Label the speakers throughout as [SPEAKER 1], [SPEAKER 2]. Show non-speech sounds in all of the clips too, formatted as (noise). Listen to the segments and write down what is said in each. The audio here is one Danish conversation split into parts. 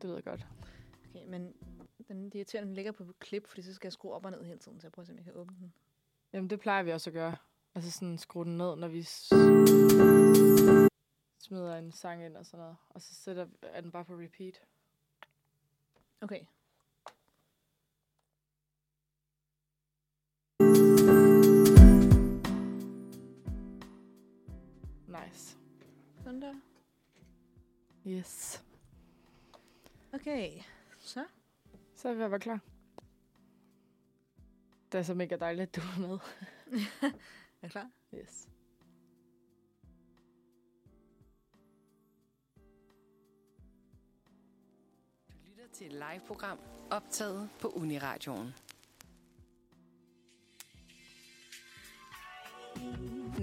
[SPEAKER 1] godt.
[SPEAKER 2] Okay, men den, det er irriterende, at den ligger på klip, fordi så skal jeg skrue op og ned hele tiden, så jeg prøver at se, om jeg kan åbne den.
[SPEAKER 1] Jamen, det plejer vi også at gøre. Altså sådan skrue den ned, når vi s- smider en sang ind og sådan noget. Og så sætter vi- er den bare på repeat.
[SPEAKER 2] Okay.
[SPEAKER 1] Nice.
[SPEAKER 2] Sådan der.
[SPEAKER 1] Yes.
[SPEAKER 2] Okay, så.
[SPEAKER 1] Så er vi ved at være klar. Det er så mega dejligt, at du er med.
[SPEAKER 2] Er jeg klar?
[SPEAKER 1] Yes.
[SPEAKER 3] Du lytter til et live-program optaget på Uniradioen.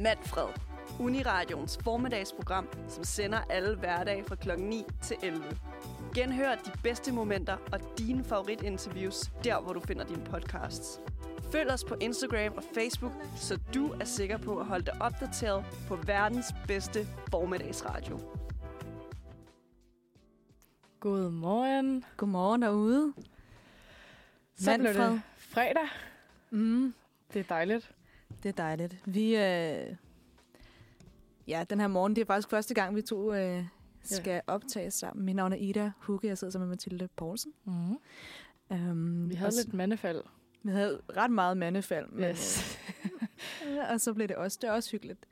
[SPEAKER 4] Manfred. Uniradions formiddagsprogram, som sender alle hverdage fra kl. 9 til 11. Genhør de bedste momenter og dine favoritinterviews der, hvor du finder dine podcasts. Følg os på Instagram og Facebook, så du er sikker på at holde dig opdateret på verdens bedste formiddagsradio.
[SPEAKER 1] Godmorgen.
[SPEAKER 2] Godmorgen derude.
[SPEAKER 1] Så blev
[SPEAKER 2] Manfred.
[SPEAKER 1] det fredag.
[SPEAKER 2] Mm,
[SPEAKER 1] Det er dejligt.
[SPEAKER 2] det er dejligt. Vi, øh... ja, den her morgen, det er faktisk første gang, vi to øh, skal optage sammen. Mit navn er Ida Hugge, jeg sidder sammen med Mathilde Poulsen.
[SPEAKER 1] Mm.
[SPEAKER 2] Um,
[SPEAKER 1] Vi havde lidt mandefald.
[SPEAKER 2] vi havde ret meget mandefald, men,
[SPEAKER 1] Yes.
[SPEAKER 2] øh, (laughs) og så blev det også, det er også hyggeligt.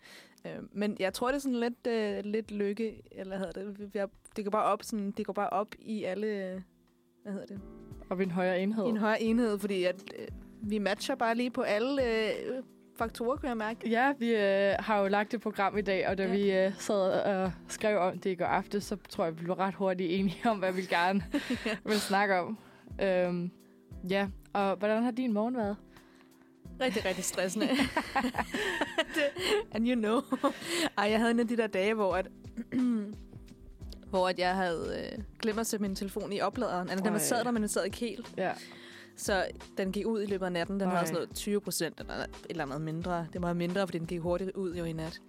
[SPEAKER 2] Øh, men jeg tror, det er sådan lidt, øh, lidt lykke, eller hvad hedder det, Vi- vi har- det går bare op, sådan, det går bare op i alle, øh, hvad hedder det,
[SPEAKER 1] Og ved en højere enhed.
[SPEAKER 2] i en højere enhed, fordi at, øh, vi matcher bare lige på alle øh, faktorer, kunne jeg mærke.
[SPEAKER 1] Ja, vi øh, har jo lagt et program i dag, og da
[SPEAKER 2] Ja.
[SPEAKER 1] ja. vi øh, sad og skrev om det i går aftes, så tror jeg, vi blev ret hurtigt enige om, hvad vi gerne
[SPEAKER 2] Ja.
[SPEAKER 1] vil snakke om. Øhm, ja, og hvordan har din morgen været?
[SPEAKER 2] Rigtig, rigtig stressende. (laughs) det, and you know. Ej, jeg havde en af de der dage, hvor at, (clears throat) hvor at jeg havde øh, glemt at sætte min telefon i opladeren. Altså, den var
[SPEAKER 1] Ej.
[SPEAKER 2] sad der, men den sad ikke helt.
[SPEAKER 1] Ja,
[SPEAKER 2] Så den gik ud i løbet af natten. Den Ej. havde
[SPEAKER 1] Ej.
[SPEAKER 2] sådan noget 20 procent eller et eller andet mindre. Det var mindre, fordi den gik hurtigt ud jo i nat.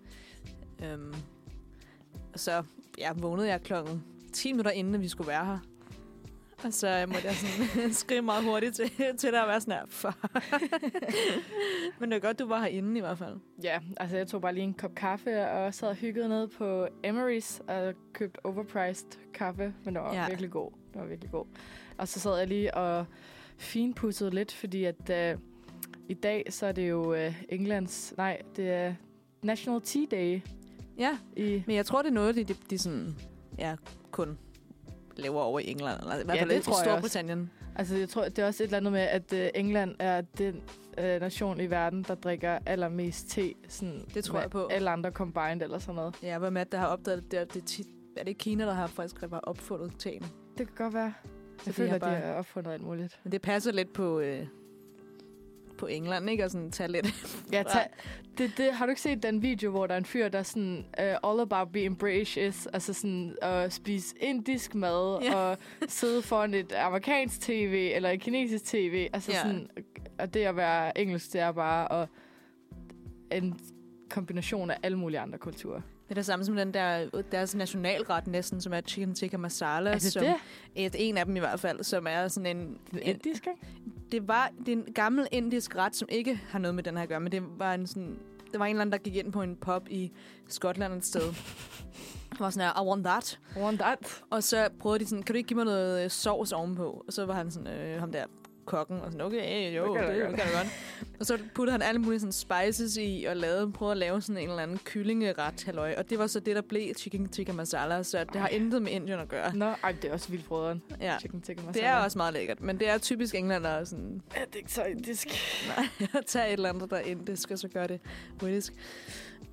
[SPEAKER 2] Øhm, og så ja, vågnede jeg klokken 10 minutter inden, at vi skulle være her. Og så måtte jeg sådan (laughs) skrive meget hurtigt til, til dig og være sådan her, "Fuck."
[SPEAKER 1] (laughs)
[SPEAKER 2] Men det var godt, du var herinde i hvert fald.
[SPEAKER 1] ja, altså jeg tog bare lige en kop kaffe og sad og hyggede ned på Emery's og købte overpriced kaffe, men den var
[SPEAKER 2] Ja.
[SPEAKER 1] ja. virkelig god. Den var virkelig god. Og så sad jeg lige og finpudsede lidt, fordi at øh, i dag, så er det jo øh, Englands, nej, det er National Tea Day
[SPEAKER 2] Ja,
[SPEAKER 1] i
[SPEAKER 2] men jeg tror, det er noget, de, de, de sådan, ja, kun laver over i England. Eller i hvert
[SPEAKER 1] Ja,
[SPEAKER 2] fald
[SPEAKER 1] det
[SPEAKER 2] i
[SPEAKER 1] tror jeg også.
[SPEAKER 2] Storbritannien.
[SPEAKER 1] Altså, jeg tror, det er også et eller andet med, at øh, England er den øh, nation i verden, der drikker allermest te. Sådan,
[SPEAKER 2] Det tror
[SPEAKER 1] med
[SPEAKER 2] jeg på.
[SPEAKER 1] Alle andre combined eller sådan noget.
[SPEAKER 2] Ja, hvad med, der har opdaget det, der, det er tit, er det Kina, der har faktisk der har opfundet teen.
[SPEAKER 1] Det kan godt være.
[SPEAKER 2] Så de
[SPEAKER 1] Jeg føler,
[SPEAKER 2] har
[SPEAKER 1] at de
[SPEAKER 2] bare-
[SPEAKER 1] har opfundet alt muligt.
[SPEAKER 2] Men det passer lidt på, øh, på England, ikke? Og sådan tage lidt.
[SPEAKER 1] Ja, ta- det, det, har du ikke set den video, hvor der er en fyr, der er sådan, uh, all about being British is, altså sådan at spise indisk mad
[SPEAKER 2] (laughs) Ja.
[SPEAKER 1] ja. og sidde foran et amerikansk tv eller et kinesisk tv, altså
[SPEAKER 2] Ja.
[SPEAKER 1] ja. sådan, og det at være engelsk, det er bare og en kombination af alle mulige andre kulturer.
[SPEAKER 2] Det er det samme som den der, deres nationalret næsten, som er chicken tikka masala.
[SPEAKER 1] Er det
[SPEAKER 2] som,
[SPEAKER 1] det?
[SPEAKER 2] Et, en af dem i hvert fald, som er sådan en... en
[SPEAKER 1] Indisk, ikke?
[SPEAKER 2] det, var, det er en gammel indisk ret, som ikke har noget med den her at gøre, men det var en sådan... Der var en eller anden, der gik ind på en pub i Skotland et (laughs) sted. Og var sådan her, I want that.
[SPEAKER 1] Want that?
[SPEAKER 2] Og så prøvede de sådan, kan du ikke give mig noget øh, sovs ovenpå? Og så var han sådan, øh, ham der kokken, og sådan, okay, jo, det
[SPEAKER 1] Det kan
[SPEAKER 2] kan
[SPEAKER 1] jeg
[SPEAKER 2] det,
[SPEAKER 1] godt.
[SPEAKER 2] kan jeg godt. og så puttede han alle mulige sådan spices i, og lavede, prøvede at lave sådan en eller anden kyllingeret, halløj. Og det var så det, der blev chicken tikka masala, så det har intet med Indien at gøre.
[SPEAKER 1] Nå, ej, det er også vildt brødren.
[SPEAKER 2] Ja.
[SPEAKER 1] Chicken tikka masala.
[SPEAKER 2] Det er også meget lækkert, men det er typisk England at sådan, (laughs)
[SPEAKER 1] Ja, det er ikke så indisk.
[SPEAKER 2] tage et eller andet, der er indisk, og så gøre det britisk.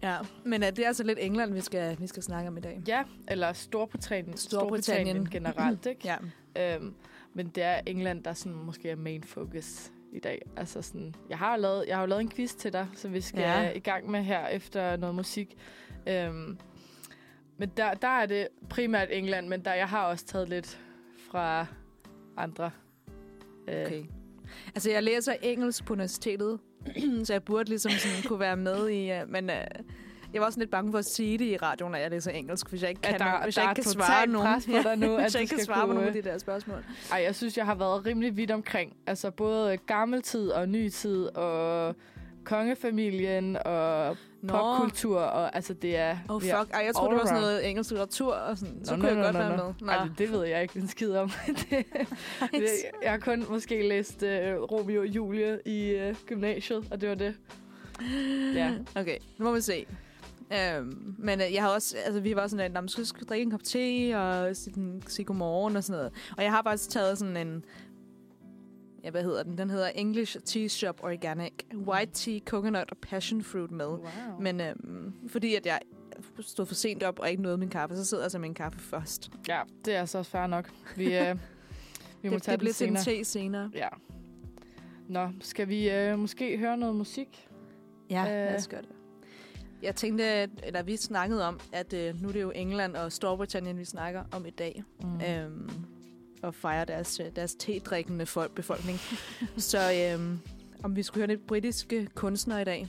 [SPEAKER 2] Ja, men øh, det er altså lidt England, vi skal, vi skal snakke om i dag.
[SPEAKER 1] Ja, eller Storbritannien,
[SPEAKER 2] Storbritannien.
[SPEAKER 1] Storbritannien generelt, ikke?
[SPEAKER 2] Mm. Ja,
[SPEAKER 1] Øhm, men det er England, der sådan måske er main focus i dag. Altså sådan, jeg har jo lavet, jeg har jo lavet en quiz til dig, så vi skal
[SPEAKER 2] Ja.
[SPEAKER 1] ja. i gang med her efter noget musik. Øhm, men der, der er det primært England, men der, jeg har også taget lidt fra andre. Øh,
[SPEAKER 2] Okay. Altså, jeg (clears throat) læser engelsk på universitetet, så jeg burde ligesom sådan kunne være med i... øh, Men øh, Jeg var også lidt bange for at sige det i radioen, når jeg læser engelsk, hvis jeg ikke
[SPEAKER 1] At
[SPEAKER 2] kan,
[SPEAKER 1] der-
[SPEAKER 2] hvis
[SPEAKER 1] der
[SPEAKER 2] jeg
[SPEAKER 1] er
[SPEAKER 2] ikke kan
[SPEAKER 1] totalt
[SPEAKER 2] svare nogen.
[SPEAKER 1] pres på dig nu, at
[SPEAKER 2] (laughs) hvis
[SPEAKER 1] du
[SPEAKER 2] jeg ikke kan
[SPEAKER 1] skal
[SPEAKER 2] svare på
[SPEAKER 1] kunne,
[SPEAKER 2] nogle af
[SPEAKER 1] øh,
[SPEAKER 2] de der spørgsmål.
[SPEAKER 1] Ej, jeg synes, jeg har været rimelig vidt omkring. Altså både gammel tid og ny tid og kongefamilien og
[SPEAKER 2] Nå,
[SPEAKER 1] popkultur. Og, altså, det er...
[SPEAKER 2] oh
[SPEAKER 1] vi er-
[SPEAKER 2] fuck. Ej, jeg troede,
[SPEAKER 1] all
[SPEAKER 2] det var sådan
[SPEAKER 1] around.
[SPEAKER 2] noget engelsk litteratur og sådan. Så
[SPEAKER 1] Nå,
[SPEAKER 2] kunne
[SPEAKER 1] nå,
[SPEAKER 2] jeg
[SPEAKER 1] nå,
[SPEAKER 2] godt
[SPEAKER 1] nå,
[SPEAKER 2] være
[SPEAKER 1] nå.
[SPEAKER 2] med.
[SPEAKER 1] Ej, det, det ved jeg ikke en skid
[SPEAKER 2] (laughs)
[SPEAKER 1] om. det, det, jeg har kun måske læst øh, Romeo og Julie i øh, gymnasiet, og det var det.
[SPEAKER 2] (laughs)
[SPEAKER 1] Ja.
[SPEAKER 2] Okay, nu må vi se. Øhm, men øh, jeg har også, altså vi var sådan, at "Nå, men skal skal vi drikke en kop te og sådan, sige godmorgen og sådan noget. Og jeg har faktisk taget sådan en, ja, hvad hedder den? Den hedder English Tea Shop Organic White Tea, Coconut og Passion Fruit med.
[SPEAKER 1] Wow. Men,
[SPEAKER 2] Men øhm, fordi at jeg stod for sent op og ikke nåede min kaffe, så sidder jeg altså min kaffe først.
[SPEAKER 1] ja, det er så også fair nok. Vi,
[SPEAKER 2] (laughs)
[SPEAKER 1] øh, vi må
[SPEAKER 2] det,
[SPEAKER 1] tage
[SPEAKER 2] det
[SPEAKER 1] det den
[SPEAKER 2] bliver til
[SPEAKER 1] senere.
[SPEAKER 2] en te senere.
[SPEAKER 1] Ja. Nå, skal vi øh, måske høre noget musik?
[SPEAKER 2] Ja,
[SPEAKER 1] Øh.
[SPEAKER 2] øh. lad os gøre det. Jeg tænkte, at- eller vi snakkede om, at øh, nu er det jo England og Storbritannien, vi snakker om i dag.
[SPEAKER 1] Mm.
[SPEAKER 2] øhm, og fejre deres, øh, deres tedrikkende
[SPEAKER 1] (laughs)
[SPEAKER 2] folk, befolkning. så øhm, om vi skulle høre lidt britiske kunstnere i dag.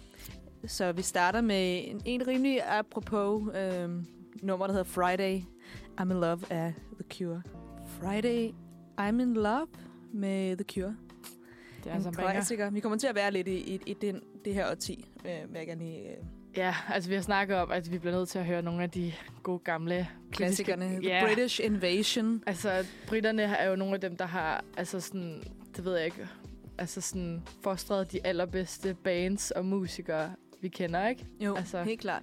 [SPEAKER 2] Så vi starter med en, en rimelig apropos øhm, nummer, der hedder Friday I'm in Love af The Cure. Friday I'm in Love med The Cure.
[SPEAKER 1] Det er
[SPEAKER 2] en
[SPEAKER 1] altså en banger.
[SPEAKER 2] klassiker. Vi kommer til at være lidt i, i, i den, det her årti, øh, vil jeg gerne lige... Øh,
[SPEAKER 1] Ja, altså vi har snakket om, at vi bliver nødt til at høre nogle af de gode gamle
[SPEAKER 2] klassikerne.
[SPEAKER 1] britiske-
[SPEAKER 2] The
[SPEAKER 1] Ja, British.
[SPEAKER 2] British Invasion.
[SPEAKER 1] altså britterne er jo nogle af dem, der har, altså sådan, det ved jeg ikke, altså sådan fostret de allerbedste bands og musikere, vi kender, ikke?
[SPEAKER 2] Jo,
[SPEAKER 1] Altså-
[SPEAKER 2] altså. helt klart.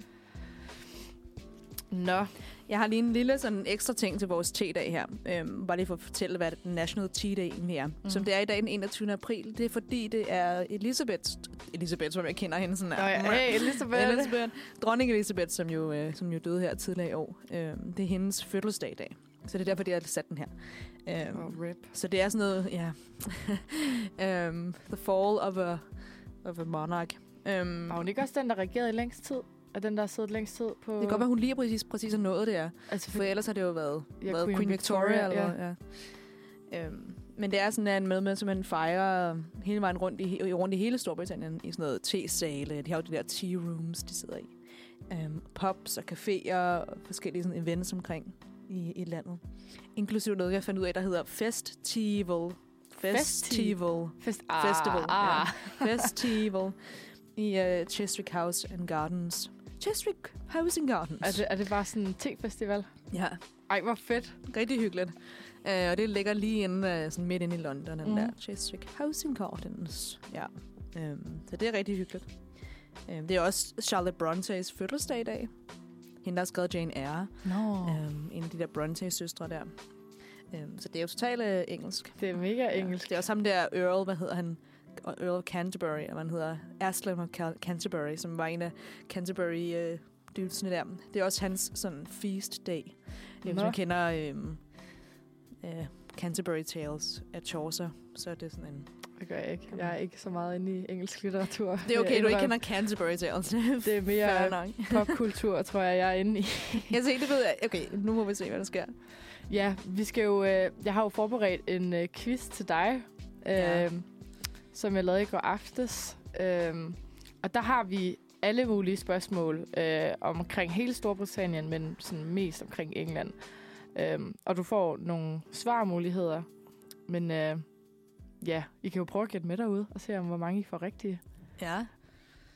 [SPEAKER 1] Nå,
[SPEAKER 2] Jeg har lige en lille sådan ekstra ting til vores T-dag her. Øhm, bare lige for at fortælle, hvad den National T-Day egentlig er. Mm. Som det er i dag den 21. april. Det er fordi, det er Elisabeth, Elisabeth som jeg kender hende sådan
[SPEAKER 1] Nå ja, hey, Elisabeth.
[SPEAKER 2] Elisabeth. Dronning Elisabeth, som jo, øh, som jo døde her tidligere i år. Øhm, det er hendes fødselsdag i dag. Så det er derfor, det har sat den her. Øhm,
[SPEAKER 1] Og rip.
[SPEAKER 2] Så det er sådan noget, ja. (laughs) øhm, the fall of a, of a monarch. Øhm,
[SPEAKER 1] Var hun ikke også den, der regerede i længst tid? Og den, der har siddet længst tid på...
[SPEAKER 2] det kan godt være, hun lige præcis, præcis har nået det her.
[SPEAKER 1] Altså, for,
[SPEAKER 2] For ellers har det jo været,
[SPEAKER 1] Ja,
[SPEAKER 2] ja, været
[SPEAKER 1] Queen
[SPEAKER 2] Queen, Queen Victoria.
[SPEAKER 1] Victoria,
[SPEAKER 2] Victoria eller, ja. Øhm, men det er sådan, at med, med, som man fejrer hele vejen rundt i, he- rundt i hele Storbritannien i sådan noget te-sale. De har jo de der tea rooms, de sidder i. Øhm, pubs og caféer og forskellige sådan events omkring i, i landet. Inklusiv noget, jeg fandt ud af, der hedder Festival. Festival.
[SPEAKER 1] fest,
[SPEAKER 2] Festival,
[SPEAKER 1] Ah, ah.
[SPEAKER 2] (laughs) Festival. I uh, Cheswick House and Gardens. Cheswick House and Gardens.
[SPEAKER 1] Er, det, er det bare sådan en te-festival?
[SPEAKER 2] Altså, ja.
[SPEAKER 1] Ej, hvor fedt.
[SPEAKER 2] Rigtig hyggeligt. Uh, og det ligger lige inde, uh, sådan midt inde i London, den
[SPEAKER 1] Mm.
[SPEAKER 2] mm. der Chiswick Housing Gardens. Ja. Um, så det er rigtig hyggeligt. Um, det er også Charlotte Brontes fødselsdag i dag. Hende, der har skrevet Jane Eyre.
[SPEAKER 1] Nå. Ja.
[SPEAKER 2] Um, en af de der Brontes-søstre der. Um, så det er jo totalt uh, engelsk.
[SPEAKER 1] Det er mega engelsk.
[SPEAKER 2] Ja. Det er også ham der Earl, hvad hedder han? Og Earl of Canterbury, og man hedder Aslan of Cal- Canterbury, som var en af Canterbury uh, dydelsene der. Det er også hans sådan feast dag. Hvis
[SPEAKER 1] Nå.
[SPEAKER 2] man kender øhm, øh, Canterbury Tales af Chaucer, så er det sådan en...
[SPEAKER 1] Det gør jeg ikke. Jeg er ikke så meget inde i engelsk litteratur.
[SPEAKER 2] Det er okay,
[SPEAKER 1] Jeg
[SPEAKER 2] Øh, du ikke
[SPEAKER 1] indrømmer.
[SPEAKER 2] kender Canterbury Tales. (laughs) det
[SPEAKER 1] Det er mere
[SPEAKER 2] nok.
[SPEAKER 1] popkultur, tror jeg, jeg er inde i.
[SPEAKER 2] Altså, det ved jeg. Okay, nu må vi se, hvad der sker.
[SPEAKER 1] Ja, vi skal jo... Øh, jeg har jo forberedt en øh, quiz til dig, øh,
[SPEAKER 2] Ja.
[SPEAKER 1] som jeg lavede i går aftes. Øh, og der har vi alle mulige spørgsmål øh, omkring hele Storbritannien, men sådan mest omkring England. Øh, og du får nogle svarmuligheder. Men øh, ja, I kan jo prøve at gætte med derude og se, om hvor mange I får rigtige.
[SPEAKER 2] Ja.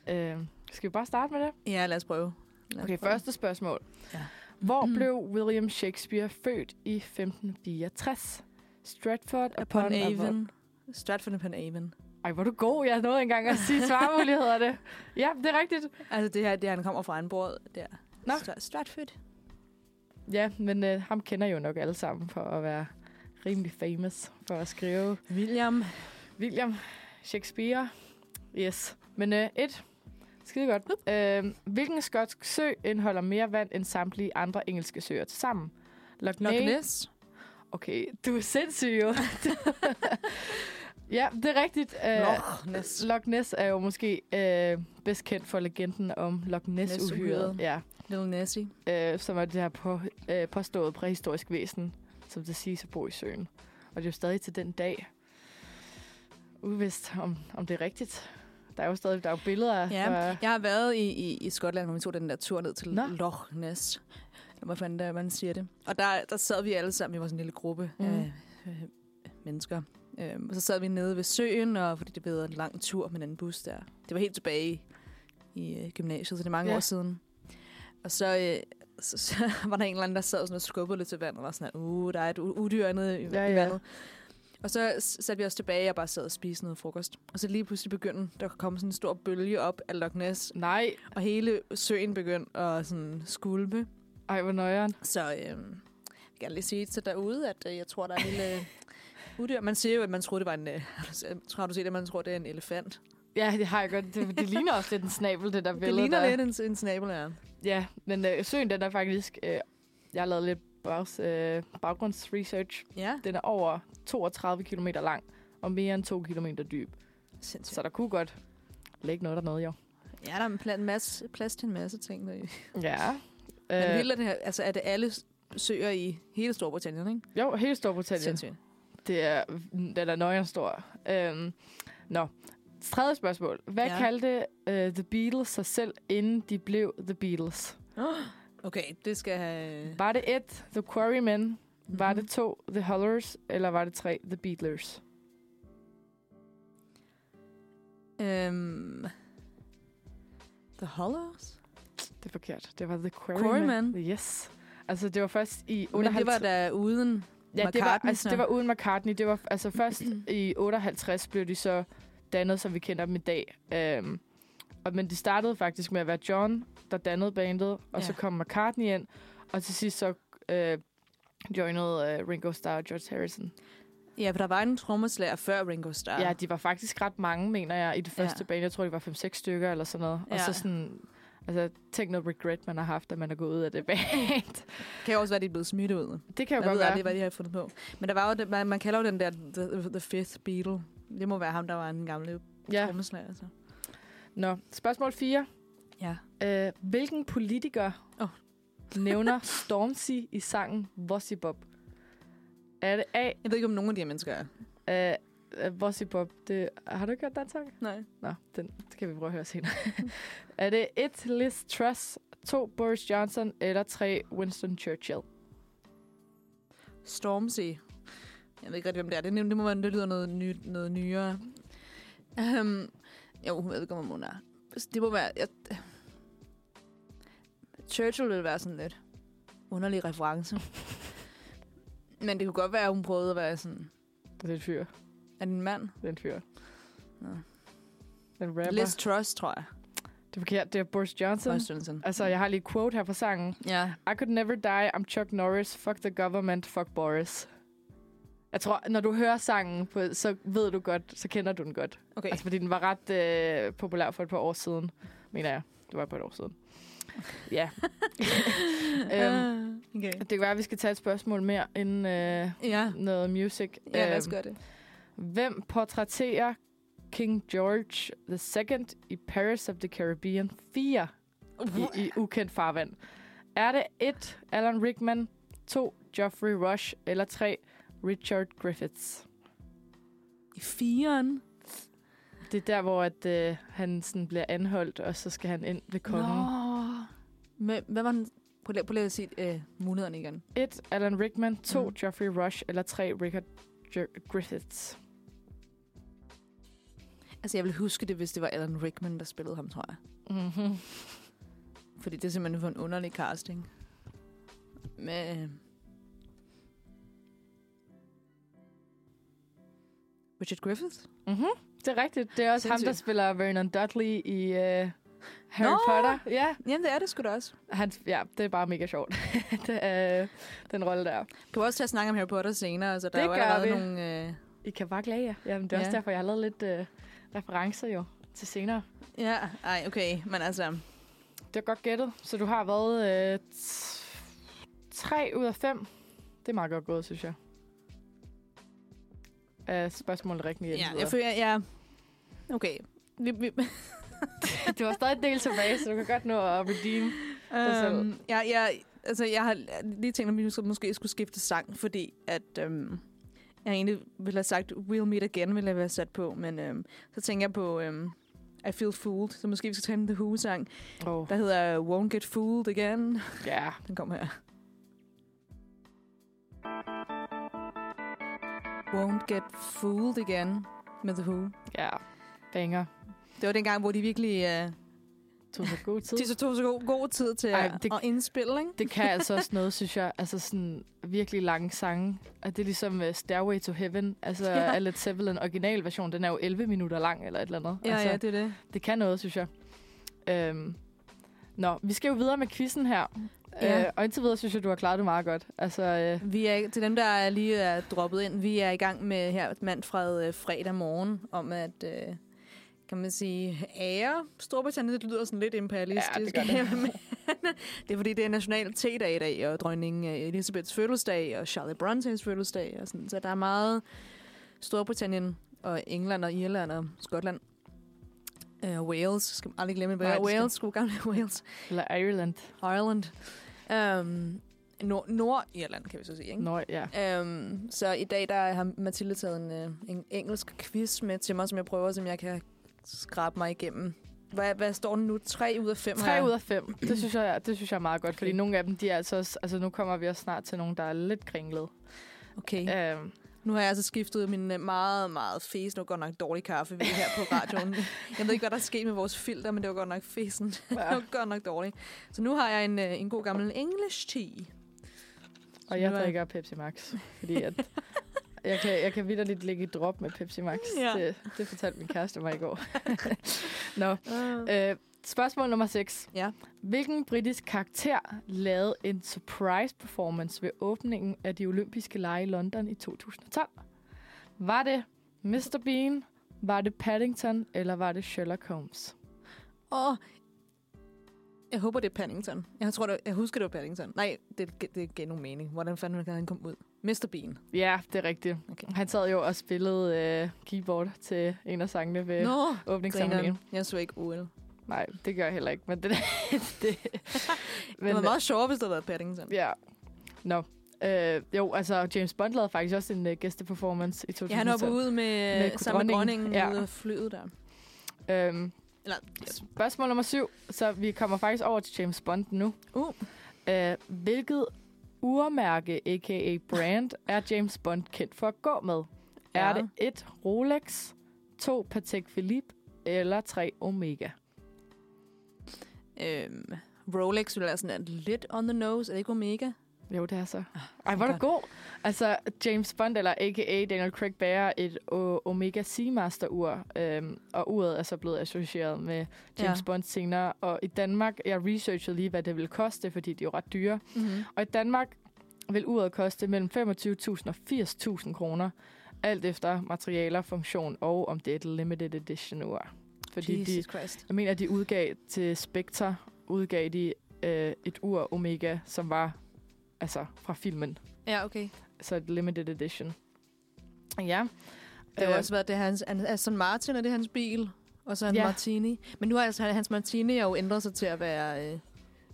[SPEAKER 1] Øh, skal vi bare starte med det?
[SPEAKER 2] Ja, lad os prøve. Lad os
[SPEAKER 1] Okay,
[SPEAKER 2] prøve.
[SPEAKER 1] første spørgsmål. Ja.
[SPEAKER 2] Ja.
[SPEAKER 1] Hvor mm.
[SPEAKER 2] Mm.
[SPEAKER 1] blev William Shakespeare født i 1564? Stratford upon,
[SPEAKER 2] Upon
[SPEAKER 1] upon Avon.
[SPEAKER 2] Avon. Stratford upon Avon.
[SPEAKER 1] Ej, hvor er du god. Jeg nåede engang at sige svarmuligheder
[SPEAKER 2] (laughs)
[SPEAKER 1] det. Ja, det er rigtigt.
[SPEAKER 2] Altså, det her, det her, han kommer fra Anbord der.
[SPEAKER 1] Nå.
[SPEAKER 2] Stra- Stratford.
[SPEAKER 1] Ja, men øh, ham kender jo nok alle sammen for at være rimelig famous for at skrive
[SPEAKER 2] William.
[SPEAKER 1] William Shakespeare. Yes. Men øh, et. Skide godt. Øh, hvilken skotsk sø indeholder mere vand end samtlige andre engelske søer tilsammen? Loch
[SPEAKER 2] Loch
[SPEAKER 1] Ness,
[SPEAKER 2] Ness.
[SPEAKER 1] Okay, du er sindssyg jo. (laughs) ja, det er rigtigt. Uh,
[SPEAKER 2] Loch Ness.
[SPEAKER 1] Loch Ness er jo måske uh, bedst kendt for legenden om Loch Ness-uhyret,
[SPEAKER 2] Ness-uhyret.
[SPEAKER 1] ja,
[SPEAKER 2] Little Nessie.
[SPEAKER 1] uh, som er det her på, uh, påstået præhistorisk væsen, som det siges at bo i søen. Og det er jo stadig til den dag uvist, om, om det er rigtigt. Der er jo stadig der er jo billeder af.
[SPEAKER 2] Ja,
[SPEAKER 1] fra-
[SPEAKER 2] jeg har været i, i, i Skotland, hvor vi tog den der tur ned til
[SPEAKER 1] Nå.
[SPEAKER 2] Nå. Loch Ness. Eller Hvad fanden der, man siger det. Og der, der sad vi alle sammen, vi var sådan en lille gruppe
[SPEAKER 1] Mhm.
[SPEAKER 2] mm. af øh, mennesker. Øhm, og så sad vi nede ved søen, og fordi det blev en lang tur med den bus der. Det var helt tilbage i, i øh, gymnasiet, så det er mange
[SPEAKER 1] Ja.
[SPEAKER 2] ja. år siden. Og så, øh, så, så (laughs) var der en eller anden, der sad sådan og skubbede lidt til vandet, og var sådan, at uh, der er et u- udyr nede i,
[SPEAKER 1] Ja,
[SPEAKER 2] ja, i
[SPEAKER 1] ja.
[SPEAKER 2] vandet. Og så s- satte vi os tilbage og bare sad og spiste noget frokost. Og så lige pludselig begyndte der at komme sådan en stor bølge op af Loch Ness,
[SPEAKER 1] Nej.
[SPEAKER 2] og hele søen begyndte at sådan skulpe.
[SPEAKER 1] Ej, hvor nøjeren.
[SPEAKER 2] Så øh, jeg vil gerne lige sige til derude, at øh, jeg tror, der er en lille udyr. Man siger jo, at man troede, det var en... Øh, (laughs) har du se- har du set, at man tror, det er en elefant?
[SPEAKER 1] Ja, det har jeg godt. Det, det ligner også lidt en snabel, det der billede.
[SPEAKER 2] det ligner
[SPEAKER 1] der.
[SPEAKER 2] lidt en, en snabel, ja.
[SPEAKER 1] Ja, men øh, søen, den er faktisk... Øh, jeg har lavet lidt bags, øh, baggrundsresearch.
[SPEAKER 2] Ja,
[SPEAKER 1] Den er over 32 km lang og mere end 2 km dyb.
[SPEAKER 2] sindssygt.
[SPEAKER 1] Så der kunne godt ligge noget dernede, jo.
[SPEAKER 2] Ja, der er en pla- en masse, plads til en masse ting. Der. Øh.
[SPEAKER 1] Ja.
[SPEAKER 2] Men
[SPEAKER 1] Øh,
[SPEAKER 2] vildt er det her, altså er det alle s- søer i hele Storbritannien, ikke?
[SPEAKER 1] jo, hele Storbritannien.
[SPEAKER 2] Sindssygt.
[SPEAKER 1] Det er, den er nøjeren stor. Øhm, nå. Tredje spørgsmål. Hvad ja.
[SPEAKER 2] Ja.
[SPEAKER 1] kaldte uh, The Beatles sig selv, inden de blev The Beatles?
[SPEAKER 2] Okay, det skal have...
[SPEAKER 1] Var det et, The Quarrymen? Mm-hmm. Var
[SPEAKER 2] Mhm.
[SPEAKER 1] det to, The Hollers? Eller var det tre, The Beatles?
[SPEAKER 2] Øhm, The Hollows?
[SPEAKER 1] Det er forkert. Det var The Quarrymen.
[SPEAKER 2] Quarrymen?
[SPEAKER 1] Yes. Altså, det var først i
[SPEAKER 2] Men
[SPEAKER 1] 58...
[SPEAKER 2] det var da uden...
[SPEAKER 1] Ja, det var,
[SPEAKER 2] McCartney,
[SPEAKER 1] altså,
[SPEAKER 2] så.
[SPEAKER 1] det var uden McCartney. Det var
[SPEAKER 2] (clears throat)
[SPEAKER 1] altså først i 58 blev de så dannet, som vi kender dem i dag. Øhm, og, men de startede faktisk med at være John, der dannede bandet, og ja.
[SPEAKER 2] Ja.
[SPEAKER 1] så kom McCartney ind, og til sidst så øh, joinede øh, Ringo Starr og George Harrison.
[SPEAKER 2] Ja, for der var en trommeslager før Ringo Starr.
[SPEAKER 1] Ja, de var faktisk ret mange, mener jeg, i det første ja.
[SPEAKER 2] Ja.
[SPEAKER 1] band. Jeg tror, det var 5-6 stykker eller sådan noget. Ja. Og
[SPEAKER 2] Ja.
[SPEAKER 1] så sådan... Altså, tænk noget regret, man har haft, at man er gået ud af det
[SPEAKER 2] (laughs)
[SPEAKER 1] band.
[SPEAKER 2] kan jo også være, at de er blevet smidt ud.
[SPEAKER 1] det kan jo
[SPEAKER 2] Jeg
[SPEAKER 1] godt
[SPEAKER 2] ved
[SPEAKER 1] være.
[SPEAKER 2] aldrig, hvad de har fundet på. Men der var jo det, man, man kalder jo den der the, the Fifth Beatle. Det må være ham, der var en gamle ja.
[SPEAKER 1] Ja.
[SPEAKER 2] trommeslager. Så.
[SPEAKER 1] Nå, spørgsmål 4.
[SPEAKER 2] Ja.
[SPEAKER 1] Øh, hvilken politiker oh.
[SPEAKER 2] Åh.
[SPEAKER 1] nævner Stormzy i sangen Vossibop? Er det A?
[SPEAKER 2] Jeg ved ikke, om nogen af de her mennesker er.
[SPEAKER 1] Uh, Vossibop, det, har du ikke hørt den sang?
[SPEAKER 2] Nej.
[SPEAKER 1] Nå, den det kan vi prøve at høre senere. (laughs) er det 1. Liz Truss, 2. Boris Johnson eller 3. Winston Churchill?
[SPEAKER 2] Stormzy. Jeg ved ikke rigtig, hvem det er. Det, er nem- det må være, det lyder noget, ny, noget nyere. Um, jo, jeg ved ikke, om hun er. Altså, Det må være... Jeg, Churchill ville være sådan lidt underlig reference. Men det kunne godt være, at hun prøvede at være sådan...
[SPEAKER 1] Det er en fyr.
[SPEAKER 2] Er det en mand?
[SPEAKER 1] Det er en fyr.
[SPEAKER 2] Nå.
[SPEAKER 1] Den rapper.
[SPEAKER 2] Liz Truss, tror jeg.
[SPEAKER 1] Det er forkert. Det er Boris Johnson.
[SPEAKER 2] Boris Johnson.
[SPEAKER 1] Altså, jeg har lige et quote her fra sangen.
[SPEAKER 2] Ja.
[SPEAKER 1] I could never die, I'm Chuck Norris, fuck the government, fuck Boris. Jeg tror, når du hører sangen, på, så ved du godt, så kender du den godt.
[SPEAKER 2] Okay.
[SPEAKER 1] Altså, fordi den var ret øh, populær for et par år siden, mener jeg. Det var på et år
[SPEAKER 2] (laughs)
[SPEAKER 1] siden. Ja. øhm,
[SPEAKER 2] okay.
[SPEAKER 1] det kan være, at vi skal tage et spørgsmål mere inden øh,
[SPEAKER 2] Ja.
[SPEAKER 1] noget music.
[SPEAKER 2] Ja, lad os
[SPEAKER 1] Øhm,
[SPEAKER 2] gøre det.
[SPEAKER 1] Hvem portrætterer King George II i Paris of the Caribbean 4 i, i ukendt farvand? Er det 1. Alan Rickman, 2. Geoffrey Rush eller 3. Richard Griffiths?
[SPEAKER 2] I firen.
[SPEAKER 1] Det er der, hvor at, øh, han sådan bliver anholdt, og så skal han ind ved kongen.
[SPEAKER 2] Nå. Men, hvad var den? Prøv lige- prøv lige at sige øh, mulighederne igen.
[SPEAKER 1] 1. Alan Rickman, 2.
[SPEAKER 2] Mhm.
[SPEAKER 1] Geoffrey Rush eller 3. Richard Gr- Griffiths?
[SPEAKER 2] Altså, jeg ville huske det, hvis det var Alan Rickman, der spillede ham, tror jeg.
[SPEAKER 1] Mm-hmm.
[SPEAKER 2] Fordi det er simpelthen for en underlig casting. Men... øh. Richard Griffith?
[SPEAKER 1] Mm-hmm. Det er rigtigt. Det er også ham, der
[SPEAKER 2] Sindssygt.
[SPEAKER 1] spiller Vernon Dudley i øh, Harry
[SPEAKER 2] Nå!
[SPEAKER 1] Potter. Ja.
[SPEAKER 2] Jamen, det er det sgu da også.
[SPEAKER 1] Han, ja, det er bare mega sjovt. (laughs) det er, øh, den rolle der.
[SPEAKER 2] Du kan også tage at snakke om Harry Potter senere, så der
[SPEAKER 1] Det
[SPEAKER 2] er jo
[SPEAKER 1] gør
[SPEAKER 2] allerede
[SPEAKER 1] vi.
[SPEAKER 2] nogle... Øh,
[SPEAKER 1] I kan bare klage jer. Jamen, det er ja. også
[SPEAKER 2] Ja.
[SPEAKER 1] derfor, jeg har lavet lidt øh, referencer jo til senere.
[SPEAKER 2] ja, ej, okay, men altså...
[SPEAKER 1] Det er godt gættet. Så du har været øh, t- tre ud af fem. Det er meget godt gået, synes jeg. Er spørgsmålet rigtigt?
[SPEAKER 2] Ja, jeg føler, ja... Okay. Vi, vi,
[SPEAKER 1] (laughs) Du har stadig en del tilbage, så du kan godt nå at redeem. selv.
[SPEAKER 2] Øhm, ja, ja, altså, jeg har lige tænkt, om vi måske- måske skulle skifte sang, fordi at, øhm, jeg egentlig ville have sagt, We'll Meet Again ville jeg have sat på, men øhm, så tænker jeg på øhm, I Feel Fooled, så måske vi skal tage en The Who-sang,
[SPEAKER 1] Oh,
[SPEAKER 2] der hedder Won't Get Fooled igen.
[SPEAKER 1] ja.
[SPEAKER 2] Den kommer her. Won't Get Fooled igen med The Who.
[SPEAKER 1] Ja. Banger.
[SPEAKER 2] Det var dengang, hvor de virkelig øh,
[SPEAKER 1] Tog sig god tid.
[SPEAKER 2] de så tog så god, god tid til
[SPEAKER 1] Ej,
[SPEAKER 2] Ej,
[SPEAKER 1] det-
[SPEAKER 2] det... at indspille, ikke?
[SPEAKER 1] Det kan altså også noget, synes jeg. Altså sådan virkelig lange sange. Og det er ligesom uh, Stairway to Heaven. Altså ja.
[SPEAKER 2] Ja.
[SPEAKER 1] Led Zeppelin original version. Den er jo 11 minutter lang eller et eller andet. altså,
[SPEAKER 2] det er det.
[SPEAKER 1] det kan noget, synes jeg. Øhm. Nå, vi skal jo videre med quizzen her.
[SPEAKER 2] Ja.
[SPEAKER 1] Øh, og indtil videre synes jeg, du har klaret det meget godt. Altså, øh,
[SPEAKER 2] Vi er, til dem, der lige er droppet ind, vi er i gang med her Manfred øh, fredag morgen, om at, øh, kan man sige, ære Storbritannien. Det lyder sådan lidt imperialistisk.
[SPEAKER 1] Ja, det gør det.
[SPEAKER 2] (laughs) Men det er fordi, det er national T-dag i dag, og dronning øh, Elisabeths fødselsdag, og Charlotte Brontes fødselsdag, og sådan. Så der er meget Storbritannien, og England, og Irland, og Skotland. Uh, Wales, skal man aldrig glemme, hvad
[SPEAKER 1] Nej,
[SPEAKER 2] er
[SPEAKER 1] det skal-
[SPEAKER 2] Wales, god gamle (laughs) Wales.
[SPEAKER 1] eller Ireland.
[SPEAKER 2] Ireland. Um, Nord- Nordirland, kan vi så sige, ikke?
[SPEAKER 1] Nå, ja.
[SPEAKER 2] Um, så i dag der har Mathilde taget en, øh, en engelsk quiz med til mig, som jeg prøver, som jeg kan skrabe mig igennem. Hvad, hvad står den nu? 3 ud af 5
[SPEAKER 1] 3 ud af 5. Det synes jeg, det synes jeg er meget godt, fordi
[SPEAKER 2] Okay.
[SPEAKER 1] nogle af dem, de er altså også... Altså, nu kommer vi også snart til nogen, der er lidt kringlet.
[SPEAKER 2] Okay.
[SPEAKER 1] Øhm,
[SPEAKER 2] (laughs) Nu har jeg altså skiftet min øh, meget, meget fesen. Det var godt nok dårlig kaffe, vi er her på
[SPEAKER 1] (laughs)
[SPEAKER 2] radioen. jeg ved ikke, hvad der er sket med vores filter, men det var godt nok fesen. det var godt nok dårlig. Så nu har jeg en, øh, en god gammel English tea.
[SPEAKER 1] og jeg
[SPEAKER 2] nu er-
[SPEAKER 1] drikker Pepsi Max, fordi at... Jeg kan, jeg kan vidderligt ligge i drop med Pepsi Max.
[SPEAKER 2] (laughs) Ja.
[SPEAKER 1] Det, det fortalte min kæreste mig i
[SPEAKER 2] (laughs)
[SPEAKER 1] går. Nå, øh, spørgsmål nummer 6.
[SPEAKER 2] Ja.
[SPEAKER 1] Hvilken britisk karakter lavede en surprise performance ved åbningen af de olympiske lege i London i 2012? Var det Mr. Bean, var det Paddington, eller var det Sherlock Holmes?
[SPEAKER 2] Og jeg håber, det er Paddington. Jeg tror, det, jeg husker, det var Paddington. Nej, det, det gav nogen mening. Hvordan fanden kan han komme ud? Mr. Bean.
[SPEAKER 1] Ja, det er rigtigt.
[SPEAKER 2] Okay.
[SPEAKER 1] Han sad jo og spillede øh, keyboard til en af sangene ved no.
[SPEAKER 2] Nå,
[SPEAKER 1] åbningssamlingen.
[SPEAKER 2] grineren. Jeg så ikke OL.
[SPEAKER 1] Nej, det gør jeg heller ikke, men det... (laughs) det, men,
[SPEAKER 2] det var meget sjovt, hvis det havde været Paddington.
[SPEAKER 1] Ja. Nå. Øh, jo, altså James Bond lavede faktisk også en uh, gæsteperformance i
[SPEAKER 2] Ja, han
[SPEAKER 1] 2012.
[SPEAKER 2] hopper ud med,
[SPEAKER 1] Med
[SPEAKER 2] med sammen med
[SPEAKER 1] dronningen.
[SPEAKER 2] dronningen
[SPEAKER 1] Ja.
[SPEAKER 2] ja. ud af flyet der.
[SPEAKER 1] Øhm,
[SPEAKER 2] Eller,
[SPEAKER 1] Spørgsmål nummer syv. Så vi kommer faktisk over til James Bond nu.
[SPEAKER 2] Uh.
[SPEAKER 1] Øh, hvilket urmærke, a.k.a. brand, er James Bond kendt for at gå med? Ja. Er
[SPEAKER 2] Ja.
[SPEAKER 1] det et Rolex, to Patek Philippe eller tre Omega?
[SPEAKER 2] øhm, Rolex ville være sådan lidt- lidt on the nose. Er det ikke Omega?
[SPEAKER 1] Jo, det er Ah, så. Ej, hvor er
[SPEAKER 2] det
[SPEAKER 1] du god. Altså, James Bond, eller a.k.a. Daniel Craig, bærer et O- Omega Seamaster-ur, øhm, og uret er så blevet associeret med James
[SPEAKER 2] Ja.
[SPEAKER 1] Bond senere. Og i Danmark, jeg researchede lige, hvad det ville koste, fordi de er jo ret dyre.
[SPEAKER 2] Mm-hmm.
[SPEAKER 1] Og i Danmark vil uret koste mellem 25.000 og 80.000 kroner, alt efter materialer, funktion og om det er et limited edition ur. Fordi Jesus. de,
[SPEAKER 2] Jesus Christ.
[SPEAKER 1] jeg mener, de udgav til Spectre, udgav de øh, et ur Omega, som var altså fra filmen,
[SPEAKER 2] Ja, okay.
[SPEAKER 1] så et limited edition. Ja.
[SPEAKER 2] Det har
[SPEAKER 1] Øh,
[SPEAKER 2] også været det er hans han- Aston Martin, og det er hans bil. Og så en
[SPEAKER 1] Ja.
[SPEAKER 2] ja. Martini. Men nu har altså, hans Martini jo ændret sig til at være øh,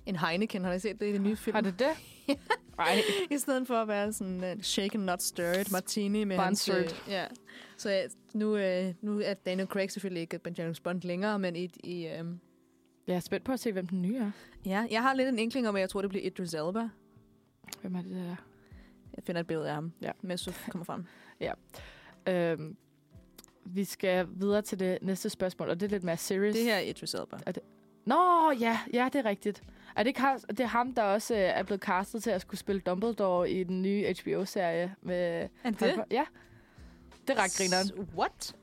[SPEAKER 2] en Heineken. Har I set det i den nye film?
[SPEAKER 1] Har det det? (laughs) Nej,
[SPEAKER 2] (laughs) I stedet for at være sådan uh, shaken, not stirred Martini med
[SPEAKER 1] Bare en
[SPEAKER 2] hans... Øh,
[SPEAKER 1] shirt.
[SPEAKER 2] ja. Så øh, nu, øh, nu er Daniel Craig selvfølgelig ikke Benjamin Bond længere, men i... i øh,
[SPEAKER 1] jeg er spændt på at se, hvem den nye er.
[SPEAKER 2] ja, jeg har lidt en inkling om, at jeg tror, det bliver Idris Elba.
[SPEAKER 1] Hvem er det der?
[SPEAKER 2] Jeg finder et billede af ham,
[SPEAKER 1] Ja.
[SPEAKER 2] mens du kommer frem.
[SPEAKER 1] Øhm, vi skal videre til det næste spørgsmål, og det er lidt mere serious.
[SPEAKER 2] Det her er Idris Elba.
[SPEAKER 1] Nå, ja, ja, det er rigtigt. Er det, ikke ham, det er ham, der også øh, er blevet castet til at skulle spille Dumbledore i den nye HBO-serie med...
[SPEAKER 2] Er
[SPEAKER 1] Harry Potter? Ja. Det er ret grineren.
[SPEAKER 2] What?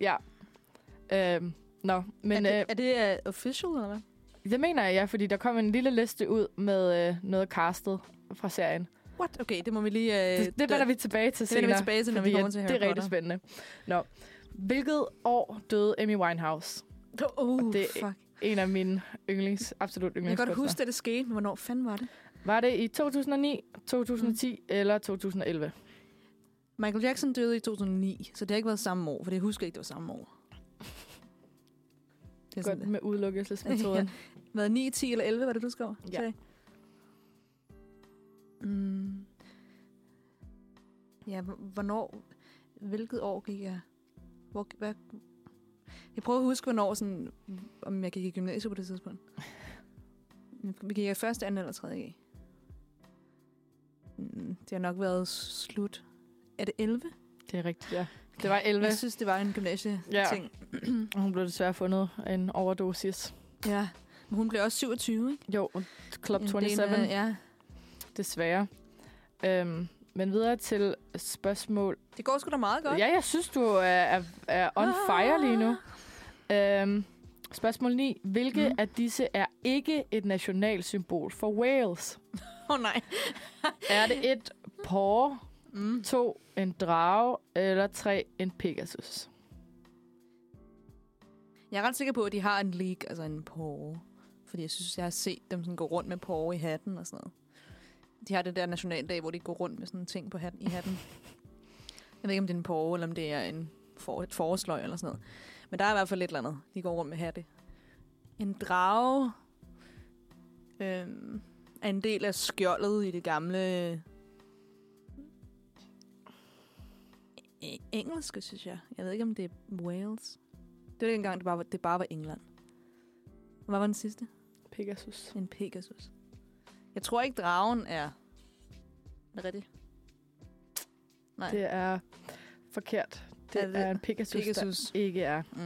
[SPEAKER 1] Øhm, nå, men
[SPEAKER 2] Men, er,
[SPEAKER 1] det,
[SPEAKER 2] det,
[SPEAKER 1] øh,
[SPEAKER 2] er det uh, official, eller hvad?
[SPEAKER 1] det mener jeg, ja, fordi der kom en lille liste ud med øh, noget castet fra serien.
[SPEAKER 2] What? Okay, det må vi lige... Uh,
[SPEAKER 1] Det, det vender vi tilbage til
[SPEAKER 2] Øh, det vender vi
[SPEAKER 1] senere.
[SPEAKER 2] tilbage til, når vi
[SPEAKER 1] fordi,
[SPEAKER 2] kommer
[SPEAKER 1] at
[SPEAKER 2] til Harry
[SPEAKER 1] Det er rigtig
[SPEAKER 2] Potter.
[SPEAKER 1] spændende. Nå. Hvilket år døde Amy Winehouse?
[SPEAKER 2] Oh,
[SPEAKER 1] det-
[SPEAKER 2] det, fuck.
[SPEAKER 1] En af mine yndlings, absolut
[SPEAKER 2] Jeg kan
[SPEAKER 1] yndlingskunstnere.
[SPEAKER 2] godt huske, at det skete, men hvornår fanden var det?
[SPEAKER 1] Var det i 2009, 2010 mm. eller 2011?
[SPEAKER 2] Michael Jackson døde i 2009, så det har ikke været samme år, for det husker jeg ikke, det var samme år. Det er
[SPEAKER 1] Godt
[SPEAKER 2] sådan,
[SPEAKER 1] med
[SPEAKER 2] (laughs)
[SPEAKER 1] udelukkelsesmetoden.
[SPEAKER 2] været 9, 10 eller 11, var det, du skrev?
[SPEAKER 1] Ja.
[SPEAKER 2] Sagde. Mm. Ja, hv- hvornår, hvilket år gik jeg? Hvor, hvad? Jeg prøver at huske, hvornår sådan, om jeg gik i gymnasiet på det tidspunkt. (laughs) Vi gik i første, anden eller tredje G. Mm, Det har nok været slut. Er det 11?
[SPEAKER 1] Det er rigtigt, ja. Det var 11,
[SPEAKER 2] Jeg synes, det var en gymnasieting.
[SPEAKER 1] Ja. og hun blev desværre fundet af en overdosis.
[SPEAKER 2] (clears throat) ja. Men hun blev også 27, ikke?
[SPEAKER 1] Jo, Club
[SPEAKER 2] En øh,
[SPEAKER 1] 27.
[SPEAKER 2] del af- ja.
[SPEAKER 1] Desværre. Øhm, men videre til spørgsmål.
[SPEAKER 2] Det går sgu da meget godt.
[SPEAKER 1] Ja, jeg synes, du er, er, er on fire lige nu. Øhm, spørgsmål 9. Hvilke
[SPEAKER 2] Mhm.
[SPEAKER 1] mm. af disse er ikke et nationalt symbol for Wales?
[SPEAKER 2] Åh oh, nej.
[SPEAKER 1] Er det et porre,
[SPEAKER 2] Mm.
[SPEAKER 1] to en drage, eller tre en pegasus?
[SPEAKER 2] Jeg er ret sikker på, at de har en leak, altså en porre. Fordi jeg synes, jeg har set dem sådan gå rundt med porre i hatten og sådan noget. De har det der nationaldag, hvor de går rundt med sådan en ting på hatten, i hatten. Jeg ved ikke, om det er en porre, eller om det er en for, et forårsløg eller sådan noget. Men der er i hvert fald lidt eller andet. De går rundt med hatte. En drage øhm, er en del af skjoldet i det gamle e- engelske, synes jeg. Jeg ved ikke, om det er Wales. Det var dengang, det bare var, det bare var England. Hvad var den sidste?
[SPEAKER 1] Pegasus.
[SPEAKER 2] En Pegasus. Jeg tror ikke, dragen er... Er det rigtigt? Nej.
[SPEAKER 1] Det er forkert. Det
[SPEAKER 2] Er
[SPEAKER 1] er,
[SPEAKER 2] det
[SPEAKER 1] en pegasus, pegasus,
[SPEAKER 2] Pegasus.
[SPEAKER 1] der ikke er.
[SPEAKER 2] Mm.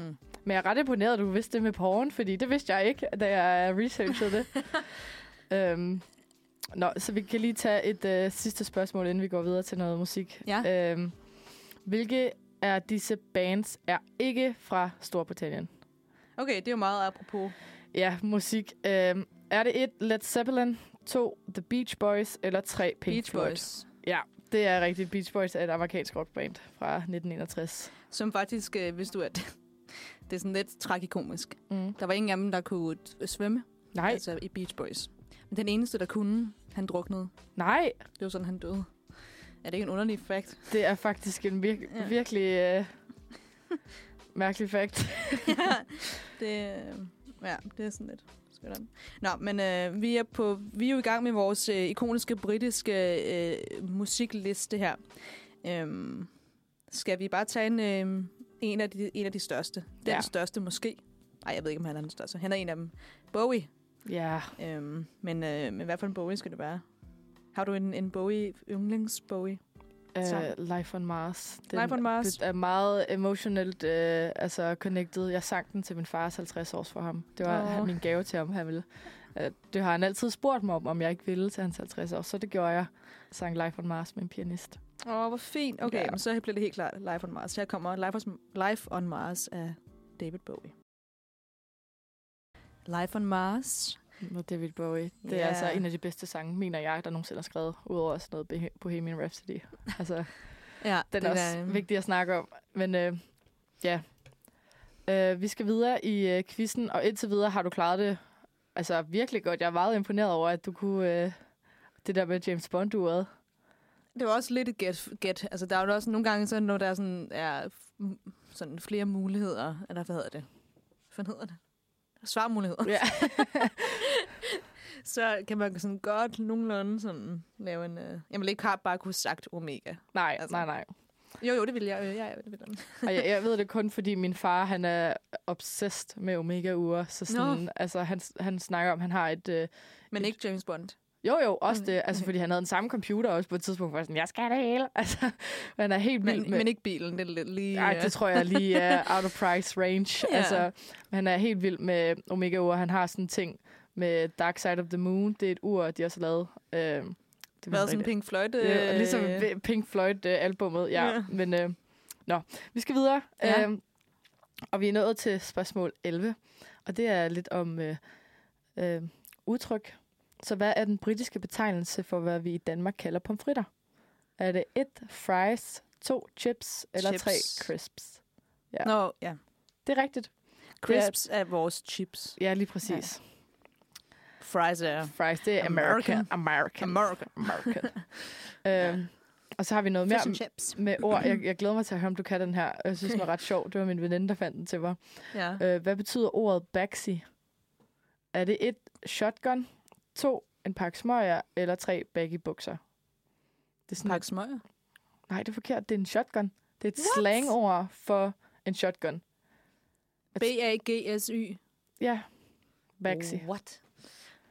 [SPEAKER 1] Men jeg er ret imponeret, at du vidste det med porren, fordi det vidste jeg ikke, da jeg researchede
[SPEAKER 2] (laughs)
[SPEAKER 1] det. øhm, nå, så vi kan lige tage et øh, sidste spørgsmål, inden vi går videre til noget musik. Ja. Øhm, hvilke af disse bands er ikke fra Storbritannien?
[SPEAKER 2] Okay, det er jo meget apropos.
[SPEAKER 1] Ja, musik. Øhm, er det et Led Zeppelin, to The Beach Boys eller tre Pink
[SPEAKER 2] Beach
[SPEAKER 1] Floyd?
[SPEAKER 2] Boys.
[SPEAKER 1] Det er rigtigt. Beach Boys er et amerikansk rockband fra 1961.
[SPEAKER 2] Som faktisk, øh, hvis du at (laughs) det er sådan lidt tragikomisk.
[SPEAKER 1] Mm.
[SPEAKER 2] Der var ingen af dem, der kunne øh, svømme,
[SPEAKER 1] Nej,
[SPEAKER 2] altså i Beach Boys. Men den eneste, der kunne, han druknede.
[SPEAKER 1] nej.
[SPEAKER 2] Det var sådan, han døde. Er det ikke en underlig fact?
[SPEAKER 1] Det er faktisk en vir-
[SPEAKER 2] Ja.
[SPEAKER 1] ja. virkelig øh, mærkelig fakt.
[SPEAKER 2] ja, (laughs) det, øh, ja, det er sådan lidt. skørt om. Nå, men øh, vi, er på, vi er jo i gang med vores øh, ikoniske britiske øh, musikliste her. Øhm, skal vi bare tage en, øh, en, af de, en af de største? Den
[SPEAKER 1] Ja.
[SPEAKER 2] største måske. Nej, jeg ved ikke, om han er den største. Han er en af dem. Bowie.
[SPEAKER 1] Ja,
[SPEAKER 2] Øhm, men, øh, men hvad for en Bowie skal det være? Har du en, en Bowie, yndlings Bowie? Så.
[SPEAKER 1] øh, Life on Mars.
[SPEAKER 2] Life on Mars.
[SPEAKER 1] Det er meget emotionelt øh, altså connected. Jeg sang den til min fars 50 års for ham. Det var
[SPEAKER 2] Åh.
[SPEAKER 1] oh. min gave til ham, han ville. Øh, det har han altid spurgt mig om, om jeg ikke ville til hans 50 år. Så det gjorde jeg. Jeg sang Life on Mars med en pianist.
[SPEAKER 2] Åh, oh, hvor fint. Okay,
[SPEAKER 1] Ja.
[SPEAKER 2] ja. så bliver det helt klart Life on Mars. Her kommer Life on, Life on Mars af David Bowie. Life on Mars.
[SPEAKER 1] Med David Bowie. Det
[SPEAKER 2] Ja.
[SPEAKER 1] er altså en af de bedste sange, mener jeg, der nogensinde er skrevet. Udover sådan noget Beh- Bohemian Rhapsody. Altså...
[SPEAKER 2] Ja,
[SPEAKER 1] Den er også
[SPEAKER 2] øh,
[SPEAKER 1] vigtig at snakke om. Men øh, ja, øh, vi skal videre i øh, quizzen, og indtil videre har du klaret det altså virkelig godt. Jeg er meget imponeret over, at du kunne øh, det der med James bond
[SPEAKER 2] (laughs)
[SPEAKER 1] uret.
[SPEAKER 2] Det var også lidt et gæt. gæt. Altså, der er jo også nogle gange, så, når der sådan er mm, sådan flere muligheder. Eller hvad hedder det? Hvad hedder det? Svarmuligheder.
[SPEAKER 1] Ja.
[SPEAKER 2] (laughs) så kan man sådan godt nogenlunde sådan lave en... Øh... Jeg ville ikke have bare kunne sagt omega.
[SPEAKER 1] Nej,
[SPEAKER 2] Altså.
[SPEAKER 1] altså. nej, nej.
[SPEAKER 2] Jo, jo, det ville jeg. Ja, ja, det ville jeg.
[SPEAKER 1] Og jeg, jeg ved det kun, fordi min far, han er obsessed med omega-ure. Så sådan, altså, han, han snakker om, han har et... Øh,
[SPEAKER 2] Men ikke James Bond.
[SPEAKER 1] jo, jo, også
[SPEAKER 2] Okay,
[SPEAKER 1] det. Altså,
[SPEAKER 2] okay.
[SPEAKER 1] fordi han havde den samme computer også på et tidspunkt, hvor jeg sådan, jeg skal det hele. (laughs) Altså, han er helt vild
[SPEAKER 2] Men,
[SPEAKER 1] med...
[SPEAKER 2] men ikke bilen, det er lidt lige...
[SPEAKER 1] Nej,
[SPEAKER 2] øh,
[SPEAKER 1] det tror jeg lige er out of price range. Ja.
[SPEAKER 2] Ja.
[SPEAKER 1] Altså, men han er helt vild med omega ur Han har sådan en ting med Dark Side of the Moon. Det er et ur, de også har lavet. Øh, det
[SPEAKER 2] Hvad,
[SPEAKER 1] var
[SPEAKER 2] sådan
[SPEAKER 1] sådan
[SPEAKER 2] Pink Floyd?
[SPEAKER 1] øh, ligesom
[SPEAKER 2] øh,
[SPEAKER 1] ved Pink Floyd-albummet, ja.
[SPEAKER 2] Ja.
[SPEAKER 1] ja. Men øh, nå, vi skal videre.
[SPEAKER 2] Ja.
[SPEAKER 1] Ja. Øh, og vi er nået til spørgsmål 11. Og det er lidt om øh, øh, udtryk. Så hvad er den britiske betegnelse for, hvad vi i Danmark kalder pomfritter? Er det et fries, to chips eller tre
[SPEAKER 2] Chips.
[SPEAKER 1] crisps? Ja.
[SPEAKER 2] Nå, ja.
[SPEAKER 1] Det er rigtigt.
[SPEAKER 2] Crisps er vores chips.
[SPEAKER 1] Ja, lige præcis.
[SPEAKER 2] Fries
[SPEAKER 1] Ja.
[SPEAKER 2] er
[SPEAKER 1] Fries, det er American. American.
[SPEAKER 2] American.
[SPEAKER 1] American. (laughs)
[SPEAKER 2] Ja.
[SPEAKER 1] øhm, og så har vi noget mere
[SPEAKER 2] chips.
[SPEAKER 1] med ord. Jeg, jeg glæder mig til at høre, om du kan den her. Jeg synes, den var ret sjov. Det var min veninde, der fandt den til mig.
[SPEAKER 2] Ja.
[SPEAKER 1] Øh, hvad betyder ordet backseat? Er det et shotgun, to en pakke smøger eller tre baggy bukser? Det er sådan,
[SPEAKER 2] Pakke smøger.
[SPEAKER 1] nej, det er forkert. Det er en shotgun. Det er et
[SPEAKER 2] What?
[SPEAKER 1] slangord for en shotgun.
[SPEAKER 2] B-A-G-S-Y.
[SPEAKER 1] Ja, Baxi. Oh.
[SPEAKER 2] What?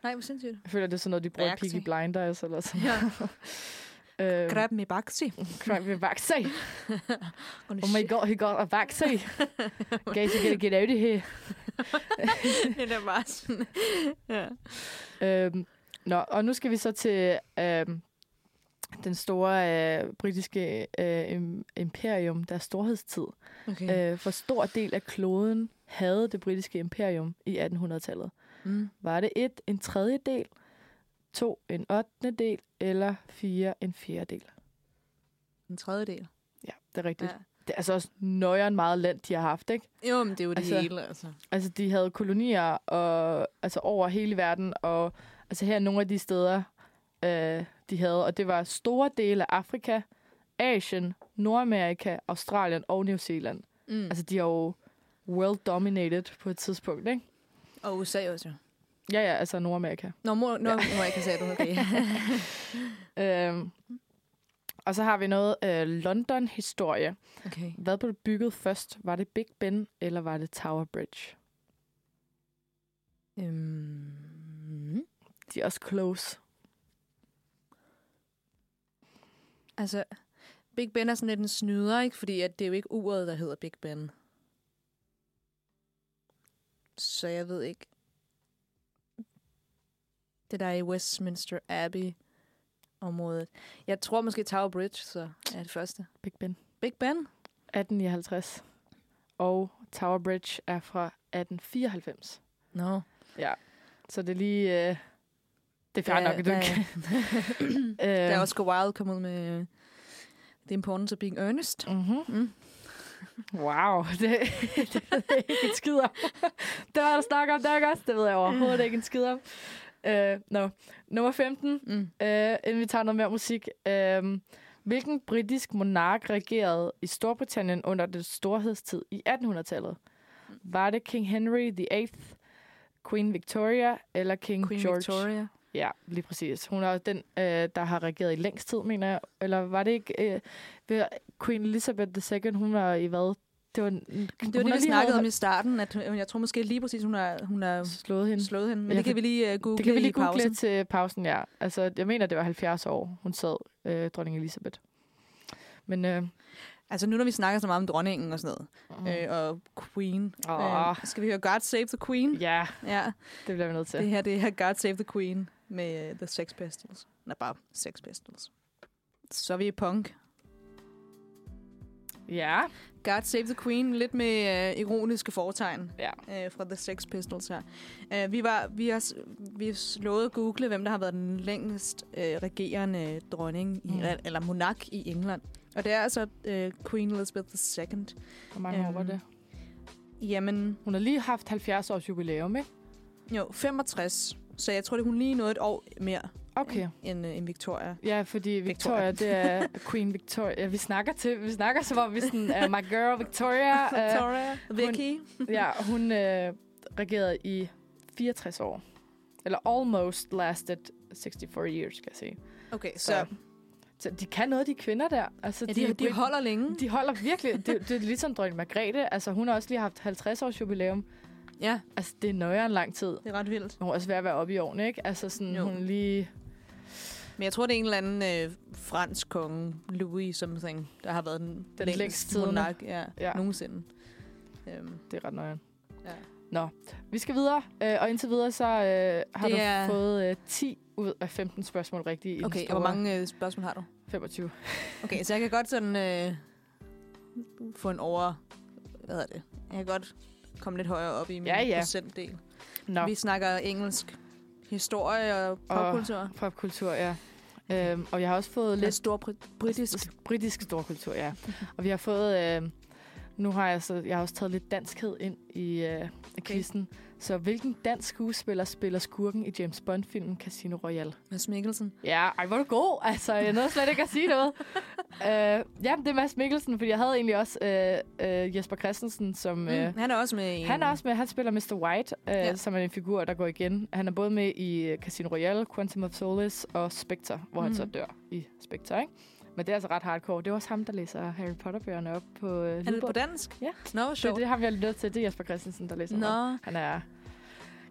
[SPEAKER 2] Nej, hvor sindssygt.
[SPEAKER 1] Jeg føler, det er sådan noget, de bruger i
[SPEAKER 2] Baxi.
[SPEAKER 1] Peaky Blinders eller sådan (laughs)
[SPEAKER 2] Ja. (laughs)
[SPEAKER 1] noget. Øhm,
[SPEAKER 2] Grab med Baxi.
[SPEAKER 1] Crab med Baxi.
[SPEAKER 2] Oh,
[SPEAKER 1] Oh my god, he got a Baxi. Guys, you gotta get out of here.
[SPEAKER 2] (laughs) det er bare sådan. ja.
[SPEAKER 1] Øhm, nå, og nu skal vi så til øhm, den store øh, britiske øh, im- imperium, der er storhedstid.
[SPEAKER 2] Okay.
[SPEAKER 1] Øh, for stor del af kloden havde det britiske imperium i 1800-tallet.
[SPEAKER 2] Mm.
[SPEAKER 1] Var det et en tredjedel, to en ottende del eller fire en fjerdedel?
[SPEAKER 2] En tredjedel.
[SPEAKER 1] Ja, det er rigtigt.
[SPEAKER 2] Ja.
[SPEAKER 1] Ja. Det er altså også nøjeren meget land, de har haft, ikke?
[SPEAKER 2] Jo, men det er jo det
[SPEAKER 1] Altså-
[SPEAKER 2] hele, altså.
[SPEAKER 1] Altså, de havde kolonier og, altså, over hele verden, og altså, her er nogle af de steder, øh, de havde, og det var store dele af Afrika, Asien, Nordamerika, Australien og New Zealand.
[SPEAKER 2] Mm.
[SPEAKER 1] Altså, de er jo world dominated på et tidspunkt, ikke?
[SPEAKER 2] Og USA også. jo.
[SPEAKER 1] Ja, ja, altså Nordamerika.
[SPEAKER 2] Nå, mor, nå, ja. mor jeg kan sige,
[SPEAKER 1] (laughs)
[SPEAKER 2] du okay.
[SPEAKER 1] Øhm, og så har vi noget øh, London-historie.
[SPEAKER 2] okay.
[SPEAKER 1] Hvad blev bygget først? Var det Big Ben, eller var det Tower Bridge?
[SPEAKER 2] Øhm.
[SPEAKER 1] De er også close.
[SPEAKER 2] Altså, Big Ben er sådan lidt en snyder, ikke? Fordi at det er jo ikke uret, der hedder Big Ben. Så jeg ved ikke. Det der er i Westminster Abbey området. Jeg tror måske Tower Bridge, så er det første.
[SPEAKER 1] Big Ben.
[SPEAKER 2] Big Ben?
[SPEAKER 1] 1859. Og Tower Bridge er fra 1894.
[SPEAKER 2] Nå. No.
[SPEAKER 1] Så det er lige... Øh, det er fair nok, at du ikke
[SPEAKER 2] (laughs) Der er
[SPEAKER 1] øh,
[SPEAKER 2] Oscar Wilde kommet ud med øh, The Importance of Being Earnest.
[SPEAKER 1] Mhm.
[SPEAKER 2] Mm.
[SPEAKER 1] Wow, (laughs) det, det ved jeg ikke en skid om. det var der snak om, der ikke også? Det ved jeg overhovedet ikke en skid om. Øh, no. Nummer 15,
[SPEAKER 2] Mm.
[SPEAKER 1] øh, inden vi tager noget mere musik. Øh, hvilken britisk monark regerede i Storbritannien under det storhedstid i 1800-tallet?
[SPEAKER 2] Mm.
[SPEAKER 1] Var det King Henry VIII, Queen Victoria eller King
[SPEAKER 2] Queen
[SPEAKER 1] George?
[SPEAKER 2] Victoria.
[SPEAKER 1] Ja, lige præcis. Hun er den, øh, der har regeret i længst tid, mener jeg. Eller var det ikke... Øh, ved- Queen Elizabeth II, hun var i hvad? Det var, det
[SPEAKER 2] Det var det, vi snakkede om i starten, at hun- jeg tror måske lige præcis, hun har, hun har
[SPEAKER 1] Slået hende.
[SPEAKER 2] slået hende. Men
[SPEAKER 1] Jeg
[SPEAKER 2] det
[SPEAKER 1] kan-
[SPEAKER 2] kan vi lige uh, google
[SPEAKER 1] Det kan vi lige
[SPEAKER 2] i pausen.
[SPEAKER 1] google til pausen, ja. Altså, jeg mener, det var 70 år, hun sad, øh, dronning Elisabeth. Men, øh,
[SPEAKER 2] Altså nu, når vi snakker så meget om dronningen og sådan noget,
[SPEAKER 1] mm,
[SPEAKER 2] øh, og Queen.
[SPEAKER 1] Åh.
[SPEAKER 2] Øh, skal vi høre God Save the Queen?
[SPEAKER 1] ja,
[SPEAKER 2] Ja,
[SPEAKER 1] det bliver vi nødt
[SPEAKER 2] det
[SPEAKER 1] til.
[SPEAKER 2] her det er God Save the Queen med uh, The Sex Pistols. Nej, bare Sex Pistols. Så er vi i punk.
[SPEAKER 1] Ja,
[SPEAKER 2] God Save the Queen, lidt med uh, ironiske foretegn.
[SPEAKER 1] ja.
[SPEAKER 2] øh, fra The Sex Pistols her. Øh, vi, var, vi, har, s- vi slået at google, hvem der har været den længst øh, regerende dronning, i,
[SPEAKER 1] Mm.
[SPEAKER 2] mm. eller monark i England. Og det er altså øh, Queen Elizabeth II.
[SPEAKER 1] Hvor mange år var
[SPEAKER 2] Øhm.
[SPEAKER 1] det?
[SPEAKER 2] Jamen,
[SPEAKER 1] Hun har lige haft 70 års jubilæum, ikke?
[SPEAKER 2] jo, 65. Så jeg tror, det hun lige nåede et år mere
[SPEAKER 1] Okay.
[SPEAKER 2] end, øh, end Victoria.
[SPEAKER 1] Ja, fordi Victoria, det er Queen Victoria. Ja, vi snakker til, vi snakker som om vi sådan er my girl Victoria. (laughs) Øh,
[SPEAKER 2] Victoria. Vicky.
[SPEAKER 1] ja, hun øh, regerede i 64 år. Eller almost lasted 64 years, skal jeg sige.
[SPEAKER 2] Okay, så,
[SPEAKER 1] Så, så de kan noget, de kvinder der. Altså,
[SPEAKER 2] ja, de, de
[SPEAKER 1] brit-
[SPEAKER 2] holder længe.
[SPEAKER 1] de holder virkelig. Det, det er ligesom dronning Margrethe. Altså, hun har også lige haft 50 års jubilæum.
[SPEAKER 2] Ja,
[SPEAKER 1] Altså, det er nøjere en lang tid.
[SPEAKER 2] det er ret vildt.
[SPEAKER 1] Hun er også ved at være oppe i årene, ikke? Altså, sådan,
[SPEAKER 2] Jo.
[SPEAKER 1] hun er lige...
[SPEAKER 2] Men jeg tror, det er en eller anden øh, fransk konge, Louis something, der har været den, den
[SPEAKER 1] længst
[SPEAKER 2] længst
[SPEAKER 1] siddende.
[SPEAKER 2] monark ja,
[SPEAKER 1] Ja.
[SPEAKER 2] ja. nogensinde. Øhm,
[SPEAKER 1] Det er ret nøjeren.
[SPEAKER 2] Ja.
[SPEAKER 1] Nå, vi skal videre, øh, og indtil videre så øh, har
[SPEAKER 2] Det
[SPEAKER 1] du
[SPEAKER 2] er-
[SPEAKER 1] fået øh, 10 ud af 15 spørgsmål rigtige. i den
[SPEAKER 2] okay, og
[SPEAKER 1] store
[SPEAKER 2] hvor mange øh, spørgsmål har du?
[SPEAKER 1] 25.
[SPEAKER 2] Okay, så jeg kan godt sådan øh, få en over... Hvad hedder det? Jeg kan godt komme lidt højere op i min
[SPEAKER 1] Ja, ja.
[SPEAKER 2] procentdel.
[SPEAKER 1] Nå,
[SPEAKER 2] Vi snakker engelsk historie og popkultur. Og
[SPEAKER 1] popkultur, ja. Øhm, og jeg har også fået
[SPEAKER 2] lidt
[SPEAKER 1] lidt
[SPEAKER 2] stor brit- britisk.
[SPEAKER 1] britisk storkultur, ja. og vi har fået... Øh, nu har jeg så... Jeg har også taget lidt danskhed ind i øh, quizzen. Så hvilken dansk skuespiller spiller skurken i James Bond-filmen Casino Royale?
[SPEAKER 2] Mads Mikkelsen.
[SPEAKER 1] Ja, ej, hvor er du god. Altså, jeg nåede slet ikke at sige noget. (laughs) øh, ja, det er Mads Mikkelsen, fordi jeg havde egentlig også øh, øh, Jesper Christensen, som... Mm. Øh,
[SPEAKER 2] Mm, han er også med i...
[SPEAKER 1] han er også med, han spiller Mr. White, øh, ja.
[SPEAKER 2] Ja.
[SPEAKER 1] som er en figur, der går igen. Han er både med i øh, Casino Royale, Quantum of Solace og Spectre, hvor mm. han så
[SPEAKER 2] Mhm.
[SPEAKER 1] dør i Spectre, ikke? Men det er altså ret hardcore. Det er også ham, der læser Harry Potter-bøgerne op på øh,
[SPEAKER 2] Er det
[SPEAKER 1] lydbog.
[SPEAKER 2] på dansk?
[SPEAKER 1] Ja.
[SPEAKER 2] Nå, hvor
[SPEAKER 1] det,
[SPEAKER 2] sjovt.
[SPEAKER 1] det har vi er nødt til. Det er Jesper Christensen, der læser dem op.
[SPEAKER 2] Nå,
[SPEAKER 1] Han er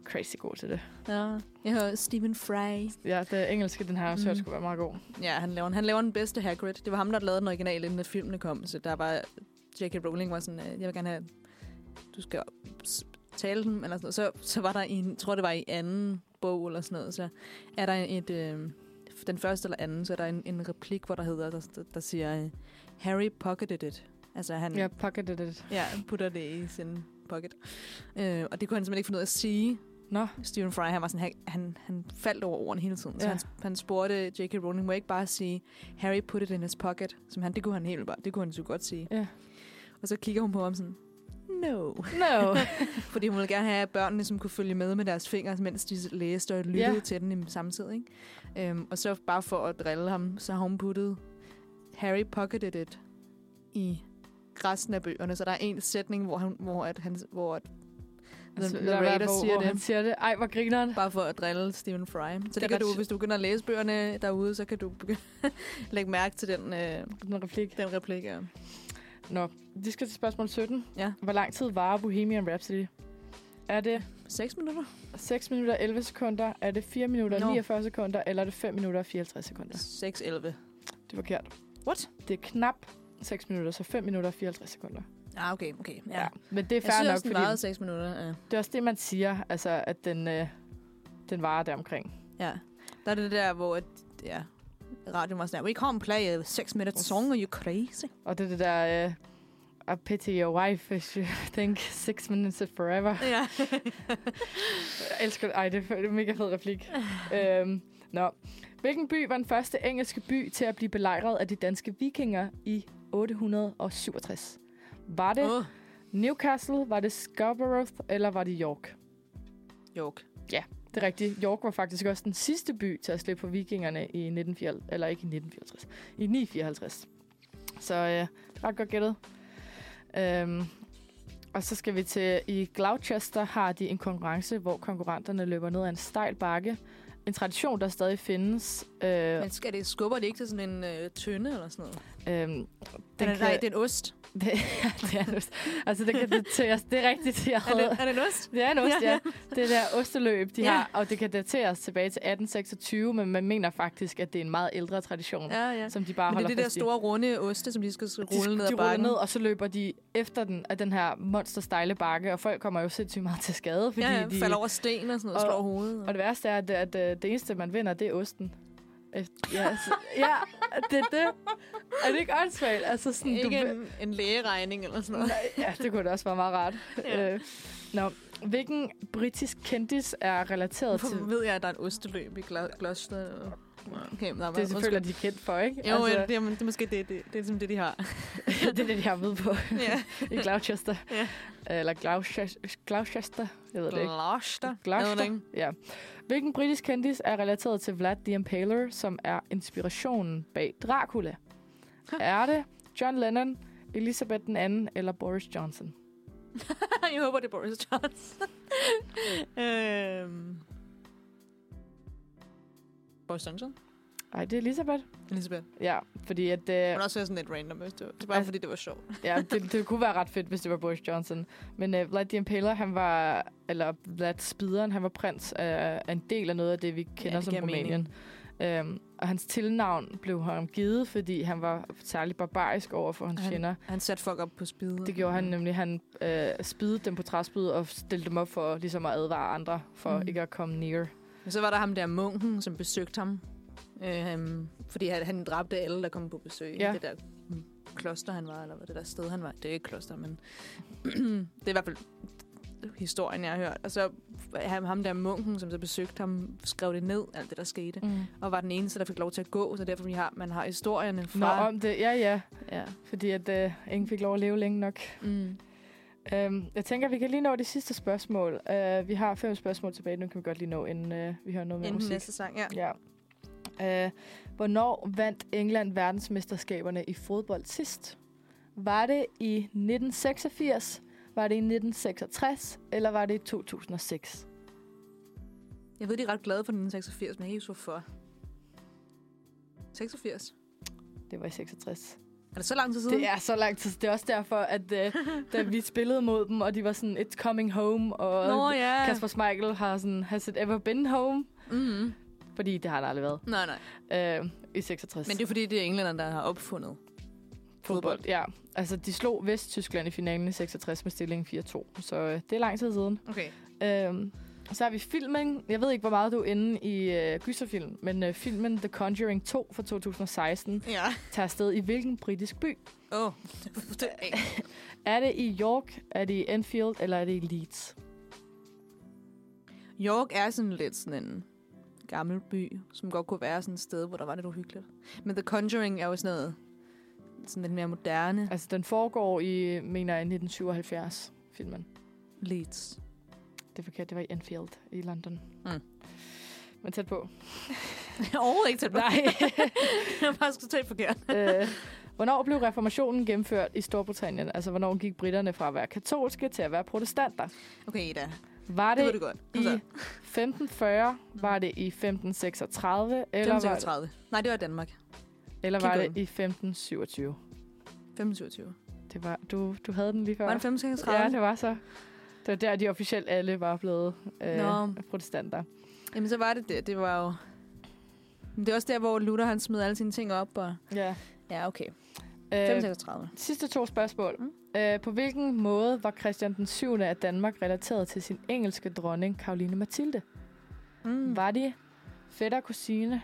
[SPEAKER 1] crazy god til det.
[SPEAKER 2] ja. Jeg hører Stephen Fry.
[SPEAKER 1] Ja, det engelske, den her også hørt,
[SPEAKER 2] Mm.
[SPEAKER 1] skulle være meget god.
[SPEAKER 2] Ja, han laver, han laver den bedste Hagrid. Det var ham, der lavede den originale, inden at filmene kom. Så der var... J.K. Rowling var sådan, øh, jeg vil gerne have... Du skal s- tale den, eller sådan noget. Så, så var der i en, tror det var i anden bog eller sådan noget, så er der et... Øh, den første eller anden, så er der en, en replik, hvor der hedder, der, der, der siger, øh, Harry pocketed it. Altså han
[SPEAKER 1] Jeg pocketed it.
[SPEAKER 2] ja, putter det i sin pocket. Øh, og det kunne han simpelthen ikke finde ud af at sige,
[SPEAKER 1] Nå,
[SPEAKER 2] Stephen Fry, han var sådan, han, han, han faldt over ordene hele tiden. Ja. Så
[SPEAKER 1] Ja.
[SPEAKER 2] han, han spurgte J.K. Rowling, må jeg ikke bare sige, Harry put it in his pocket? Som han, det kunne han helt bare, det kunne han så godt sige.
[SPEAKER 1] Ja.
[SPEAKER 2] Og så kigger hun på ham sådan, no.
[SPEAKER 1] (laughs) no.
[SPEAKER 2] Fordi hun ville gerne have, at børnene som kunne følge med med deres fingre, mens de læste og lyttede
[SPEAKER 1] Ja.
[SPEAKER 2] til den i samtidig. Ikke? Øhm, og så bare for at drille ham, så har hun puttet Harry pocketed it i resten af bøgerne. Så der er en sætning, hvor, han, hvor, at han, hvor at the,
[SPEAKER 1] Altså,
[SPEAKER 2] the
[SPEAKER 1] der var,
[SPEAKER 2] narrator
[SPEAKER 1] hvor,
[SPEAKER 2] siger
[SPEAKER 1] hvor
[SPEAKER 2] det.
[SPEAKER 1] han siger det. Ej, hvor grineren.
[SPEAKER 2] Bare for at drille Stephen Fry. Så det,
[SPEAKER 1] er
[SPEAKER 2] det kan
[SPEAKER 1] ret
[SPEAKER 2] du,
[SPEAKER 1] sjovt.
[SPEAKER 2] hvis du begynder at læse bøgerne derude, så kan du begynde lægge mærke til den, øh,
[SPEAKER 1] Den replik.
[SPEAKER 2] den replik. Ja.
[SPEAKER 1] Nå, de skal til spørgsmål 17.
[SPEAKER 2] Ja.
[SPEAKER 1] Hvor lang tid varer Bohemian Rhapsody? Er det
[SPEAKER 2] 6 minutter?
[SPEAKER 1] 6 minutter og 11 sekunder? Er det 4 minutter og
[SPEAKER 2] Nå.
[SPEAKER 1] 49 sekunder? Eller er det 5 minutter og 54 sekunder?
[SPEAKER 2] 6.11.
[SPEAKER 1] Det er forkert.
[SPEAKER 2] What?
[SPEAKER 1] Det er knap 6 minutter, så 5 minutter og 54 sekunder.
[SPEAKER 2] Ah, okay, okay. Ja. ja.
[SPEAKER 1] Men det er
[SPEAKER 2] Jeg
[SPEAKER 1] fair
[SPEAKER 2] synes
[SPEAKER 1] nok,
[SPEAKER 2] også, den
[SPEAKER 1] fordi
[SPEAKER 2] varede 6 minutter. Ja.
[SPEAKER 1] det er også det, man siger, altså, at den, øh, den varer deromkring.
[SPEAKER 2] ja. Der er det der, hvor at, ja, radioen var sådan, we can't play a 6 minute song, are you crazy?
[SPEAKER 1] Og det er det der, øh, I pity your wife, if (laughs) you think six minutes is forever.
[SPEAKER 2] Ja.
[SPEAKER 1] Jeg elsker Ej, det er en mega fed replik. øhm, nå. Hvilken by var den første engelske by til at blive belejret af de danske vikinger i 867? Var det
[SPEAKER 2] Åh,
[SPEAKER 1] Newcastle, var det Scarborough, eller var det York?
[SPEAKER 2] York.
[SPEAKER 1] Det er rigtigt. York var faktisk også den sidste by til at slippe for vikingerne i 1954, eller ikke i 1954, i 954. Så øh, det er ret godt gættet. Øhm, og så skal vi til, i Gloucester har de en konkurrence, hvor konkurrenterne løber ned ad en stejl bakke. En tradition, der stadig findes. Øh,
[SPEAKER 2] Men skal det, skubber det ikke til sådan en øh, tønde eller sådan noget?
[SPEAKER 1] øhm,
[SPEAKER 2] Den er, Nej, det er en ost.
[SPEAKER 1] det, (laughs) ja, det er en ost. Altså, det, kan, det, det, det er rigtigt. Jeg
[SPEAKER 2] Er
[SPEAKER 1] havde,
[SPEAKER 2] det, er det en ost?
[SPEAKER 1] Det er en ost, ja. Det der osteløb, de
[SPEAKER 2] Ja.
[SPEAKER 1] ja. har, og det kan dateres tilbage til 1826, men man mener faktisk, at det er en meget ældre tradition, ja.
[SPEAKER 2] Ja, ja.
[SPEAKER 1] som de bare
[SPEAKER 2] Men det
[SPEAKER 1] holder
[SPEAKER 2] er det der
[SPEAKER 1] fast i.
[SPEAKER 2] store, runde oste, som de skal rulle
[SPEAKER 1] de,
[SPEAKER 2] ned ad
[SPEAKER 1] de ruller
[SPEAKER 2] bakken.
[SPEAKER 1] ned, og så løber de efter den af den her monster stejle bakke, og folk kommer jo sindssygt meget til skade, fordi
[SPEAKER 2] Fordi ja, ja,
[SPEAKER 1] de...
[SPEAKER 2] falder over sten og sådan noget, og,
[SPEAKER 1] og-
[SPEAKER 2] slår hovedet.
[SPEAKER 1] Og det værste er, at, at øh, det eneste, man vinder, det er osten. Efter, ja,
[SPEAKER 2] (laughs)
[SPEAKER 1] altså, ja, det er det. Er det ikke åndssvagt? Altså, sådan, du,
[SPEAKER 2] ikke en, en lægeregning eller sådan noget.
[SPEAKER 1] Nej, ja, det kunne da også være meget rart.
[SPEAKER 2] Ja.
[SPEAKER 1] Ja. Øh, nå, hvilken britisk kendis er relateret til...
[SPEAKER 2] (laughs) Hvorfor ved jeg, at der er en osteløb i Glo- Gloucester? eller- Okay, men der
[SPEAKER 1] Det er selvfølgelig, de er kendt for, ikke?
[SPEAKER 2] Jo, altså, det, er, det er måske det, det, det, er som det, de har.
[SPEAKER 1] (laughs) det er det, de har ved på
[SPEAKER 2] ja. (laughs)
[SPEAKER 1] (laughs) i Gloucester.
[SPEAKER 2] Ja.
[SPEAKER 1] Eller Gloucester. Gloucester. Jeg ved det ikke.
[SPEAKER 2] Gloucester. Jeg ved det
[SPEAKER 1] Gloucester.
[SPEAKER 2] ikke.
[SPEAKER 1] Ja. Hvilken britisk kendis er relateret til Vlad the Impaler, som er inspirationen bag Dracula? Er det John Lennon, Elizabeth den anden eller Boris Johnson?
[SPEAKER 2] (laughs) jeg håber, det er Boris Johnson. (laughs) øhm. Boris Johnson?
[SPEAKER 1] Nej, det er Elizabeth.
[SPEAKER 2] Elisabeth.
[SPEAKER 1] Ja, fordi at, øh,
[SPEAKER 2] Men også være sådan lidt random, hvis det var. Det er bare
[SPEAKER 1] Altså-
[SPEAKER 2] fordi, det var sjovt.
[SPEAKER 1] ja, det, det kunne være ret fedt, hvis det var Boris Johnson. Men øh, Vlad the Impaler, han var, eller Vlad Spideren, han var prins af af en del af noget af det, vi kender
[SPEAKER 2] det
[SPEAKER 1] som
[SPEAKER 2] giver mening.
[SPEAKER 1] Rumænien. Øhm, og hans tilnavn blev ham givet, fordi han var særlig barbarisk over for hans
[SPEAKER 2] Han-
[SPEAKER 1] fjender.
[SPEAKER 2] Han satte folk op på spiddet.
[SPEAKER 1] Det gjorde han nemlig. Han øh, spidede dem på træspyd og stillede dem op for ligesom at advare andre for
[SPEAKER 2] Mm.
[SPEAKER 1] mm. ikke at komme near.
[SPEAKER 2] Men så var der ham der munken, som besøgte ham. Øhm, fordi han, han dræbte alle, der kom på besøg.
[SPEAKER 1] Ja.
[SPEAKER 2] i Det der mm, kloster, han var, eller hvad det der sted, han var. Det er ikke kloster, men (clears throat) det er i hvert fald historien, jeg har hørt. Og så ham, ham der munken, som så besøgte ham, skrev det ned, alt det, der skete.
[SPEAKER 1] Mm.
[SPEAKER 2] Og var den eneste, der fik lov til at gå, så derfor vi har, man har historierne
[SPEAKER 1] Nå,
[SPEAKER 2] fra...
[SPEAKER 1] om det. Ja, ja.
[SPEAKER 2] Ja.
[SPEAKER 1] Fordi at øh, ingen fik lov at leve længe nok.
[SPEAKER 2] Mm.
[SPEAKER 1] Øhm, jeg tænker, vi kan lige nå det sidste spørgsmål. Øh, vi har fem spørgsmål tilbage. Nu kan vi godt lige nå, inden øh, vi hører noget mere
[SPEAKER 2] Inden
[SPEAKER 1] musik.
[SPEAKER 2] næste sang, ja.
[SPEAKER 1] Ja. Øh, hvornår vandt England verdensmesterskaberne i fodbold sidst? Var det i 1986, var det i 1966, eller var det i 2006?
[SPEAKER 2] Jeg ved, de er ret glade for 1986, men jeg kan ikke huske, hvorfor. 86?
[SPEAKER 1] Det var i 66.
[SPEAKER 2] Er det så lang tid siden?
[SPEAKER 1] Det er så lang tid. Det er også derfor, at
[SPEAKER 2] (laughs)
[SPEAKER 1] øh, da vi spillede mod dem, og de var sådan, it's coming home, og
[SPEAKER 2] Nå ja.
[SPEAKER 1] Kasper Schmeichel har sådan, has it ever been home?
[SPEAKER 2] Mm-hmm.
[SPEAKER 1] Fordi det har det aldrig været.
[SPEAKER 2] Nej, nej.
[SPEAKER 1] Øh, I 66.
[SPEAKER 2] Men det er fordi, det er englænderne, der har opfundet. fodbold.
[SPEAKER 1] Ja, altså de slog Vesttyskland i finalen i 66 med stillingen 4-2, så øh, det er lang tid siden.
[SPEAKER 2] Okay.
[SPEAKER 1] Øh, så har vi filmen. Jeg ved ikke, hvor meget du er inde i øh, gyserfilm, men øh, filmen The Conjuring 2 fra 2016
[SPEAKER 2] Ja.
[SPEAKER 1] tager afsted i hvilken britisk by?
[SPEAKER 2] Åh. (laughs) Oh. det er
[SPEAKER 1] Er det i York, er det i Enfield, eller er det i Leeds?
[SPEAKER 2] York er sådan lidt sådan en gammel by, som godt kunne være sådan et sted, hvor der var lidt uhyggeligt. Men The Conjuring er jo sådan noget sådan lidt mere moderne.
[SPEAKER 1] Altså, den foregår i, mener jeg, 1977, filmen.
[SPEAKER 2] Leeds. (laughs)
[SPEAKER 1] Det er forkert, det var i Enfield i London.
[SPEAKER 2] Mm.
[SPEAKER 1] Men tæt på.
[SPEAKER 2] Overhovedet ikke tæt på.
[SPEAKER 1] Nej.
[SPEAKER 2] (laughs)
[SPEAKER 1] (laughs)
[SPEAKER 2] jeg var faktisk totalt forkert.
[SPEAKER 1] øh, hvornår blev reformationen gennemført i Storbritannien? Altså, hvornår gik britterne fra at være katolske til at være protestanter?
[SPEAKER 2] Okay, Ida.
[SPEAKER 1] Var
[SPEAKER 2] Det ved
[SPEAKER 1] det,
[SPEAKER 2] du godt.
[SPEAKER 1] i 1540? Var det i 1536? Eller var det,
[SPEAKER 2] 35. Nej, det var Danmark.
[SPEAKER 1] eller var
[SPEAKER 2] Keep
[SPEAKER 1] det
[SPEAKER 2] going.
[SPEAKER 1] i 1527?
[SPEAKER 2] 25.
[SPEAKER 1] Det var, du, du havde den lige før.
[SPEAKER 2] Var det 35?
[SPEAKER 1] Ja, det var så. Det var der, de officielt alle var blevet øh,
[SPEAKER 2] Nå.
[SPEAKER 1] protestanter.
[SPEAKER 2] Jamen, så var det det. Det var jo... Men det er også der, hvor Luther han smed alle sine ting op. Og...
[SPEAKER 1] Ja.
[SPEAKER 2] Ja, okay.
[SPEAKER 1] Øh,
[SPEAKER 2] 35.
[SPEAKER 1] Sidste to spørgsmål. Mm. Øh, på hvilken måde var Christian den 7. af Danmark relateret til sin engelske dronning, Karoline Mathilde? Mm.
[SPEAKER 2] Mm.
[SPEAKER 1] Var de fætter, kusine,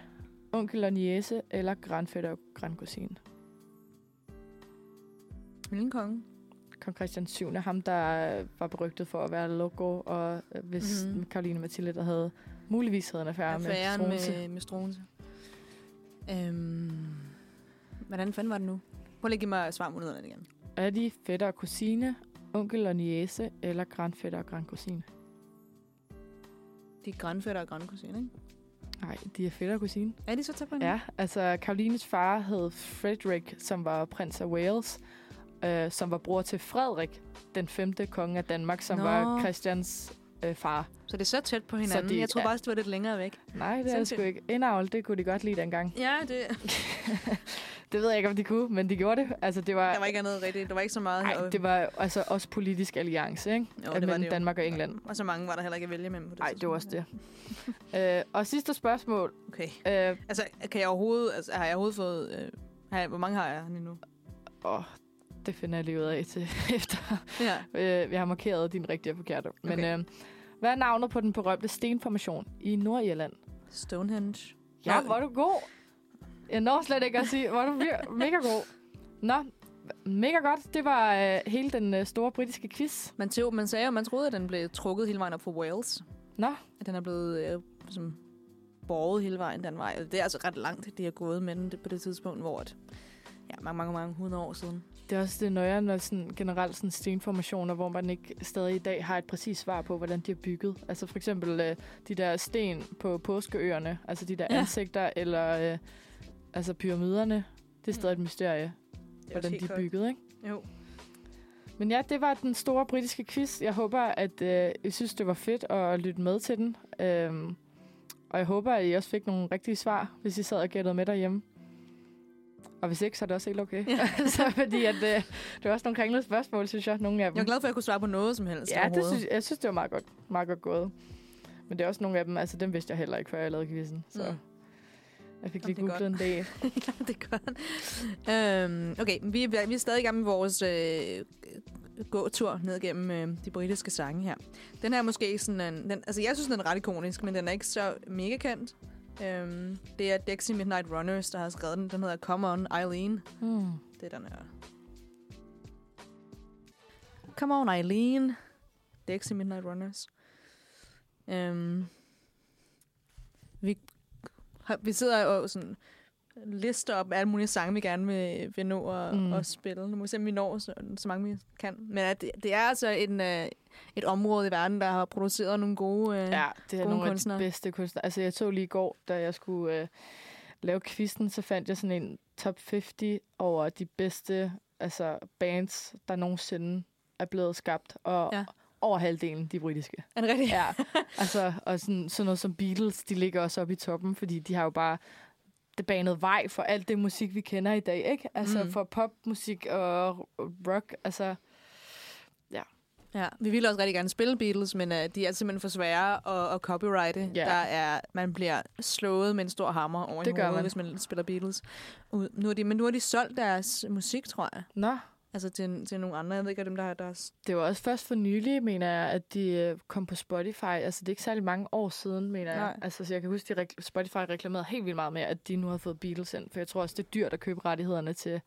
[SPEAKER 1] onkel og niese, eller grandfætter og grandkusine?
[SPEAKER 2] Hvilken konge?
[SPEAKER 1] Kong Christian 7. ham, der øh, var berygtet for at være loco, og øh, hvis
[SPEAKER 2] Mhm.
[SPEAKER 1] mm. Karoline Mathilde, der havde muligvis havde en affære med
[SPEAKER 2] Affæren
[SPEAKER 1] Struense.
[SPEAKER 2] med, med Struense. Øhm, hvordan fanden var det nu? Prøv lige at give mig svar mulighederne igen.
[SPEAKER 1] Er de fætter og kusine, onkel og niese, eller grandfætter og grandkusine?
[SPEAKER 2] De er grandfætter og grandkusine, ikke?
[SPEAKER 1] Nej, de er fætter og kusine.
[SPEAKER 2] Er de så tæt på hinanden?
[SPEAKER 1] Ja, altså Karolines far hed Frederik, som var prins af Wales, øh, som var bror til Frederik, den femte konge af Danmark, som
[SPEAKER 2] Nå.
[SPEAKER 1] Nå. var Christians øh, far.
[SPEAKER 2] Så det er så tæt på hinanden.
[SPEAKER 1] de-
[SPEAKER 2] De, jeg tror
[SPEAKER 1] ja.
[SPEAKER 2] bare, det var lidt længere væk.
[SPEAKER 1] Nej, det er det sgu
[SPEAKER 2] Sindssygt.
[SPEAKER 1] ikke. Indavl, det kunne de godt lide dengang.
[SPEAKER 2] Ja, det...
[SPEAKER 1] Det ved jeg ikke, om de kunne, men de gjorde det. Altså, det var,
[SPEAKER 2] Der var ikke andet rigtigt. Der var ikke så meget
[SPEAKER 1] ej,
[SPEAKER 2] heroppe.
[SPEAKER 1] det var altså også politisk alliance, ikke?
[SPEAKER 2] Jo, det var
[SPEAKER 1] Mellem
[SPEAKER 2] det jo.
[SPEAKER 1] Danmark og England.
[SPEAKER 2] Og så mange var der heller ikke at vælge imellem. på
[SPEAKER 1] Nej, det var også
[SPEAKER 2] tidspunkt.
[SPEAKER 1] det. øh, og sidste spørgsmål.
[SPEAKER 2] Okay.
[SPEAKER 1] Øh,
[SPEAKER 2] Altså, kan jeg overhovedet... Altså, har jeg overhovedet fået... Øh, har jeg, hvor mange har jeg lige nu?
[SPEAKER 1] åh, det finder jeg lige ud af til (laughs) efter.
[SPEAKER 2] Ja.
[SPEAKER 1] Øh, jeg har markeret din rigtige og forkerte. Men
[SPEAKER 2] Okay.
[SPEAKER 1] okay. øh, hvad er navnet på den berømte stenformation i Nordirland?
[SPEAKER 2] Stonehenge.
[SPEAKER 1] Ja,
[SPEAKER 2] Nå.
[SPEAKER 1] hvor er du god. Jeg når slet ikke at sige, hvor er du vir- mega god. Nå, mega godt. Det var øh, hele den øh, store britiske quiz.
[SPEAKER 2] Man, tog, man sagde jo, man troede, at den blev trukket hele vejen op fra Wales.
[SPEAKER 1] Nå.
[SPEAKER 2] At den er blevet øh, som borget hele vejen den vej. Det er altså ret langt, det har gået med den det- på det tidspunkt, hvor at, ja, mange, mange, mange hundrede år siden.
[SPEAKER 1] Det er også det nøjere, når sådan, generelt sådan stenformationer, hvor man ikke stadig i dag har et præcist svar på, hvordan de er bygget. Altså for eksempel øh, de der sten på påskeøerne, altså de der
[SPEAKER 2] Ja.
[SPEAKER 1] ja. ansigter, eller øh, altså pyramiderne. Det er stadig et mysterie, hvordan de er bygget, ikke?
[SPEAKER 2] Jo.
[SPEAKER 1] Men ja, det var den store britiske quiz. Jeg håber, at øh, I synes, det var fedt at lytte med til den. Øhm, og jeg håber, at I også fik nogle rigtige svar, hvis I sad og gættede med derhjemme. Og hvis ikke, så er det også helt okay. Ja. (laughs) så fordi at, øh, det var også nogle kringlede spørgsmål, synes jeg, nogle af dem.
[SPEAKER 2] Jeg er glad for, at jeg kunne svare på noget som helst.
[SPEAKER 1] ja, det
[SPEAKER 2] overhovedet.
[SPEAKER 1] synes, jeg- jeg synes, det var meget godt, meget godt gået. Men det er også nogle af dem, altså dem vidste jeg heller ikke, før jeg lavede quizzen. Så
[SPEAKER 2] Mm.
[SPEAKER 1] mm. jeg fik
[SPEAKER 2] Nå,
[SPEAKER 1] lige
[SPEAKER 2] det er
[SPEAKER 1] googlet en
[SPEAKER 2] (laughs)
[SPEAKER 1] dag.
[SPEAKER 2] Ja, det er godt. Øhm, okay, men vi er, vi er stadig i gang med vores øh, gåtur ned gennem øh, de britiske sange her. Den her er måske ikke sådan en... Den, altså, jeg synes, den er ret ikonisk, men den er ikke så mega kendt. Øhm, det er Dexy Midnight Runners, der har skrevet den. Den hedder Come On, Eileen.
[SPEAKER 1] Hmm.
[SPEAKER 2] Det er den her. Come on, Eileen. Dexy Midnight Runners. Øhm, vi, har- vi sidder og sådan lister op alle mulige sange, vi gerne vil, vil nå at, mm.
[SPEAKER 1] Mm.
[SPEAKER 2] at spille. Nu må vi se, om vi når så, så mange, vi kan. Men at det, det er altså en, øh, et område i verden, der har produceret nogle gode... Øh,
[SPEAKER 1] Ja, det er
[SPEAKER 2] Gode
[SPEAKER 1] nogle
[SPEAKER 2] kunstnere.
[SPEAKER 1] af de bedste kunstnere. Altså, jeg så lige i går, da jeg skulle øh, lave quizzen, så fandt jeg sådan en top 50 over de bedste altså, bands, der nogensinde er blevet skabt. Og
[SPEAKER 2] Ja.
[SPEAKER 1] ja. over halvdelen, de britiske.
[SPEAKER 2] Er det rigtigt?
[SPEAKER 1] Ja, altså, og sådan, sådan noget som Beatles, de ligger også oppe i toppen, fordi de har jo bare det banede vej for alt det musik, vi kender i dag, ikke? Altså
[SPEAKER 2] Mm.
[SPEAKER 1] mm. for popmusik og rock, altså...
[SPEAKER 2] Ja, vi ville også rigtig gerne spille Beatles, men uh, de er simpelthen for svære at, at copyrighte. Yeah. Der er, man bliver slået med en stor hammer over
[SPEAKER 1] Det
[SPEAKER 2] i
[SPEAKER 1] gør
[SPEAKER 2] hovedet,
[SPEAKER 1] man.
[SPEAKER 2] hvis man spiller Beatles. Ud- Nu er de, men nu har de solgt deres musik, tror jeg.
[SPEAKER 1] Nå,
[SPEAKER 2] Altså til, til nogle andre. Jeg ved ikke, om dem, der har deres...
[SPEAKER 1] det var også først for nylig, mener jeg, at de øh, kom på Spotify. Altså, det er ikke særlig mange år siden, mener jeg.
[SPEAKER 2] Nej.
[SPEAKER 1] Altså, så jeg kan huske, at Spotify reklamerede helt vildt meget med, at de nu havde fået Beatles ind. For jeg tror også, det er dyrt at købe rettighederne til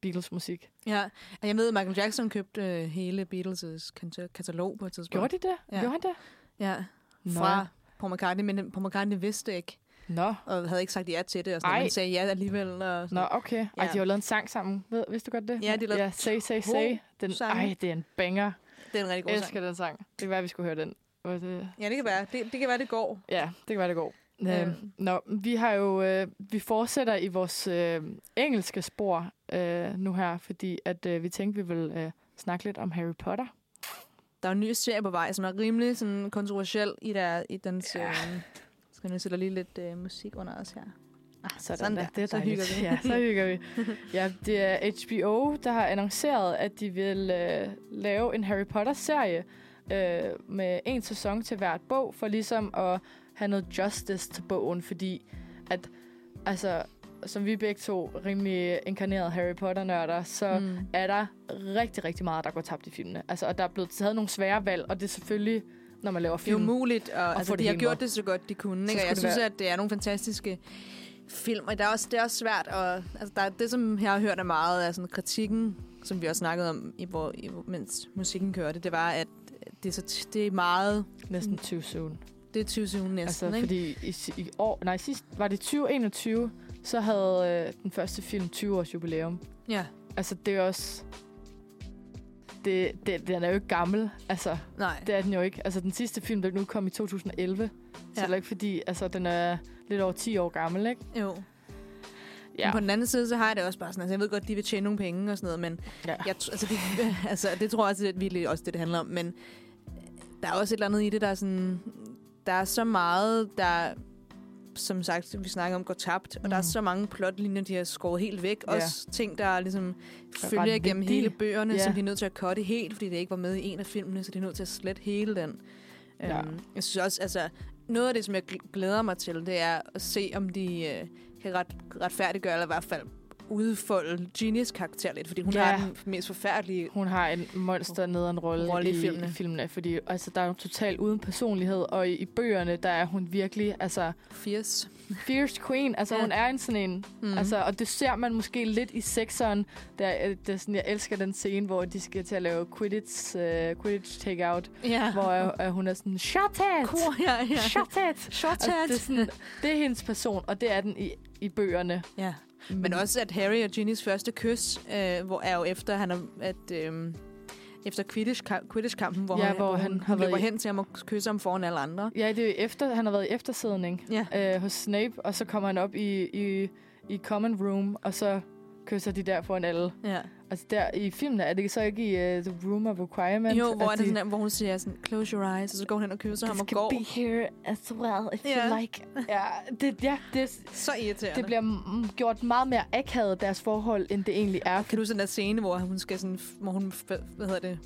[SPEAKER 1] Beatles-musik.
[SPEAKER 2] Ja, og jeg ved, at Michael Jackson købte uh, hele Beatles' kanta- katalog på et tidspunkt.
[SPEAKER 1] Gjorde de det?
[SPEAKER 2] Ja.
[SPEAKER 1] Ja. Gjorde han det?
[SPEAKER 2] Ja,
[SPEAKER 1] Nå.
[SPEAKER 2] fra Paul McCartney, men øh, Paul McCartney vidste ikke,
[SPEAKER 1] Nå,
[SPEAKER 2] og havde ikke sagt ja til det, og sådan
[SPEAKER 1] Ej.
[SPEAKER 2] noget, men sagde ja alligevel. Og sådan.
[SPEAKER 1] Nå okay. Ej,
[SPEAKER 2] Altså- Ja.
[SPEAKER 1] de har jo lavet en sang sammen. Ved, vidste du godt det?
[SPEAKER 2] Ja, de har lavet
[SPEAKER 1] Ja, Say, Say,
[SPEAKER 2] to
[SPEAKER 1] Say. Den,
[SPEAKER 2] sange.
[SPEAKER 1] ej, det er en banger.
[SPEAKER 2] Det er en rigtig
[SPEAKER 1] Jeg
[SPEAKER 2] god sang.
[SPEAKER 1] elsker den sang. Det kan være, vi skulle høre den. Og det-
[SPEAKER 2] Ja, det kan være. Det, det kan være, det går.
[SPEAKER 1] Ja, det kan være, det går.
[SPEAKER 2] Ja.
[SPEAKER 1] Øhm, Nå, vi har jo øh, vi fortsætter i vores øh, engelske spor øh, nu her, fordi at øh, vi tænkte, vi ville øh, snakke lidt om Harry Potter.
[SPEAKER 2] Der er en ny serie på vej, som er rimelig sådan, kontroversiel i, der, i dens...
[SPEAKER 1] Ja.
[SPEAKER 2] Ja. Øh, skal nu sætte lige lidt øh, musik under os her. Ah,
[SPEAKER 1] Det,
[SPEAKER 2] så
[SPEAKER 1] der hygger vi.
[SPEAKER 2] Ja.
[SPEAKER 1] Ja, (laughs) så hygger vi. Ja, det er HBO, der har annonceret, at de vil øh, lave en Harry Potter-serie øh, med en sæson til hvert bog, for ligesom at have noget justice til bogen, fordi at, altså, som vi begge to rimelig inkarnerede Harry Potter-nørder, så mm
[SPEAKER 2] Mm.
[SPEAKER 1] er der rigtig, rigtig meget, der går tabt i filmene. Altså, og der er blevet taget nogle svære valg, og det er selvfølgelig, når man laver
[SPEAKER 2] Det er jo
[SPEAKER 1] film.
[SPEAKER 2] umuligt, og, og altså,
[SPEAKER 1] få det
[SPEAKER 2] de har
[SPEAKER 1] hele
[SPEAKER 2] gjort
[SPEAKER 1] med.
[SPEAKER 2] det så godt, de kunne. Ikke? Og
[SPEAKER 1] skulle
[SPEAKER 2] jeg
[SPEAKER 1] det
[SPEAKER 2] synes,
[SPEAKER 1] være-
[SPEAKER 2] at det er nogle fantastiske film, og der er også, det er også svært. Og, altså, der er det, som jeg har hørt er meget af sådan, kritikken, som vi også snakkede om, i, hvor, i, mens musikken kørte, det var, at det er, så t- det er meget...
[SPEAKER 1] Næsten 20 soon.
[SPEAKER 2] Det er 20 næsten,
[SPEAKER 1] Altså,
[SPEAKER 2] ikke?
[SPEAKER 1] fordi i, i år, nej, sidst var det 2021, så havde øh, den første film 20 års jubilæum.
[SPEAKER 2] Ja,
[SPEAKER 1] Altså, det er også... Det, det, den er jo ikke gammel. Altså,
[SPEAKER 2] nej.
[SPEAKER 1] det er den jo ikke. Altså, den sidste film, der nu kom i 2011. Ja. Så det
[SPEAKER 2] Ja.
[SPEAKER 1] er heller ikke fordi, altså, den er lidt over 10 år gammel, ikke?
[SPEAKER 2] Jo. Ja. Men på den anden side, så har jeg det også bare sådan, altså jeg ved godt, de vil tjene nogle penge og sådan noget, men
[SPEAKER 1] Ja.
[SPEAKER 2] jeg, tr- altså, det, (laughs) altså, det tror jeg også, det er virkelig også det, det handler om, men der er også et eller andet i det, der er sådan, der er så meget, der som sagt, vi snakker om, går tabt, og mm. der er
[SPEAKER 1] Mhm.
[SPEAKER 2] så mange plotlinjer, de har skåret helt væk. Ja.
[SPEAKER 1] Ja.
[SPEAKER 2] Også ting, der ligesom
[SPEAKER 1] er
[SPEAKER 2] følger
[SPEAKER 1] ret
[SPEAKER 2] igennem
[SPEAKER 1] vigtige.
[SPEAKER 2] hele bøgerne,
[SPEAKER 1] Ja.
[SPEAKER 2] som de er nødt til at cutte helt, fordi det ikke var med i en af filmene, så de er nødt til at slette hele den.
[SPEAKER 1] Ja.
[SPEAKER 2] Øhm, jeg synes også, altså, noget af det, som jeg gl- glæder mig til, det er at se, om de øh, kan ret, retfærdiggøre, eller i hvert fald udfolde Genies karakter lidt, fordi hun ja.
[SPEAKER 1] Ja.
[SPEAKER 2] har den mest forfærdelige...
[SPEAKER 1] Hun har en monster nederen rolle
[SPEAKER 2] Rolle
[SPEAKER 1] i,
[SPEAKER 2] i
[SPEAKER 1] i
[SPEAKER 2] filmene.
[SPEAKER 1] filmene. filmene, fordi altså, der er hun totalt uden personlighed, og i, i bøgerne, der er hun virkelig, altså,
[SPEAKER 2] 80.
[SPEAKER 1] fierce queen, altså
[SPEAKER 2] Ja.
[SPEAKER 1] hun er en sådan en,
[SPEAKER 2] Mm.
[SPEAKER 1] Mm.
[SPEAKER 2] Altså,
[SPEAKER 1] Altså, og det ser man måske lidt i sekseren. Der, øh, det er sådan, jeg elsker den scene, hvor de skal til at lave Quidditch, uh, Quidditch
[SPEAKER 2] (laughs)
[SPEAKER 1] takeout,
[SPEAKER 2] ja.
[SPEAKER 1] hvor uh, hun er sådan, shut it! (laughs)
[SPEAKER 2] Kur, øh, ja, ja.
[SPEAKER 1] Shut it!
[SPEAKER 2] Short
[SPEAKER 1] Altså, det, er sådan, det er hendes person, og det er den i, i bøgerne.
[SPEAKER 2] ja. Men også, at Harry og Genies første kys, øh, hvor er jo efter, han er, at... Øh, efter Quidditch-kampen, Quidditch hvor,
[SPEAKER 1] Ja,
[SPEAKER 2] han,
[SPEAKER 1] hvor han
[SPEAKER 2] hun,
[SPEAKER 1] har
[SPEAKER 2] hun løber
[SPEAKER 1] været i-
[SPEAKER 2] hen til ham og kysser ham foran alle andre.
[SPEAKER 1] Ja, det er jo efter, han har været i eftersidning
[SPEAKER 2] Ja.
[SPEAKER 1] øh, hos Snape, og så kommer han op i, i, i common room, og så kysser de der foran alle.
[SPEAKER 2] ja.
[SPEAKER 1] Altså der i filmen, er det så ikke i uh, The Room of Requirement?
[SPEAKER 2] Jo, hvor, er
[SPEAKER 1] at
[SPEAKER 2] det
[SPEAKER 1] de-
[SPEAKER 2] sådan, at- hvor hun siger sådan, close your eyes, og så går hun hen og kysser ham og går.
[SPEAKER 1] here as well, if
[SPEAKER 2] Ja.
[SPEAKER 1] like. (laughs) Ja, det, ja, det,
[SPEAKER 2] Så irriterende.
[SPEAKER 1] det bliver mm, gjort meget mere akavet, deres forhold, end det egentlig er.
[SPEAKER 2] Kan du sådan der scene, hvor hun skal sådan, hvor hun, hvad hedder det,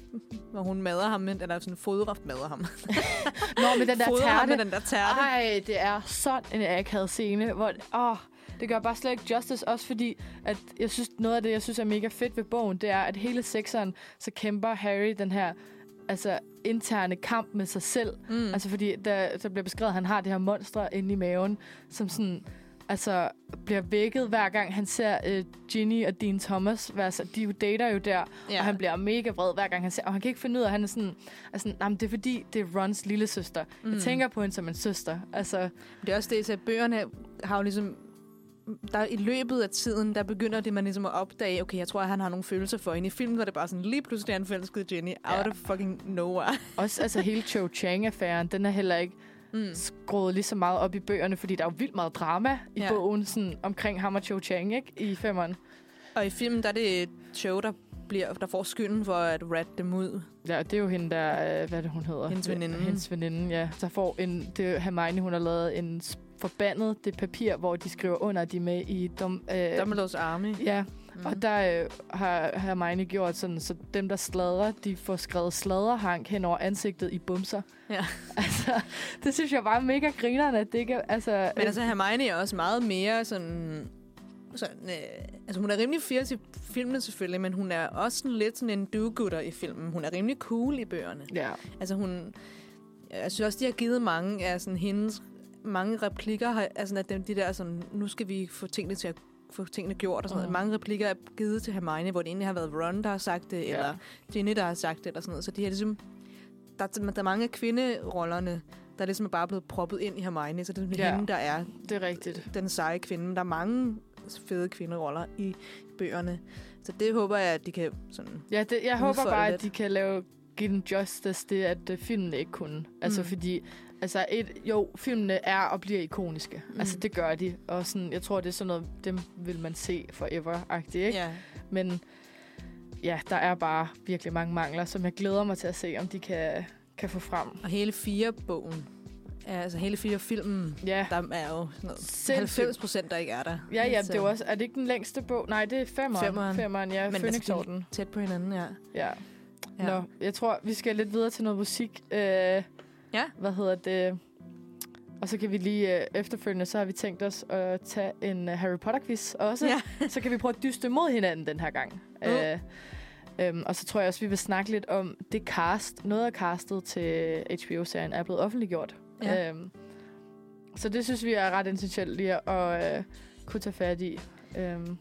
[SPEAKER 2] hvor hun madder ham, men- eller sådan fodrer madder ham.
[SPEAKER 1] Nå, med den der
[SPEAKER 2] Fodrer ham med
[SPEAKER 1] tærte.
[SPEAKER 2] den der tærte.
[SPEAKER 1] Ej, det er sådan en akavet scene, hvor... Åh, det gør bare slet ikke justice, også fordi, at jeg synes, noget af det, jeg synes er mega fedt ved bogen, det er, at hele sekseren, så kæmper Harry den her altså, interne kamp med sig selv,
[SPEAKER 2] Mm.
[SPEAKER 1] Altså fordi, der, der bliver beskrevet, at han har det her monster inde i maven, som sådan, altså, bliver vækket hver gang han ser øh, Ginny og Dean Thomas. Være, så, de jo dater jo der, ja. og han bliver mega vred hver gang han ser, og han kan ikke finde ud af, at han er sådan, er sådan nej, men det er fordi, det er Rons lille søster. Mm. Jeg tænker på hende som en søster. Altså,
[SPEAKER 2] Det er også det, så bøgerne har jo ligesom... Der, I løbet af tiden, der begynder det, man ligesom at opdage, okay, jeg tror, at han har nogle følelser for hende. I filmen var det bare sådan, lige pludselig er han forelsket i Jenny, out
[SPEAKER 1] Ja.
[SPEAKER 2] of fucking nowhere.
[SPEAKER 1] også altså, hele Cho Chang-affæren, den er heller ikke
[SPEAKER 2] Mm.
[SPEAKER 1] skruet lige så meget op i bøgerne, fordi der er jo vildt meget drama i
[SPEAKER 2] Ja.
[SPEAKER 1] ja. bogen sådan, omkring ham og Cho Chang, ikke? I femmeren.
[SPEAKER 2] Og i filmen, der er det Cho, der, bliver, der får skylden for at rat dem ud.
[SPEAKER 1] Ja, det er jo hende der, øh, hvad er det hun hedder?
[SPEAKER 2] Hendes veninde.
[SPEAKER 1] Hendes veninde, ja. Så får en, det er Hermione, hun har lavet en, s- forbandet det papir, hvor de skriver under, at de er med i dom, øh,
[SPEAKER 2] Dumbledore's Army.
[SPEAKER 1] Ja,
[SPEAKER 2] Mm.
[SPEAKER 1] og der øh, har Hermione gjort sådan, så dem, der sladrer, de får skrevet sladderhank hen over ansigtet i bumser.
[SPEAKER 2] Ja.
[SPEAKER 1] (laughs) altså, det synes jeg bare er mega grineren, at det ikke er- altså,
[SPEAKER 2] Men altså, Hermione er også meget mere sådan... sådan øh, altså, hun er rimelig fierce i filmene selvfølgelig, men hun er også sådan lidt sådan en do-gooder i filmen. Hun er rimelig cool i bøgerne.
[SPEAKER 1] Ja,
[SPEAKER 2] Altså, hun... Jeg synes også, de har givet mange af sådan, hendes mange replikker, har- altså at dem, de der sådan, nu skal vi få tingene til at få tingene gjort og sådan noget.
[SPEAKER 1] Mhm.
[SPEAKER 2] Mange replikker er givet til Hermione, hvor det egentlig har været Ron, der har sagt det,
[SPEAKER 1] Ja.
[SPEAKER 2] ja. eller Ginny, der har sagt det, eller sådan noget. Så de har ligesom, der, er- der er mange af kvinderollerne, der ligesom er bare blevet proppet ind i Hermione, så det er ligesom
[SPEAKER 1] Ja.
[SPEAKER 2] hende, der er
[SPEAKER 1] det er rigtigt.
[SPEAKER 2] den seje kvinde. Men Der er mange fede kvinderoller i bøgerne. Så det håber jeg, at de kan sådan...
[SPEAKER 1] Ja, det, jeg håber
[SPEAKER 2] Udfolde
[SPEAKER 1] bare,
[SPEAKER 2] lidt.
[SPEAKER 1] at de kan lave give den justice det, at øh, filmen ikke kunne. Altså
[SPEAKER 2] Mm.
[SPEAKER 1] fordi, altså et, jo, filmene er og bliver ikoniske.
[SPEAKER 2] Mm.
[SPEAKER 1] Altså det gør de. Og sådan, jeg tror, det er sådan noget, dem vil man se forever-agtigt, ikke?
[SPEAKER 2] Ja.
[SPEAKER 1] Men ja, der er bare virkelig mange mangler, som jeg glæder mig til at se, om de kan, kan få frem.
[SPEAKER 2] Og hele fire bogen, ja, altså hele fire filmen,
[SPEAKER 1] Ja,
[SPEAKER 2] der er jo sådan noget
[SPEAKER 1] Sindssygt.
[SPEAKER 2] 90 procent, der ikke er der.
[SPEAKER 1] ja, ja
[SPEAKER 2] Så
[SPEAKER 1] det er jo også, er det ikke den længste bog? Nej, det er femmeren.
[SPEAKER 2] Femmeren.
[SPEAKER 1] femmeren ja,
[SPEAKER 2] øh. Men altså,
[SPEAKER 1] Phoenixorden.
[SPEAKER 2] Tæt på hinanden, ja.
[SPEAKER 1] Ja.
[SPEAKER 2] Ja.
[SPEAKER 1] ja. Nå, jeg tror, vi skal lidt videre til noget musik. Øh, ja. Hvad hedder det? Og så kan vi lige øh, efterfølgende, så har vi tænkt os at tage en øh, Harry Potter-quiz også.
[SPEAKER 2] Ja.
[SPEAKER 1] så kan vi prøve at dyste mod hinanden den her gang.
[SPEAKER 2] Mm.
[SPEAKER 1] Mm. Øh, øhm, og så tror jeg også, vi vil snakke lidt om det cast. Noget af castet til HBO-serien er blevet offentliggjort.
[SPEAKER 2] Ja.
[SPEAKER 1] Øhm, så det synes vi er ret essentielt lige at øh, kunne tage fat i. Øhm,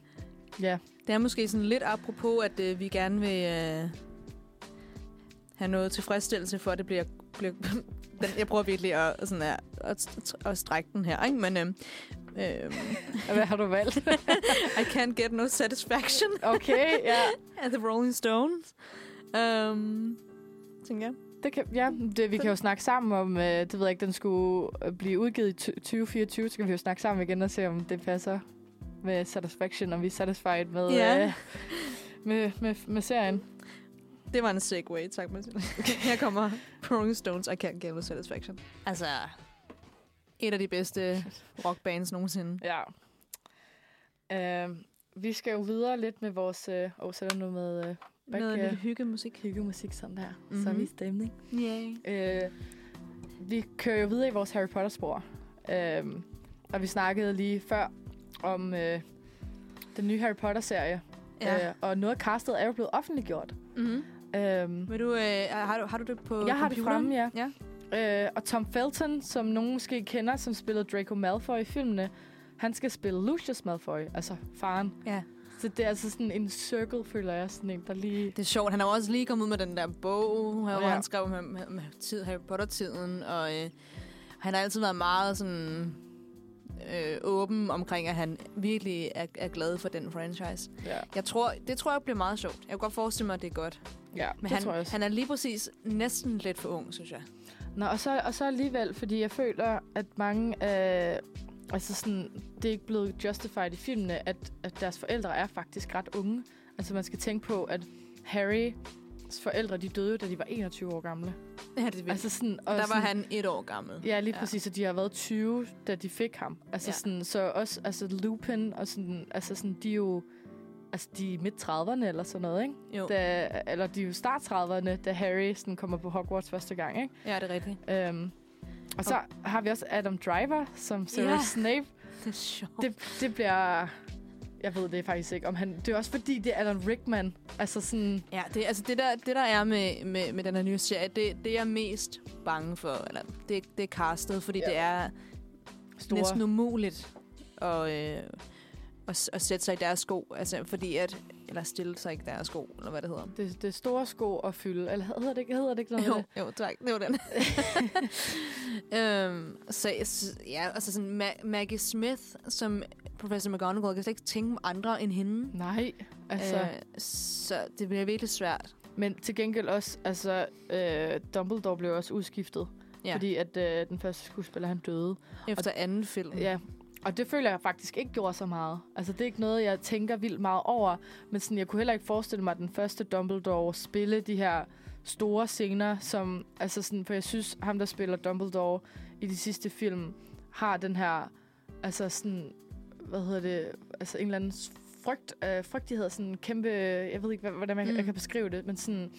[SPEAKER 1] ja,
[SPEAKER 2] Det er måske sådan lidt apropos, at øh, vi gerne vil øh, have noget tilfredsstillelse for, at det bliver... bliver (laughs) den, jeg prøver virkelig at, sådan at, at, at strække den her, ikke? men øh, øh,
[SPEAKER 1] og hvad har du valgt?
[SPEAKER 2] I can't get no satisfaction
[SPEAKER 1] (laughs) Okay, ja.
[SPEAKER 2] at the Rolling Stones. Um, tænker jeg.
[SPEAKER 1] Det kan, ja, det, vi kan jo snakke sammen om, øh, det ved jeg ikke, den skulle øh, blive udgivet i ty- 2024, så kan vi jo snakke sammen igen og se, om det passer med Satisfaction, og vi er satisfied med,
[SPEAKER 2] Ja.
[SPEAKER 1] øh, med, med, med serien.
[SPEAKER 2] Det var en segue, tak (laughs) Mathilde. Her kommer Rolling Stones, I Can't Get No Satisfaction. Altså, et af de bedste rockbands nogensinde.
[SPEAKER 1] Ja. Øh, vi skal jo videre lidt med vores... Øh, og så er der noget med øh, Back,
[SPEAKER 2] Noget
[SPEAKER 1] øh,
[SPEAKER 2] lille hyggemusik.
[SPEAKER 1] hyggemusik sådan der.
[SPEAKER 2] Mhm.
[SPEAKER 1] Så er vi i stemning.
[SPEAKER 2] Yay.
[SPEAKER 1] Øh, vi kører jo videre i vores Harry Potter-spor. Øh, og vi snakkede lige før om øh, den nye Harry Potter-serie.
[SPEAKER 2] Ja.
[SPEAKER 1] Øh, og noget af castet er jo blevet offentliggjort.
[SPEAKER 2] Mm-hmm.
[SPEAKER 1] Øhm,
[SPEAKER 2] Vil du, øh, har, du, har du det på
[SPEAKER 1] Jeg har det
[SPEAKER 2] computeren?
[SPEAKER 1] fremme, ja.
[SPEAKER 2] ja.
[SPEAKER 1] øh, og Tom Felton, som nogen måske kender, som spillede Draco Malfoy i filmene, han skal spille Lucius Malfoy, altså faren.
[SPEAKER 2] Ja.
[SPEAKER 1] Så det er altså sådan en circle, føler jeg, sådan en, der lige...
[SPEAKER 2] Det er sjovt, han har jo også lige kommet ud med den der bog, her, ja. hvor
[SPEAKER 1] Ja.
[SPEAKER 2] han skrev om, om, om tid, Harry Potter-tiden, og øh, han har altid været meget sådan øh, åben omkring, at han virkelig er, er glad for den franchise.
[SPEAKER 1] Ja,
[SPEAKER 2] Jeg tror, det tror jeg bliver meget sjovt. Jeg kunne godt forestille mig, at det er godt.
[SPEAKER 1] ja
[SPEAKER 2] Men
[SPEAKER 1] det
[SPEAKER 2] han,
[SPEAKER 1] tror jeg også.
[SPEAKER 2] han er lige præcis næsten lidt for ung, synes jeg.
[SPEAKER 1] Nå, og så, og så alligevel, fordi jeg føler, at mange øh, altså sådan, det er ikke blevet justified i filmene, at, at deres forældre er faktisk ret unge. Altså man skal tænke på, at Harrys forældre, de døde, jo, da de var 21 år gamle.
[SPEAKER 2] Ja, det er vildt. Altså,
[SPEAKER 1] Altså sådan, og
[SPEAKER 2] der var
[SPEAKER 1] sådan,
[SPEAKER 2] han et år gammel.
[SPEAKER 1] Ja, lige
[SPEAKER 2] Ja.
[SPEAKER 1] ja. præcis, og de har været 20, da de fik ham. Altså
[SPEAKER 2] Ja.
[SPEAKER 1] ja. sådan, så også altså Lupin og sådan, altså sådan, de er jo altså de er midt 30'erne eller sådan noget, ikke?
[SPEAKER 2] Jo.
[SPEAKER 1] Da, eller de er jo start 30'erne, da Harry sådan kommer på Hogwarts første gang, ikke?
[SPEAKER 2] Ja, det er rigtigt.
[SPEAKER 1] Øhm, og så har vi også Adam Driver som Severus
[SPEAKER 2] Ja.
[SPEAKER 1] yeah. Snape.
[SPEAKER 2] (laughs) Det er sjovt.
[SPEAKER 1] Det, det bliver... Jeg ved det faktisk ikke, om han... Det er også fordi, det er Alan Rickman. Altså sådan...
[SPEAKER 2] Ja, det, altså det der, det der er med, med, med den her nye serie, det, det er jeg mest bange for, eller det, det er castet, fordi ja.
[SPEAKER 1] Ja.
[SPEAKER 2] det er
[SPEAKER 1] Store.
[SPEAKER 2] næsten umuligt at, øh, at, s- at sætte sig i deres sko, altså fordi at, eller stille sig i deres sko, eller hvad det hedder.
[SPEAKER 1] Det, det er store sko at fylde. Eller hedder det ikke, hedder det ikke noget? med
[SPEAKER 2] Jo,
[SPEAKER 1] det?
[SPEAKER 2] (laughs) jo, tak. Det var
[SPEAKER 1] (laughs)
[SPEAKER 2] den. øhm, så jeg sy- ja, altså sådan Ma- Maggie Smith som professor McGonagall, jeg kan slet ikke tænke mig andre end hende.
[SPEAKER 1] Nej, altså... Øh.
[SPEAKER 2] Øh, så det bliver virkelig svært.
[SPEAKER 1] Men til gengæld også, altså... Øh, Dumbledore blev også udskiftet.
[SPEAKER 2] Ja.
[SPEAKER 1] Ja. Fordi at øh, den første skuespiller, han døde.
[SPEAKER 2] Efter anden film.
[SPEAKER 1] Ja, og det føler jeg faktisk ikke gjorde så meget. Altså, det er ikke noget, jeg tænker vildt meget over, men sådan, jeg kunne heller ikke forestille mig, at den første Dumbledore spille de her store scener, som, altså sådan, for jeg synes, ham, der spiller Dumbledore i de sidste film, har den her, altså sådan, hvad hedder det, altså en eller anden s- frygt, øh, frygtighed, sådan en kæmpe, jeg ved ikke, hva- hvordan man, mm.
[SPEAKER 2] Mm.
[SPEAKER 1] jeg kan beskrive det, men sådan,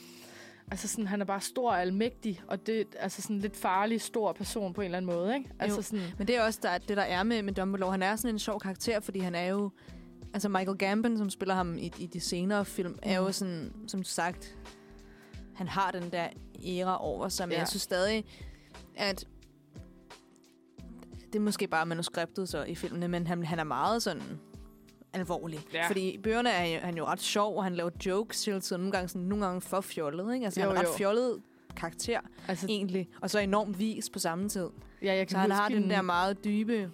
[SPEAKER 1] altså sådan, han er bare stor og almægtig, og det er altså sådan en lidt farlig, stor person på en eller anden måde, ikke? Altså
[SPEAKER 2] Jo.
[SPEAKER 1] sådan,
[SPEAKER 2] Men det er også der, det, der er med, med Dumbledore. Han er sådan en sjov karakter, fordi han er jo... Altså Michael Gambon, som spiller ham i, i de senere film, mm. er jo sådan, som sagt, han har den der æra over sig, men
[SPEAKER 1] Ja.
[SPEAKER 2] ja. jeg synes stadig, at det er måske bare manuskriptet så i filmene, men han, han er meget sådan alvorlig.
[SPEAKER 1] Ja.
[SPEAKER 2] Fordi i bøgerne er jo- han er jo ret sjov, og han laver jokes hele tiden, nogle gange, sådan, nogle gange for fjollet. Ikke? Altså,
[SPEAKER 1] Jo,
[SPEAKER 2] han er en
[SPEAKER 1] jo.
[SPEAKER 2] ret fjollet karakter,
[SPEAKER 1] altså
[SPEAKER 2] egentlig, og så enormt vis på samme tid.
[SPEAKER 1] ja, jeg kan
[SPEAKER 2] Så han
[SPEAKER 1] huske
[SPEAKER 2] har
[SPEAKER 1] i
[SPEAKER 2] den der meget dybe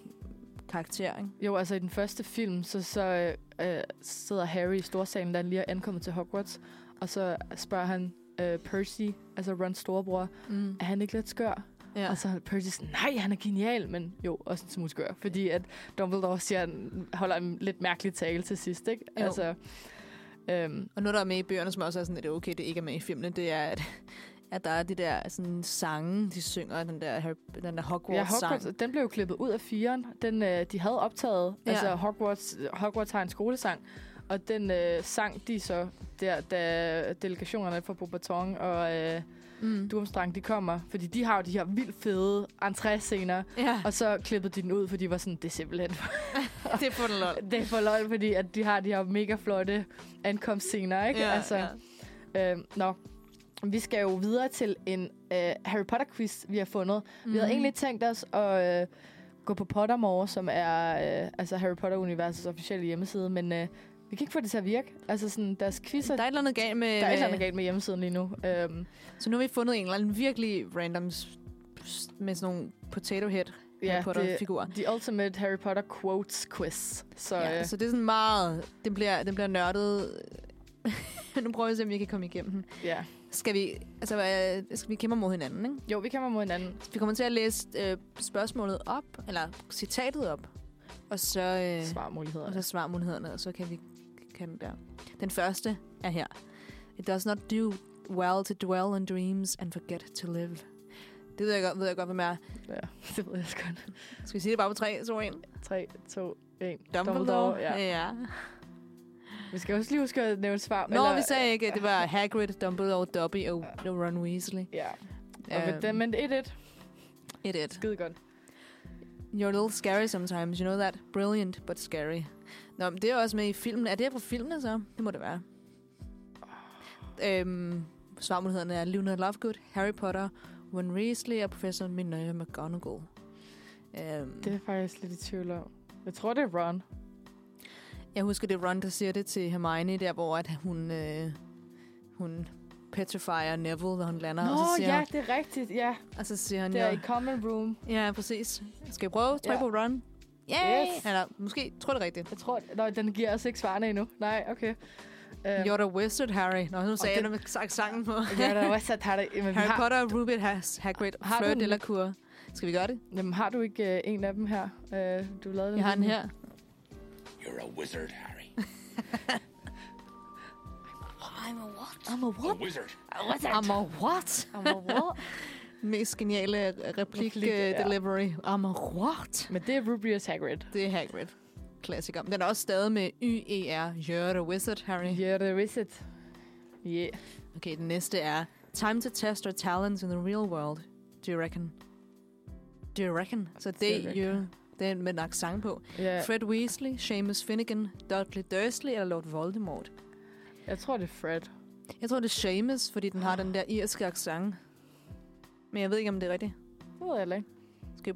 [SPEAKER 2] karakter, ikke?
[SPEAKER 1] Jo, altså i den første film, så, så øh, øh, sidder Harry i storsalen, da han lige er ankommet til Hogwarts, og så spørger han øh, Percy, altså Rons storebror,
[SPEAKER 2] Mm.
[SPEAKER 1] er han ikke lidt skør? Ja.
[SPEAKER 2] Ja.
[SPEAKER 1] Og så er Percy sådan, nej, han er genial, men jo, også en smule skør, fordi at Dumbledore siger, holder en lidt mærkelig tale til sidst, ikke?
[SPEAKER 2] Jo.
[SPEAKER 1] Altså, øhm,
[SPEAKER 2] Og noget, der er med i bøgerne, som også er sådan lidt okay, det ikke er med i filmene, det er, at, at der er de der sådan, sange, de synger, den der, Harry- den der
[SPEAKER 1] ja,
[SPEAKER 2] Hogwarts-sang.
[SPEAKER 1] Hogwarts, den blev jo klippet ud af firen. Den, øh, de havde optaget, ja.
[SPEAKER 2] Ja.
[SPEAKER 1] altså Hogwarts, Hogwarts har en skolesang, og den øh, sang de så der, da delegationerne fra Bobaton og... Øh,
[SPEAKER 2] mm.
[SPEAKER 1] Durmstrang, de kommer, fordi de har jo de her vildt fede entré-scener,
[SPEAKER 2] (laughs) Ja,
[SPEAKER 1] og så klippede de den ud, fordi de var sådan, det er simpelthen
[SPEAKER 2] det er for den lol.
[SPEAKER 1] (laughs) det er for løgn, fordi at de har de her mega flotte ankomstscener, ikke?
[SPEAKER 2] Ja,
[SPEAKER 1] altså,
[SPEAKER 2] ja.
[SPEAKER 1] Øh, nå. Vi skal jo videre til en øh, Harry Potter-quiz, vi har fundet. Mm. Vi havde egentlig tænkt os at øh, gå på Pottermore, som er øh, altså Harry Potter-universets officielle hjemmeside, men øh, vi kan ikke få det til at virke. Altså sådan, deres quizzer,
[SPEAKER 2] Der
[SPEAKER 1] der,
[SPEAKER 2] er øh, et eller andet galt med...
[SPEAKER 1] der er et eller andet galt med hjemmesiden lige nu. Øhm,
[SPEAKER 2] Så nu har vi fundet en eller anden virkelig random s- s- med sådan nogle potato head
[SPEAKER 1] ja,
[SPEAKER 2] Harry
[SPEAKER 1] det,
[SPEAKER 2] Potter-figurer.
[SPEAKER 1] The Ultimate Harry Potter Quotes Quiz. Så,
[SPEAKER 2] ja,
[SPEAKER 1] øh,
[SPEAKER 2] så det er sådan meget... Den bliver, den bliver nørdet. (laughs) nu prøver vi at se, om vi kan komme igennem den.
[SPEAKER 1] ja.
[SPEAKER 2] Skal vi, altså, øh, skal vi kæmpe mod hinanden, ikke?
[SPEAKER 1] Jo, vi kæmper mod hinanden.
[SPEAKER 2] Vi kommer til at læse øh, spørgsmålet op, eller citatet op, og så, øh,
[SPEAKER 1] Svarmuligheder.
[SPEAKER 2] og så svarmulighederne, og så kan vi kan den der. Den første er her. It does not do well to dwell on dreams and forget to live. Det ved jeg godt, ved jeg godt hvem er.
[SPEAKER 1] Ja, det ved jeg også godt.
[SPEAKER 2] Skal vi sige det bare på tre, så en?
[SPEAKER 1] 3, 2, 1.
[SPEAKER 2] ja.
[SPEAKER 1] Ja.
[SPEAKER 2] ja.
[SPEAKER 1] Vi skal også lige huske at nævne svar.
[SPEAKER 2] Nå, vi sagde ikke, at det var Hagrid, Dumbledore, Dobby og og Ron Weasley.
[SPEAKER 1] Ja, og med
[SPEAKER 2] Øhm,
[SPEAKER 1] dem, men 1-1.
[SPEAKER 2] et, et.
[SPEAKER 1] Skide godt.
[SPEAKER 2] You're a little scary sometimes, you know that? Brilliant, but scary. Nå, men det er også med i filmen. Er det her fra filmene så? Det må det være. Øhm, svarmulighederne er Luna Lovegood, Harry Potter, Ron Weasley og Professor Minerva McGonagall. Øhm,
[SPEAKER 1] Det er jeg faktisk lidt i tvivl om. Jeg tror, det er Ron.
[SPEAKER 2] Jeg husker, det er Ron, der siger det til Hermione, der hvor at hun, øh, hun petrifier Neville, når hun lander. og, så siger hun,
[SPEAKER 1] det er rigtigt. Ja,
[SPEAKER 2] og så siger han,
[SPEAKER 1] det er
[SPEAKER 2] jo,
[SPEAKER 1] i Common Room.
[SPEAKER 2] ja, præcis. Skal jeg prøve? Tryk
[SPEAKER 1] Ja.
[SPEAKER 2] ja. på Ron. Yay!
[SPEAKER 1] Yes.
[SPEAKER 2] Yes. Eller måske, tror det er rigtigt.
[SPEAKER 1] Jeg tror, Nå, den giver os ikke svarene endnu. Nej,
[SPEAKER 2] (laughs)
[SPEAKER 1] okay. Øhm,
[SPEAKER 2] You're the wizard, Harry. Nå, nu sagde
[SPEAKER 1] det-
[SPEAKER 2] jeg det med sagt sangen på.
[SPEAKER 1] Yoda, hvad så har det? Jamen, vi
[SPEAKER 2] Harry
[SPEAKER 1] har,
[SPEAKER 2] Potter og Rupert has, Hagrid
[SPEAKER 1] Har
[SPEAKER 2] har
[SPEAKER 1] du
[SPEAKER 2] Fleur
[SPEAKER 1] den?
[SPEAKER 2] Delacour. Skal vi gøre det?
[SPEAKER 1] jamen, har du ikke øh, en af dem her? Øh, du lavede den.
[SPEAKER 2] Jeg har den
[SPEAKER 1] lige nu.
[SPEAKER 2] her.
[SPEAKER 5] You're a wizard, Harry.
[SPEAKER 2] (laughs) I'm a
[SPEAKER 5] A
[SPEAKER 2] what?
[SPEAKER 5] wizard.
[SPEAKER 2] I'm a what?
[SPEAKER 1] Om hvor- hvor?
[SPEAKER 2] Mest geniale øh, replik
[SPEAKER 1] Replik, ja.
[SPEAKER 2] uh, delivery. I'm a what?
[SPEAKER 1] (laughs) Men det er Rubius Hagrid.
[SPEAKER 2] Det er Hagrid. Klassiker. Den er også stadig med Y-E-R. You're the wizard, Harry.
[SPEAKER 1] Yeah, there is it. Yeah.
[SPEAKER 2] Okay, den næste er... Time to test our talents in the real world. Do you reckon? Do you reckon? Så det
[SPEAKER 1] reckon.
[SPEAKER 2] er jo... Det er med en accent på.
[SPEAKER 1] Ja,
[SPEAKER 2] Fred Weasley, Seamus Finnegan, Dudley Dursley eller Lord Voldemort?
[SPEAKER 1] jeg tror, det er Fred.
[SPEAKER 2] Jeg tror, det er Seamus, fordi den har den der irske accent. Men jeg ved ikke, om det er rigtigt.
[SPEAKER 1] Det ved jeg heller ikke.
[SPEAKER 2] Skal-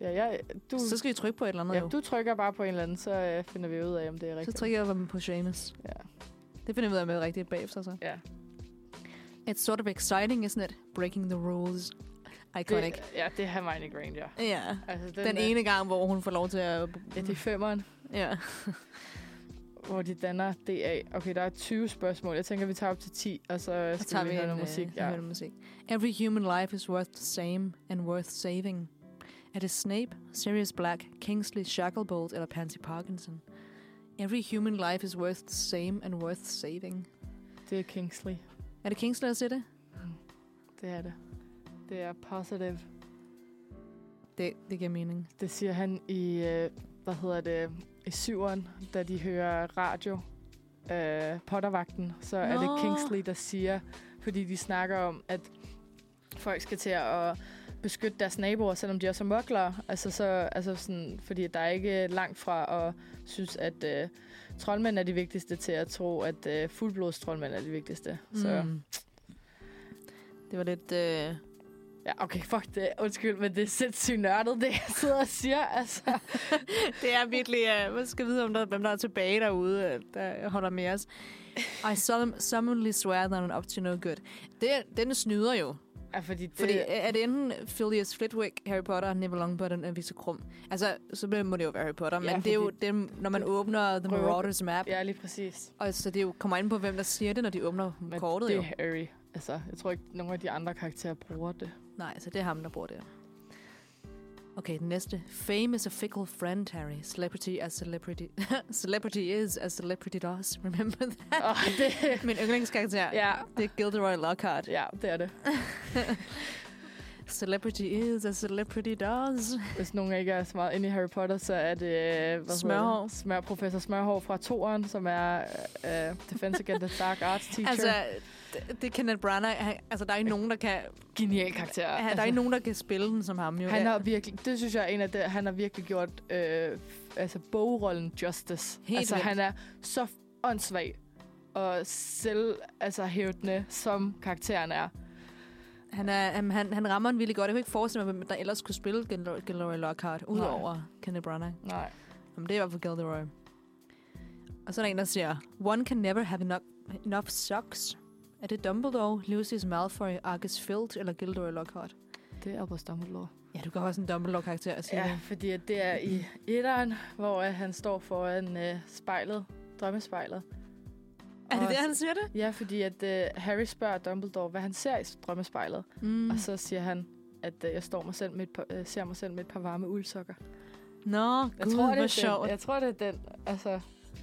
[SPEAKER 1] Ja, jeg, du,
[SPEAKER 2] Så skal vi trykke på et eller andet.
[SPEAKER 1] ja,
[SPEAKER 2] jo.
[SPEAKER 1] du trykker bare på en eller anden, så øh, finder vi ud af, om det er
[SPEAKER 2] så
[SPEAKER 1] rigtigt.
[SPEAKER 2] trykker jeg på- på Seamus.
[SPEAKER 1] Ja.
[SPEAKER 2] Det finder vi ud af med rigtigt bagefter, så.
[SPEAKER 1] Ja.
[SPEAKER 2] It's sort of exciting, isn't it? Breaking the rules. Iconic.
[SPEAKER 1] Det, ja, det er Hermione Granger.
[SPEAKER 2] Ja.
[SPEAKER 1] Altså,
[SPEAKER 2] Den, den
[SPEAKER 1] der-
[SPEAKER 2] ene gang, hvor hun får lov til at...
[SPEAKER 1] Ja, det er femmeren,
[SPEAKER 2] Ja.
[SPEAKER 1] hvor de danner DA. Okay, der er 20 spørgsmål. Jeg tænker, vi tager op til 10, og så
[SPEAKER 2] Så
[SPEAKER 1] skal
[SPEAKER 2] tager
[SPEAKER 1] vi
[SPEAKER 2] vi
[SPEAKER 1] høre
[SPEAKER 2] en,
[SPEAKER 1] noget
[SPEAKER 2] øh,
[SPEAKER 1] musik.
[SPEAKER 2] så hører vi musik. Every human life is worth the same and worth saving. Er det Snape, Sirius Black, Kingsley Shacklebolt eller Pansy Parkinson? Every human life is worth the same and worth saving.
[SPEAKER 1] Det er Kingsley.
[SPEAKER 2] Er det Kingsley, der siger det?
[SPEAKER 1] Det er det. Det er positive.
[SPEAKER 2] Det, det giver mening.
[SPEAKER 1] Det siger han i, øh, hvad hedder det, i syveren, da de hører radio, øh, Pottervagten. Så Nå. er
[SPEAKER 2] Nå.
[SPEAKER 1] det Kingsley, der siger, fordi de snakker om, at folk skal til at beskytte deres naboer, selvom de også er mokler. Altså, så, altså sådan, fordi der er ikke langt fra at synes, at øh, troldmænd er de vigtigste, til at tro, at øh, fuldblods troldmænd er de vigtigste. Mm. Så
[SPEAKER 2] Mm. Det var lidt... Øh,
[SPEAKER 1] ja, okay, fuck det. Undskyld, men det er sindssygt nørdet, det jeg sidder og siger. Altså.
[SPEAKER 2] (laughs) det er virkelig... Øh, man skal vide, om der, hvem der er tilbage derude, øh, der holder med os. I solemn- solemnly swear that I'm up to no good. Det, den snyder jo.
[SPEAKER 1] Ja, fordi det,
[SPEAKER 2] Fordi øh, er det enten Phileas Flitwick, Harry Potter, Neville Longbottom og Victor Krum? Altså, så bliver- må det jo være Harry Potter,
[SPEAKER 1] Ja,
[SPEAKER 2] men det er jo
[SPEAKER 1] fordi
[SPEAKER 2] dem, når man åbner The
[SPEAKER 1] Røver-
[SPEAKER 2] Marauders Map,
[SPEAKER 1] Ja, lige præcis.
[SPEAKER 2] og så det jo kommer ind på, hvem der siger det, når de åbner
[SPEAKER 1] Men
[SPEAKER 2] kortet
[SPEAKER 1] det
[SPEAKER 2] jo.
[SPEAKER 1] er Harry. Altså, jeg tror ikke, nogen af de andre karakterer bruger
[SPEAKER 2] (laughs)
[SPEAKER 1] det.
[SPEAKER 2] Nej, så det er ham, der bor der. Okay, den næste. Fame is a fickle friend, Harry. Celebrity as celebrity... (laughs) celebrity is as celebrity does.
[SPEAKER 1] (laughs)
[SPEAKER 2] Remember that?
[SPEAKER 1] Og det,
[SPEAKER 2] Min yndlingskarakter.
[SPEAKER 1] ja,
[SPEAKER 2] Det er Gilderoy Lockhart.
[SPEAKER 1] ja, det er det.
[SPEAKER 2] Celebrity is as celebrity does.
[SPEAKER 1] Hvis nogen ikke er så meget inde i Harry Potter, så er det... øh, Hvad hedder
[SPEAKER 2] Smørhår.
[SPEAKER 1] det? Smør, professor Smørhår fra toeren, som er uh, Defense Against the Dark Arts teacher.
[SPEAKER 2] Altså, det, det er Kenneth Branagh. Han, altså, der er ikke nogen, der kan...
[SPEAKER 1] genial karakter. Altså,
[SPEAKER 2] Han, der er ikke nogen, der kan spille den som ham, jo.
[SPEAKER 1] han har virkelig, det synes jeg er en af det, han har virkelig gjort øh, altså bogrollen justice.
[SPEAKER 2] Helt
[SPEAKER 1] altså
[SPEAKER 2] vildt.
[SPEAKER 1] han er så åndssvag og selv altså hævdende, som karakteren er.
[SPEAKER 2] han, er, han, han, han rammer den virkelig godt. Jeg kunne ikke forestille mig, hvem der ellers kunne spille Gilderoy, Gilderoy Lockhart, udover Kenneth Branagh.
[SPEAKER 1] Nej.
[SPEAKER 2] Jamen, det er i hvert fald Gilderoy. Og så er der en, der siger, One can never have enough, enough socks. Er det Dumbledore, Lucius Malfoy, Argus Filch eller Gilderoy Lockhart?
[SPEAKER 1] Det er Albus Dumbledore.
[SPEAKER 2] Ja, du kan også en Dumbledore-karakter at sige
[SPEAKER 1] Ja,
[SPEAKER 2] det.
[SPEAKER 1] fordi at det er i etteren, hvor øh, han står foran øh, spejlet, drømmespejlet.
[SPEAKER 2] Er det
[SPEAKER 1] Og-
[SPEAKER 2] det, han siger det?
[SPEAKER 1] Ja, fordi at øh, Harry spørger Dumbledore, hvad han ser i drømmespejlet.
[SPEAKER 2] Mm.
[SPEAKER 1] Mm. Og så siger han, at øh, jeg står mig selv med et par, øh, ser mig selv med et par varme uldsokker.
[SPEAKER 2] Nå, gud,
[SPEAKER 1] Jeg tror, det
[SPEAKER 2] hvor
[SPEAKER 1] er
[SPEAKER 2] sjovt.
[SPEAKER 1] Den. Jeg tror, det er den. Altså,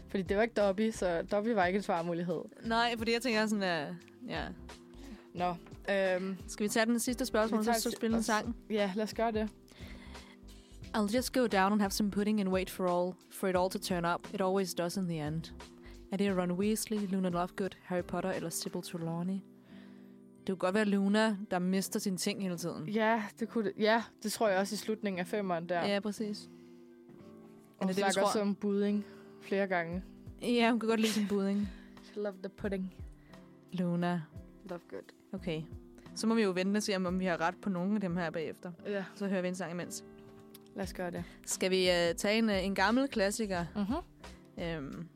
[SPEAKER 1] fordi det var ikke Dobby, så Dobby var ikke en svarmulighed.
[SPEAKER 2] Nej, fordi jeg tænker sådan, uh, ja.
[SPEAKER 1] Nå, øhm,
[SPEAKER 2] Skal vi tage den sidste spørgsmål,
[SPEAKER 1] Vi
[SPEAKER 2] så
[SPEAKER 1] tager
[SPEAKER 2] skal
[SPEAKER 1] et-
[SPEAKER 2] du spille en
[SPEAKER 1] og-
[SPEAKER 2] sang?
[SPEAKER 1] ja, lad os gøre det.
[SPEAKER 2] I'll just go down and have some pudding and wait for all for it all to turn up. It always does in the end. Er det Ron Weasley, Luna Lovegood, Harry Potter eller Sybil Trelawney? Det kunne godt være Luna, der mister sine ting hele tiden.
[SPEAKER 1] Ja, det kunne det. Ja, det tror jeg også i slutningen af femeren der.
[SPEAKER 2] Ja, præcis.
[SPEAKER 1] og det,
[SPEAKER 2] det, vi
[SPEAKER 1] snakker
[SPEAKER 2] tror?
[SPEAKER 1] også om budding flere gange.
[SPEAKER 2] Ja, hun kan godt lide sin budding.
[SPEAKER 1] She loved the pudding.
[SPEAKER 2] Luna.
[SPEAKER 1] Love good.
[SPEAKER 2] Okay. Så må vi jo vente og se, om om vi har ret på nogen af dem her bagefter.
[SPEAKER 1] Ja,
[SPEAKER 2] Så hører vi en sang imens.
[SPEAKER 1] lad os gøre det.
[SPEAKER 2] Skal vi uh, tage en, øh, en gammel klassiker?
[SPEAKER 1] Mm-hmm.
[SPEAKER 2] Øhm.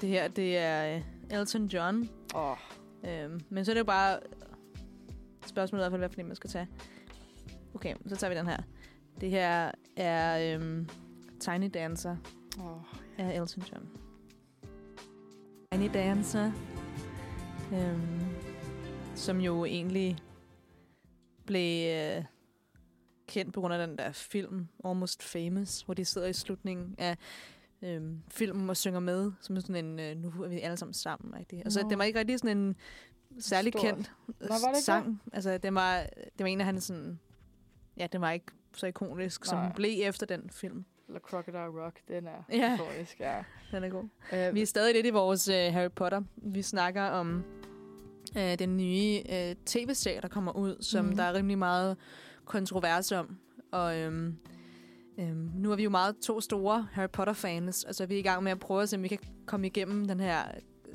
[SPEAKER 2] Det her, det er øh, Elton John.
[SPEAKER 1] Oh.
[SPEAKER 2] Øhm, men så er det jo bare spørgsmålet i hvert fald, hvad for en man skal tage. Okay, så tager vi den her. Det her er øhm, Tiny Dancer
[SPEAKER 1] Oh.
[SPEAKER 2] af Elton John. Tiny Dancer, øhm, som jo egentlig blev øh, kendt på grund af den der film, Almost Famous, hvor de sidder i slutningen af øhm, filmen og synger med, som sådan en, øh, nu er vi alle sammen sammen. Rigtig. Og så
[SPEAKER 1] Nå.
[SPEAKER 2] det var ikke rigtig sådan en særlig
[SPEAKER 1] Stor.
[SPEAKER 2] Stort. kendt
[SPEAKER 1] Nå, var det ikke
[SPEAKER 2] sang. Altså, det var, det var en af hans sådan, ja, det var ikke så ikonisk, som
[SPEAKER 1] Nej.
[SPEAKER 2] den blev efter den film.
[SPEAKER 1] Eller Crocodile Rock, den er
[SPEAKER 2] Ja.
[SPEAKER 1] historisk, ja.
[SPEAKER 2] Den er god.
[SPEAKER 1] Øh,
[SPEAKER 2] (laughs) Vi er stadig lidt i vores øh, Harry Potter. Vi snakker om øh, den nye øh, tv-serie, der kommer ud, som
[SPEAKER 1] Mhm.
[SPEAKER 2] mm. der er rimelig meget kontrovers om. Og øhm, øhm, nu er vi jo meget to store Harry Potter-fans, og så er vi i gang med at prøve at se, om vi kan komme igennem den her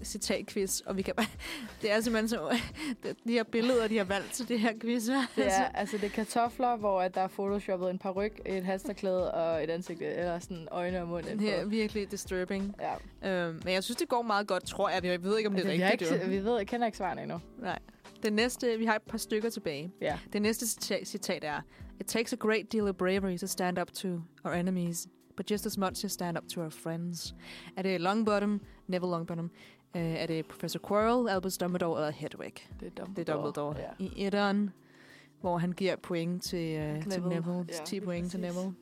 [SPEAKER 2] citatquiz, og vi kan bare... (laughs) Det er simpelthen så... (laughs) De her billeder, de har valgt til det her quiz. Det
[SPEAKER 1] det er, altså, det er kartofler, hvor at der er photoshoppet en paryk, et halsterklæde og et ansigt, eller sådan øjne og mund.
[SPEAKER 2] den
[SPEAKER 1] indenpå.
[SPEAKER 2] her virkelig disturbing.
[SPEAKER 1] Ja.
[SPEAKER 2] Øhm, men jeg synes, det går meget godt, tror jeg. Jeg ved ikke, om det er
[SPEAKER 1] Altså,
[SPEAKER 2] rigtigt.
[SPEAKER 1] vi, har ikke,
[SPEAKER 2] jo.
[SPEAKER 1] se- vi ved, jeg kender ikke svarene endnu.
[SPEAKER 2] Nej. Det næste, vi har et par stykker tilbage.
[SPEAKER 1] Ja.
[SPEAKER 2] Det næste cita- citat er, It takes a great deal of bravery to stand up to our enemies, but just as much to stand up to our friends. Er det Longbottom? Neville Longbottom. Uh, er det Professor Quirrell, Albus Dumbledore eller Hedwig?
[SPEAKER 1] Det er Dumbledore.
[SPEAKER 2] Det er Dumbledore.
[SPEAKER 1] Ja.
[SPEAKER 2] I etteren, hvor han giver point til, uh, til
[SPEAKER 1] Neville.
[SPEAKER 2] Neville.
[SPEAKER 1] Ja,
[SPEAKER 2] 10
[SPEAKER 1] lige
[SPEAKER 2] point til
[SPEAKER 1] præcis.
[SPEAKER 2] Neville.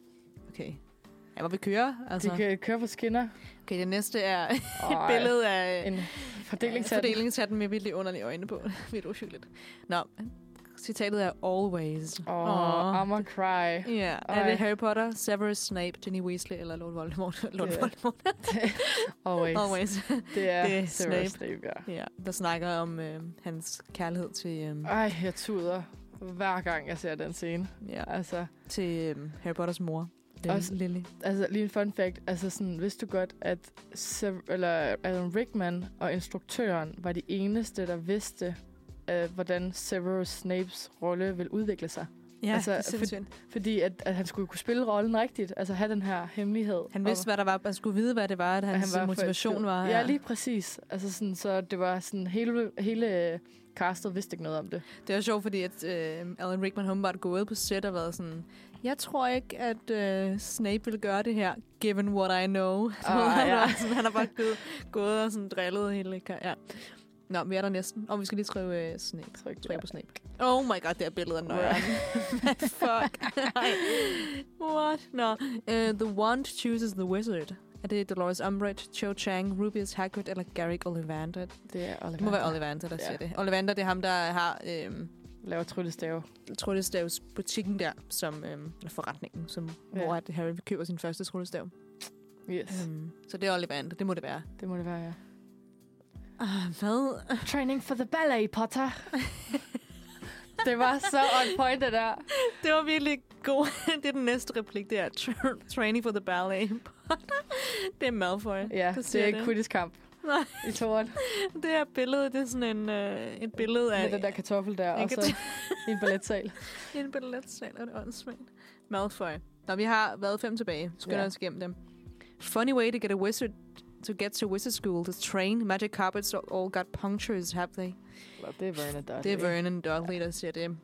[SPEAKER 2] Okay. Ja, hvor vi kører, altså.
[SPEAKER 1] De kan køre på skinner.
[SPEAKER 2] Okay, det næste er et (laughs)
[SPEAKER 1] Ej,
[SPEAKER 2] billede af...
[SPEAKER 1] En
[SPEAKER 2] Ja,
[SPEAKER 1] fordelingshat.
[SPEAKER 2] (laughs) Fordelingshatten med vildt underlige øjne på. Vildt usynligt. Nå, Citatet er always.
[SPEAKER 1] Åh,
[SPEAKER 2] Åh.
[SPEAKER 1] oh, I'm a cry.
[SPEAKER 2] Ja, er
[SPEAKER 1] Ej.
[SPEAKER 2] det Harry Potter, Severus Snape, Ginny Weasley eller Lord Voldemort? (laughs) Lord
[SPEAKER 1] Ja.
[SPEAKER 2] Voldemort,
[SPEAKER 1] Always.
[SPEAKER 2] always.
[SPEAKER 1] Det er,
[SPEAKER 2] Det
[SPEAKER 1] det
[SPEAKER 2] er
[SPEAKER 1] er
[SPEAKER 2] Snape.
[SPEAKER 1] Severus Snape, ja.
[SPEAKER 2] ja, der snakker om øh, hans kærlighed til, øh,
[SPEAKER 1] Ej, jeg tuder hver gang, jeg ser den scene.
[SPEAKER 2] ja,
[SPEAKER 1] Altså,
[SPEAKER 2] til øh, Harry Potters mor, Lily.
[SPEAKER 1] Også-
[SPEAKER 2] Lily.
[SPEAKER 1] altså lige en fun fact. Altså sådan, vidste du godt, at Sev- eller Alan Rickman og instruktøren var de eneste, der vidste, øh, hvordan Severus Snapes rolle ville udvikle sig.
[SPEAKER 2] Ja,
[SPEAKER 1] Altså,
[SPEAKER 2] altså, det er
[SPEAKER 1] for-
[SPEAKER 2] sindssygt.
[SPEAKER 1] Fordi at, at han skulle kunne spille rollen rigtigt, altså have den her hemmelighed.
[SPEAKER 2] Han vidste, hvad der var. Han skulle vide, hvad det var, at
[SPEAKER 1] at
[SPEAKER 2] hans han
[SPEAKER 1] var
[SPEAKER 2] motivation
[SPEAKER 1] forelsket.
[SPEAKER 2] var.
[SPEAKER 1] Ja, lige præcis. Altså sådan, så det var sådan, hele, hele øh, castet vidste ikke noget om det.
[SPEAKER 2] Det er sjovt, fordi at, øh, Alan Rickman har åbenbart gået på set og været sådan, jeg tror ikke, at øh, Snape vil gøre det her, given what I know. (laughs) Så
[SPEAKER 1] Ah,
[SPEAKER 2] han,
[SPEAKER 1] ja.
[SPEAKER 2] var sådan, han har bare gået, gået og sådan drillet hele kar- ja. Nå, vi er der næsten. Og vi skal lige skrive øh, Snape.
[SPEAKER 1] Tryk,
[SPEAKER 2] Skrive på Snape. Oh my god, det er billedet af nøjeren. (laughs) Fuck. Ej. What? Nå. Uh, the wand chooses the wizard. Er det Dolores Umbridge, Cho Chang, Rubius Hagrid eller Garrick Ollivander?
[SPEAKER 1] Det er Oliver.
[SPEAKER 2] Det må være Ollivander, der
[SPEAKER 1] Ja.
[SPEAKER 2] siger det. Ollivander, det er ham, der har... Øh,
[SPEAKER 1] Laver tryllestave.
[SPEAKER 2] tryllestavs butikken der, som, øhm, eller forretningen, som, ja.
[SPEAKER 1] Ja.
[SPEAKER 2] hvor at Harry køber sin første tryllestav.
[SPEAKER 1] Yes,
[SPEAKER 2] Mm. Så det er Ollivander, det må det være.
[SPEAKER 1] det må det være, ja.
[SPEAKER 2] Ah, hvad?
[SPEAKER 1] Training for the ballet, Potter. det var så on point, det der.
[SPEAKER 2] (laughs) Det var virkelig god. (laughs) det er den næste replik, det er tra- training for the ballet. (laughs) det er Malfoy.
[SPEAKER 1] Ja,
[SPEAKER 2] der
[SPEAKER 1] det
[SPEAKER 2] siger
[SPEAKER 1] er ikke quidditch kamp
[SPEAKER 2] (laughs) Nej,
[SPEAKER 1] i toren
[SPEAKER 2] det her billede, det er sådan en, øh, et billede af
[SPEAKER 1] med den der kartoffel der,
[SPEAKER 2] en
[SPEAKER 1] og så i en balletsal.
[SPEAKER 2] en billetsal, og det er åndssvagt. Malfoy. Nå, vi har været fem tilbage. Skynder
[SPEAKER 1] Ja.
[SPEAKER 2] os igennem dem. Funny way to get a wizard to get to wizard school. The train, magic carpets all got punctures, have they?
[SPEAKER 1] Nå, det er Vernon, der
[SPEAKER 2] Det er Vernon Dudley, der siger det.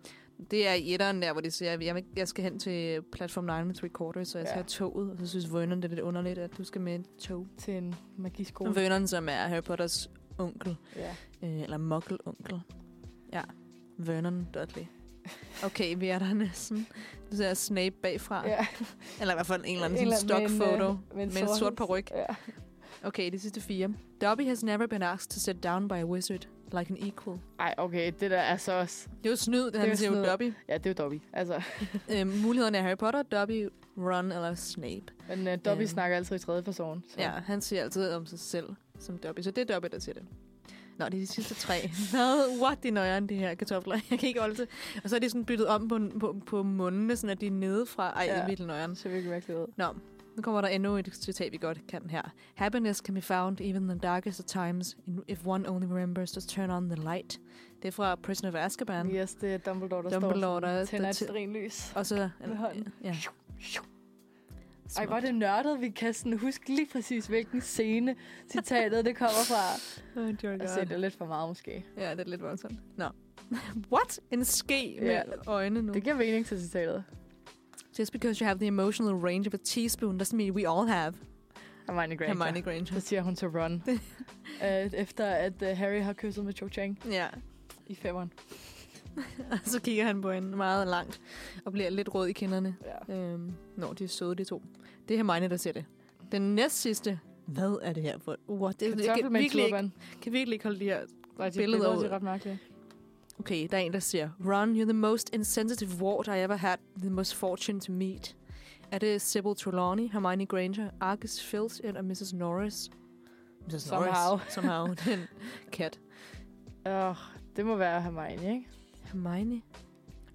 [SPEAKER 2] Det er i etteren der, hvor de siger, at jeg, vil- jeg skal hen til platform 9 med three quarters, så jeg skal
[SPEAKER 1] Ja.
[SPEAKER 2] have toget. Og så synes Vernon, det er lidt underligt, at du skal med et tog.
[SPEAKER 1] til en magiskole.
[SPEAKER 2] Cool. Vernon, som er Harry Potters onkel,
[SPEAKER 1] Ja.
[SPEAKER 2] øh, eller mokkelonkel. Ja, Vernon Dudley. Okay, vi er der næsten. Du ser Snape bagfra.
[SPEAKER 1] ja.
[SPEAKER 2] Eller i hvert fald en eller anden
[SPEAKER 1] En
[SPEAKER 2] sådan
[SPEAKER 1] eller anden
[SPEAKER 2] stock
[SPEAKER 1] med en,
[SPEAKER 2] photo.
[SPEAKER 1] øh,
[SPEAKER 2] Med en sort paryk.
[SPEAKER 1] Ja.
[SPEAKER 2] Okay, de sidste fire. Dobby has never been asked to sit down by a wizard like an equal.
[SPEAKER 1] Ej, okay, det der er så også...
[SPEAKER 2] Det er jo snyd, det,
[SPEAKER 1] er
[SPEAKER 2] han
[SPEAKER 1] jo
[SPEAKER 2] siger jo
[SPEAKER 1] snyd.
[SPEAKER 2] Dobby.
[SPEAKER 1] Ja, det er jo Dobby. Altså,
[SPEAKER 2] øhm, mulighederne er Harry Potter, Dobby, Ron eller Snape.
[SPEAKER 1] men uh, Dobby
[SPEAKER 2] Øhm.
[SPEAKER 1] snakker altid i tredje person. Så.
[SPEAKER 2] Ja, han siger altid om sig selv som Dobby, så det er Dobby, der siger det. Nå, det er de sidste tre.
[SPEAKER 1] (laughs)
[SPEAKER 2] Hvad? What, de nøjeren, de her kartofler. Jeg kan ikke holde til. Og så er de sådan byttet om på, på, på mundene, sådan at de er nedefra. Ej, ja.
[SPEAKER 1] Ja.
[SPEAKER 2] virkelig nøjeren.
[SPEAKER 1] Det ser virkelig mærkeligt ud.
[SPEAKER 2] Nå, nu kommer der endnu et citat, vi godt kan her. Happiness can be found even in the darkest of times, in- if one only remembers to turn on the light. Det er fra Prisoner of Azkaban. Yeah.
[SPEAKER 1] Yes, det er Dumbledore, der
[SPEAKER 2] Dumbledore,
[SPEAKER 1] står sådan,
[SPEAKER 2] der-
[SPEAKER 1] tænder
[SPEAKER 2] der
[SPEAKER 1] et
[SPEAKER 2] tæ-
[SPEAKER 1] strinlys.
[SPEAKER 2] Og så...
[SPEAKER 1] Med hånden.
[SPEAKER 2] Ja.
[SPEAKER 1] Ej, hvor er det nørdet, vi kan sådan huske lige præcis, hvilken scene citatet det kommer fra.
[SPEAKER 2] (laughs) Oh, dear
[SPEAKER 1] Jeg ser det lidt for meget, måske.
[SPEAKER 2] Ja, det er lidt voldsomt. Nå. (laughs) What? En ske med
[SPEAKER 1] Ja.
[SPEAKER 2] øjne nu.
[SPEAKER 1] Det giver mening til citatet.
[SPEAKER 2] Just because you have the emotional range of a teaspoon doesn't mean we all have.
[SPEAKER 1] Hermione Granger.
[SPEAKER 2] Hermione Granger.
[SPEAKER 1] Så siger hun til
[SPEAKER 2] (laughs)
[SPEAKER 1] Ron, øh, efter at øh, Harry har kysset med Cho Chang
[SPEAKER 2] Ja.
[SPEAKER 1] i femmeren.
[SPEAKER 2] Og så kigger han på hende meget langt og bliver lidt rød i kinderne.
[SPEAKER 1] Ja.
[SPEAKER 2] Øhm, når de er søde, de to. Det er Hermione, der siger det. Den næst sidste. Hvad er det her for? What? Det, jeg
[SPEAKER 1] Kartoffel
[SPEAKER 2] kan
[SPEAKER 1] med en
[SPEAKER 2] virkelig, ikke,
[SPEAKER 1] turban.
[SPEAKER 2] kan virkelig ikke holde de her
[SPEAKER 1] Nej, de
[SPEAKER 2] billeder
[SPEAKER 1] billeder,
[SPEAKER 2] ud.
[SPEAKER 1] de er ret mærkelige.
[SPEAKER 2] Okay, der er en, der siger, Ron, you're the most insensitive ward I ever had the most fortune to meet. Er det Sybil Trelawney, Hermione Granger, Argus Filch eller Mrs. Norris? Mrs.
[SPEAKER 1] Somehow.
[SPEAKER 2] Somehow. (laughs) Den kat.
[SPEAKER 1] Åh, det må være Hermione, ikke?
[SPEAKER 2] Hermione?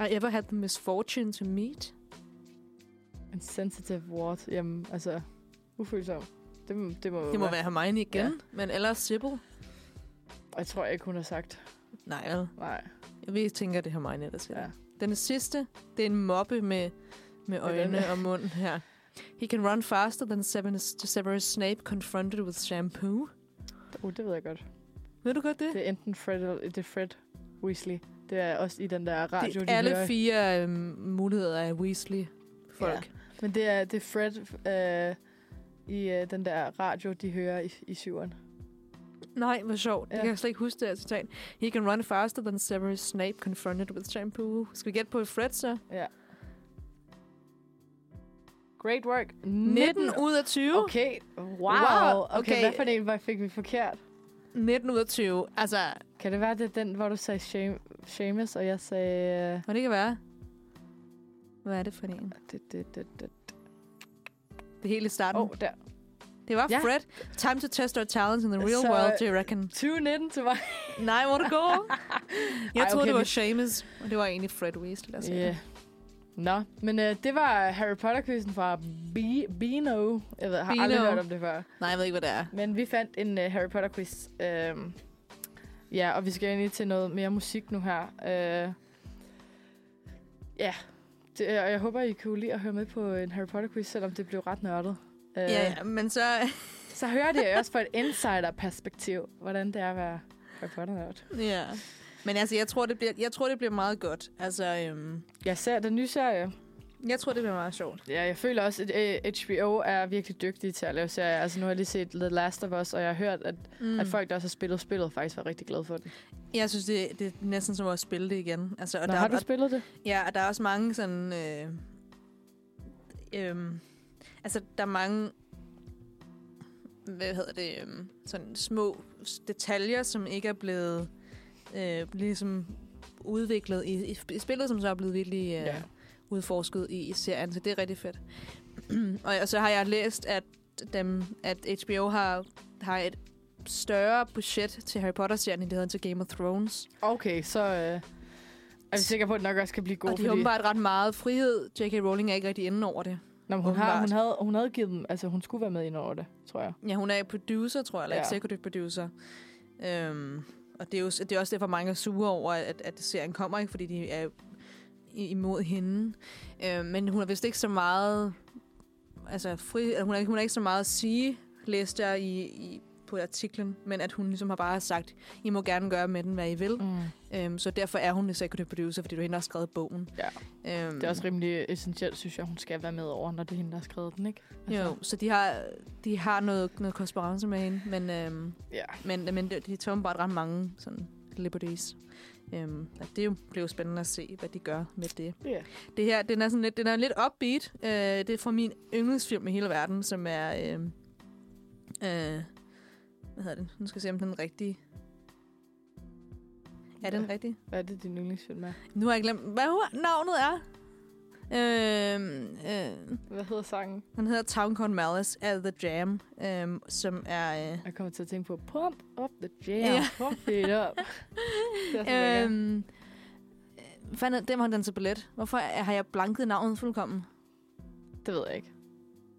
[SPEAKER 2] I ever had the misfortune to meet?
[SPEAKER 1] En sensitive ward. Jamen, altså, ufølsom. Det, må- det må,
[SPEAKER 2] Det må være Hermione igen, ja. men ellers Sybil?
[SPEAKER 1] Og jeg tror ikke, hun har sagt.
[SPEAKER 2] Nej, vel?
[SPEAKER 1] Nej,
[SPEAKER 2] vi tænker, det er Hermione, der siger
[SPEAKER 1] Ja.
[SPEAKER 2] ja. Den sidste, det er en mobbe med, med
[SPEAKER 1] er den
[SPEAKER 2] øjne og mund her. He can run faster than Severus, Severus Snape confronted with shampoo.
[SPEAKER 1] oh, det ved jeg godt.
[SPEAKER 2] Ved du godt det?
[SPEAKER 1] Det er enten Fred eller det er Fred Weasley. Det er også i den der
[SPEAKER 2] det
[SPEAKER 1] radio,
[SPEAKER 2] er
[SPEAKER 1] de
[SPEAKER 2] alle
[SPEAKER 1] hører.
[SPEAKER 2] fire øhm, muligheder af Weasley-folk. Ja.
[SPEAKER 1] Men det er, det er Fred øh, i øh, den der radio, de hører i, i syveren.
[SPEAKER 2] Nej, hvor sjovt. Ja. Det
[SPEAKER 1] Ja.
[SPEAKER 2] kan jeg slet ikke huske det her citat. He can run faster than Severus Snape confronted with shampoo. Skal vi gætte på Fred så?
[SPEAKER 1] Great work.
[SPEAKER 2] 19 ud af 20. Okay.
[SPEAKER 1] Okay, wow.
[SPEAKER 2] Wow,
[SPEAKER 1] Okay,
[SPEAKER 2] okay.
[SPEAKER 1] okay, hvad for en var, fik vi forkert?
[SPEAKER 2] 19 ud af 20. Altså,
[SPEAKER 1] Kan det være, det er den, hvor du sagde Seam- Seamus, og jeg sagde... øh,
[SPEAKER 2] Må det ikke være? Hvad er det for en?
[SPEAKER 1] Det, det, det, det.
[SPEAKER 2] Det hele i starten.
[SPEAKER 1] Oh,
[SPEAKER 2] Oh,
[SPEAKER 1] der.
[SPEAKER 2] det var
[SPEAKER 1] ja.
[SPEAKER 2] ja. Fred. Time to test our talents in the real
[SPEAKER 1] Så-
[SPEAKER 2] så, world, do you reckon?
[SPEAKER 1] 2019 til mig.
[SPEAKER 2] Nej, hvor det går. (laughs) Jeg
[SPEAKER 1] Ej,
[SPEAKER 2] troede,
[SPEAKER 1] okay,
[SPEAKER 2] det var
[SPEAKER 1] vi-
[SPEAKER 2] Seamus, og det var egentlig Fred Weasley, der sagde
[SPEAKER 1] Ja.
[SPEAKER 2] yeah.
[SPEAKER 1] Nå, men øh, det var Harry Potter-quizzen fra Be- Beano. Jeg ved, har Beano. aldrig
[SPEAKER 2] Beano.
[SPEAKER 1] hørt om det før.
[SPEAKER 2] Nej, jeg ved ikke, hvad det er.
[SPEAKER 1] Men vi fandt en øh, Harry Potter-quiz. Øh, ja, og vi skal egentlig til noget mere musik nu her. Øh, ja, det, øh, og jeg håber, I kunne lide at høre med på en Harry Potter-quiz, selvom det blev ret nørdet. Øh,
[SPEAKER 2] Ja, ja, men så...
[SPEAKER 1] Så hører det også fra et insider-perspektiv, hvordan det er at være Harry Potter-nørd.
[SPEAKER 2] ja. Men altså, jeg tror, det bliver, jeg tror, det bliver meget godt. Altså, øhm,
[SPEAKER 1] Jeg ser den nye serie.
[SPEAKER 2] jeg tror, det bliver meget sjovt.
[SPEAKER 1] Ja, jeg føler også, at øh, HBO er virkelig dygtige til at lave serier. Altså, nu har jeg lige set The Last of Us, og jeg har hørt, at, mm.
[SPEAKER 2] Mm.
[SPEAKER 1] at folk, der også har spillet spillet, faktisk var rigtig glade for det.
[SPEAKER 2] Jeg synes, det, det er næsten som at spille det igen. Altså, og
[SPEAKER 1] Nå,
[SPEAKER 2] der,
[SPEAKER 1] har du
[SPEAKER 2] og,
[SPEAKER 1] spillet det?
[SPEAKER 2] Ja, og der er også mange sådan... Øh, øhm, altså, der er mange... Hvad hedder det? Øhm, sådan små s- detaljer, som ikke er blevet øh, ligesom udviklet i, i sp- i spillet, som så er blevet virkelig øh,
[SPEAKER 1] Ja.
[SPEAKER 2] ja. udforsket i, i serien, så det er rigtig fedt. (clears throat) og, og så har jeg læst, at, dem, at HBO har, har et større budget til Harry Potter-serien, end de havde til Game of Thrones.
[SPEAKER 1] Okay, så øh, er vi sikre på, at den nok også kan blive god.
[SPEAKER 2] Og de har åbenbart ret meget frihed. J.K. Rowling er ikke rigtig inde over det.
[SPEAKER 1] Nå, men hun, har, hun,
[SPEAKER 2] åbenbart.
[SPEAKER 1] havde, hun havde givet dem... Altså, hun skulle være med ind over det, tror jeg.
[SPEAKER 2] Ja, hun er producer, tror jeg, eller
[SPEAKER 1] Ja.
[SPEAKER 2] ja. executive producer. Øhm, og det er, jo, det er også derfor, mange er sure over, at, at serien kommer, ikke? fordi de er i- imod hende. Øhm, men hun har vist ikke så meget... Altså, fri, eller hun, har, ikke- hun har ikke så meget at sige, læste jeg i, i, på artiklen, men at hun ligesom har bare sagt, I må gerne gøre med den, hvad I vil.
[SPEAKER 1] Mm.
[SPEAKER 2] Øhm, så derfor er hun executive producer, fordi du hende der har skrevet bogen.
[SPEAKER 1] Ja.
[SPEAKER 2] Øhm,
[SPEAKER 1] Det er også rimelig essentielt, synes jeg, hun skal være med over, når det er hende, der har skrevet den, ikke? Altså,
[SPEAKER 2] Jo, så de har, de har noget, noget konspirance med hende, men, øhm,
[SPEAKER 1] Ja.
[SPEAKER 2] men, men de de tager bare ret mange sådan liberties. Øhm, og det er jo- bliver jo spændende at se, hvad de gør med det.
[SPEAKER 1] Ja.
[SPEAKER 2] Det her, den er sådan lidt, den er lidt upbeat. Øh, det er fra min yndlingsfilm i hele verden, som er... Øh, øh, hvad hedder den? Nu skal jeg se, om den er rigtig. Er den rigtig?
[SPEAKER 1] Hvad er det, din yndlingsfilm er?
[SPEAKER 2] Nu har jeg glemt, hvad hu- navnet er. Øh, øh,
[SPEAKER 1] Hvad hedder sangen?
[SPEAKER 2] han hedder Town Corn Malice af The Jam, øhm, som er... Øh,
[SPEAKER 1] Jeg kommer til at tænke på Pump up the jam,
[SPEAKER 2] Ja.
[SPEAKER 1] pump it up. Det er sådan, øhm.
[SPEAKER 2] øhm, øh, fanden, dem har den så billet. Hvorfor er- har jeg blanket navnet fuldkommen?
[SPEAKER 1] Det ved jeg ikke.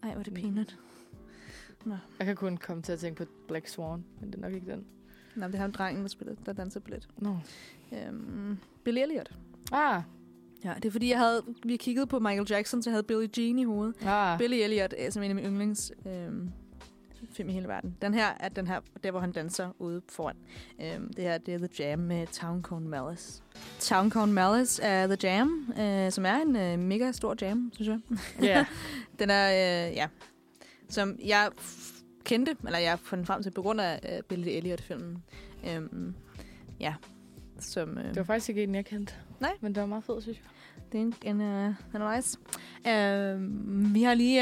[SPEAKER 2] Ej, hvor er det pinligt.
[SPEAKER 1] Jeg kan kun komme til at tænke på Black Swan, men det er nok ikke den.
[SPEAKER 2] Nå, men det har jo drengen, der spillede, der danser billet.
[SPEAKER 1] Nå.
[SPEAKER 2] Øhm, Billy Elliot.
[SPEAKER 1] Ah,
[SPEAKER 2] Ja, det er fordi, jeg havde, vi kiggede på Michael Jackson, så jeg havde Billie Jean i hovedet.
[SPEAKER 1] ah.
[SPEAKER 2] Billy Elliot er som en af mine yndlings øhm, film i hele verden. Den her er den her, der hvor han danser ude foran. Øhm, det her det er The Jam med Town Cone Malice. Town Cone Malice er The Jam, øh, som er en øh, mega stor jam, synes jeg.
[SPEAKER 1] Ja.
[SPEAKER 2] Den er, øh, ja, som jeg f- kendte, eller jeg fandt frem til på grund af øh, Billy Elliot-filmen. Øhm, ja, som... Øh,
[SPEAKER 1] Det var faktisk ikke en, jeg kendte.
[SPEAKER 2] Nej.
[SPEAKER 1] Men det var meget fedt, synes jeg.
[SPEAKER 2] Det er en, en, øh, den er nice. Uh, vi har lige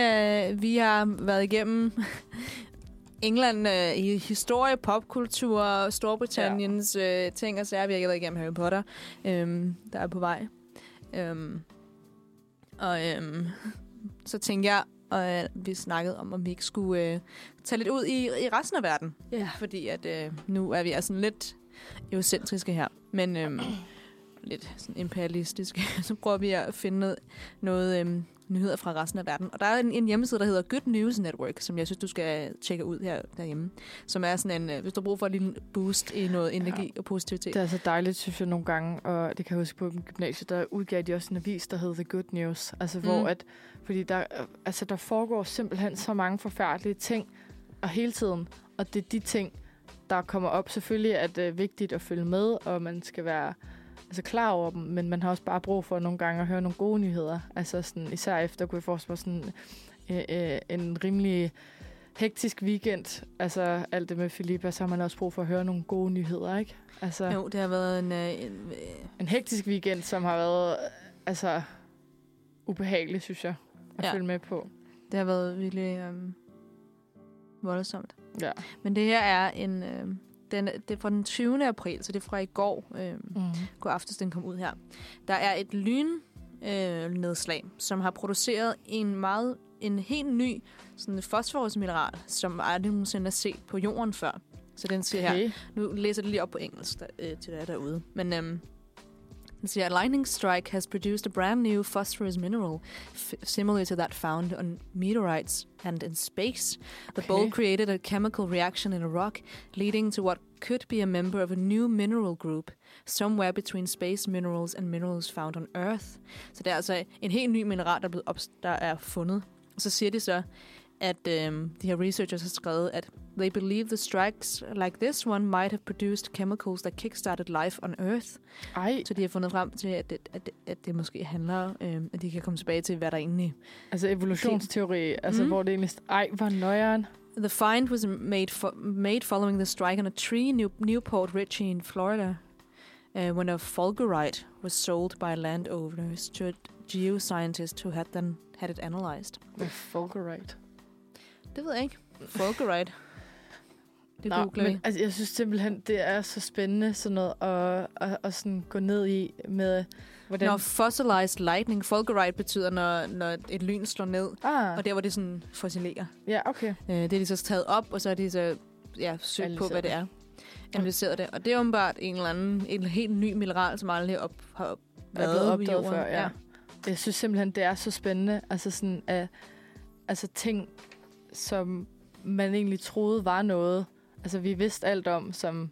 [SPEAKER 2] uh, vi har været igennem (laughs) England uh, i historie, popkultur, Storbritanniens ja. uh, ting og sager. Vi har ikke været igennem Harry Potter, um, der er på vej. Um, og um, så tænkte jeg, og uh, vi snakkede om, om vi ikke skulle uh, tage lidt ud i, i resten af verden.
[SPEAKER 1] Ja.
[SPEAKER 2] Fordi at uh, nu er vi altså lidt egocentriske her. Men... Um, lidt sådan imperialistiske, (laughs) så prøver vi at finde noget, noget øhm, nyheder fra resten af verden. Og der er en, en hjemmeside, der hedder Good News Network, som jeg synes, du skal tjekke ud her derhjemme. Som er sådan en, øh, hvis du har brug for en lille boost i noget energi og positivitet.
[SPEAKER 1] Det er altså dejligt, synes jeg, nogle gange. Og det kan jeg huske på min gymnasie, der udgav de også en avis, der hed The Good News. Altså, hvor
[SPEAKER 2] Mm.
[SPEAKER 1] at... Fordi der, altså, der foregår simpelthen så mange forfærdelige ting, og hele tiden. Og det er de ting, der kommer op. Selvfølgelig er det vigtigt at følge med, og man skal være altså, klar over dem, men man har også bare brug for nogle gange at høre nogle gode nyheder. Altså sådan, især efter kunne jeg forestille mig sådan, øh, øh, en rimelig hektisk weekend. Altså alt det med Filippa, så har man også brug for at høre nogle gode nyheder, ikke? Altså,
[SPEAKER 2] Jo, det har været en... Øh, en øh,
[SPEAKER 1] en hektisk weekend, som har været øh, altså ubehagelig, synes jeg, at ja.
[SPEAKER 2] Ja.
[SPEAKER 1] følge med på.
[SPEAKER 2] det har været virkelig øh, voldsomt.
[SPEAKER 1] Ja.
[SPEAKER 2] Men det her er en... Øh, Den, det er fra den 20. april, så det er fra i går. Øh,
[SPEAKER 1] Mm.
[SPEAKER 2] går aftes, den kom ud her. Der er et lyn øh, nedslag, som har produceret en meget en helt ny sådan fosforusmineral, som aldrig nogensinde er set på jorden før. Så den siger okay. her,
[SPEAKER 1] Okay.
[SPEAKER 2] nu læser jeg det lige op på engelsk der, øh, til jer derude. Men øhm, den siger, "A lightning strike has produced a brand new phosphorus mineral f- similar to that found on meteorites and in space. The
[SPEAKER 1] Okay.
[SPEAKER 2] bolt created a chemical reaction in a rock, leading to what could be a member of a new mineral group somewhere between space minerals and minerals found on Earth. Så det er altså en helt ny mineral, der er, blevet op, der er fundet. Og så siger de så, at øhm, de her researchers har skrevet, at They believe the strikes like this one might have produced chemicals that kickstarted life on Earth.
[SPEAKER 1] Ej,
[SPEAKER 2] Så de har fundet frem til, at det, at det, at det måske handler, øhm, at de kan komme tilbage til, hvad der egentlig...
[SPEAKER 1] altså evolutionsteori, altså
[SPEAKER 2] Mm.
[SPEAKER 1] hvor det egentlig... st- Ej, hvor nøjeren.
[SPEAKER 2] The find was made, fo- made following the strike on a tree in New- Newport Ritchie in Florida, uh, when a fulgurite was sold by landowners to a geoscientist who had, then, had it analyzed.
[SPEAKER 1] Med Fulgurite.
[SPEAKER 2] Det ved jeg ikke. (laughs) Fulgurite. Det
[SPEAKER 1] Nå,
[SPEAKER 2] googler vi.
[SPEAKER 1] men, altså, jeg synes simpelthen, det er så spændende sådan noget at, at, at sådan gå ned i med, hvordan...
[SPEAKER 2] Når fossilized lightning, fulgurite betyder, når, når et lyn slår ned,
[SPEAKER 1] ah,
[SPEAKER 2] Og der, hvor det sådan fossilerer.
[SPEAKER 1] ja, okay.
[SPEAKER 2] Øh, det er de så taget op, og så er de så ja, søgt på,
[SPEAKER 1] Analyseret
[SPEAKER 2] hvad det er. Analyseret det. Og det er åbenbart en eller anden, en helt ny mineral, som aldrig op, har op,
[SPEAKER 1] er
[SPEAKER 2] været
[SPEAKER 1] blevet
[SPEAKER 2] på
[SPEAKER 1] opdaget
[SPEAKER 2] jorden.
[SPEAKER 1] før, ja. ja. Jeg synes simpelthen, det er så spændende. Altså sådan, at, altså ting, som man egentlig troede var noget. Altså vi vidste alt om, som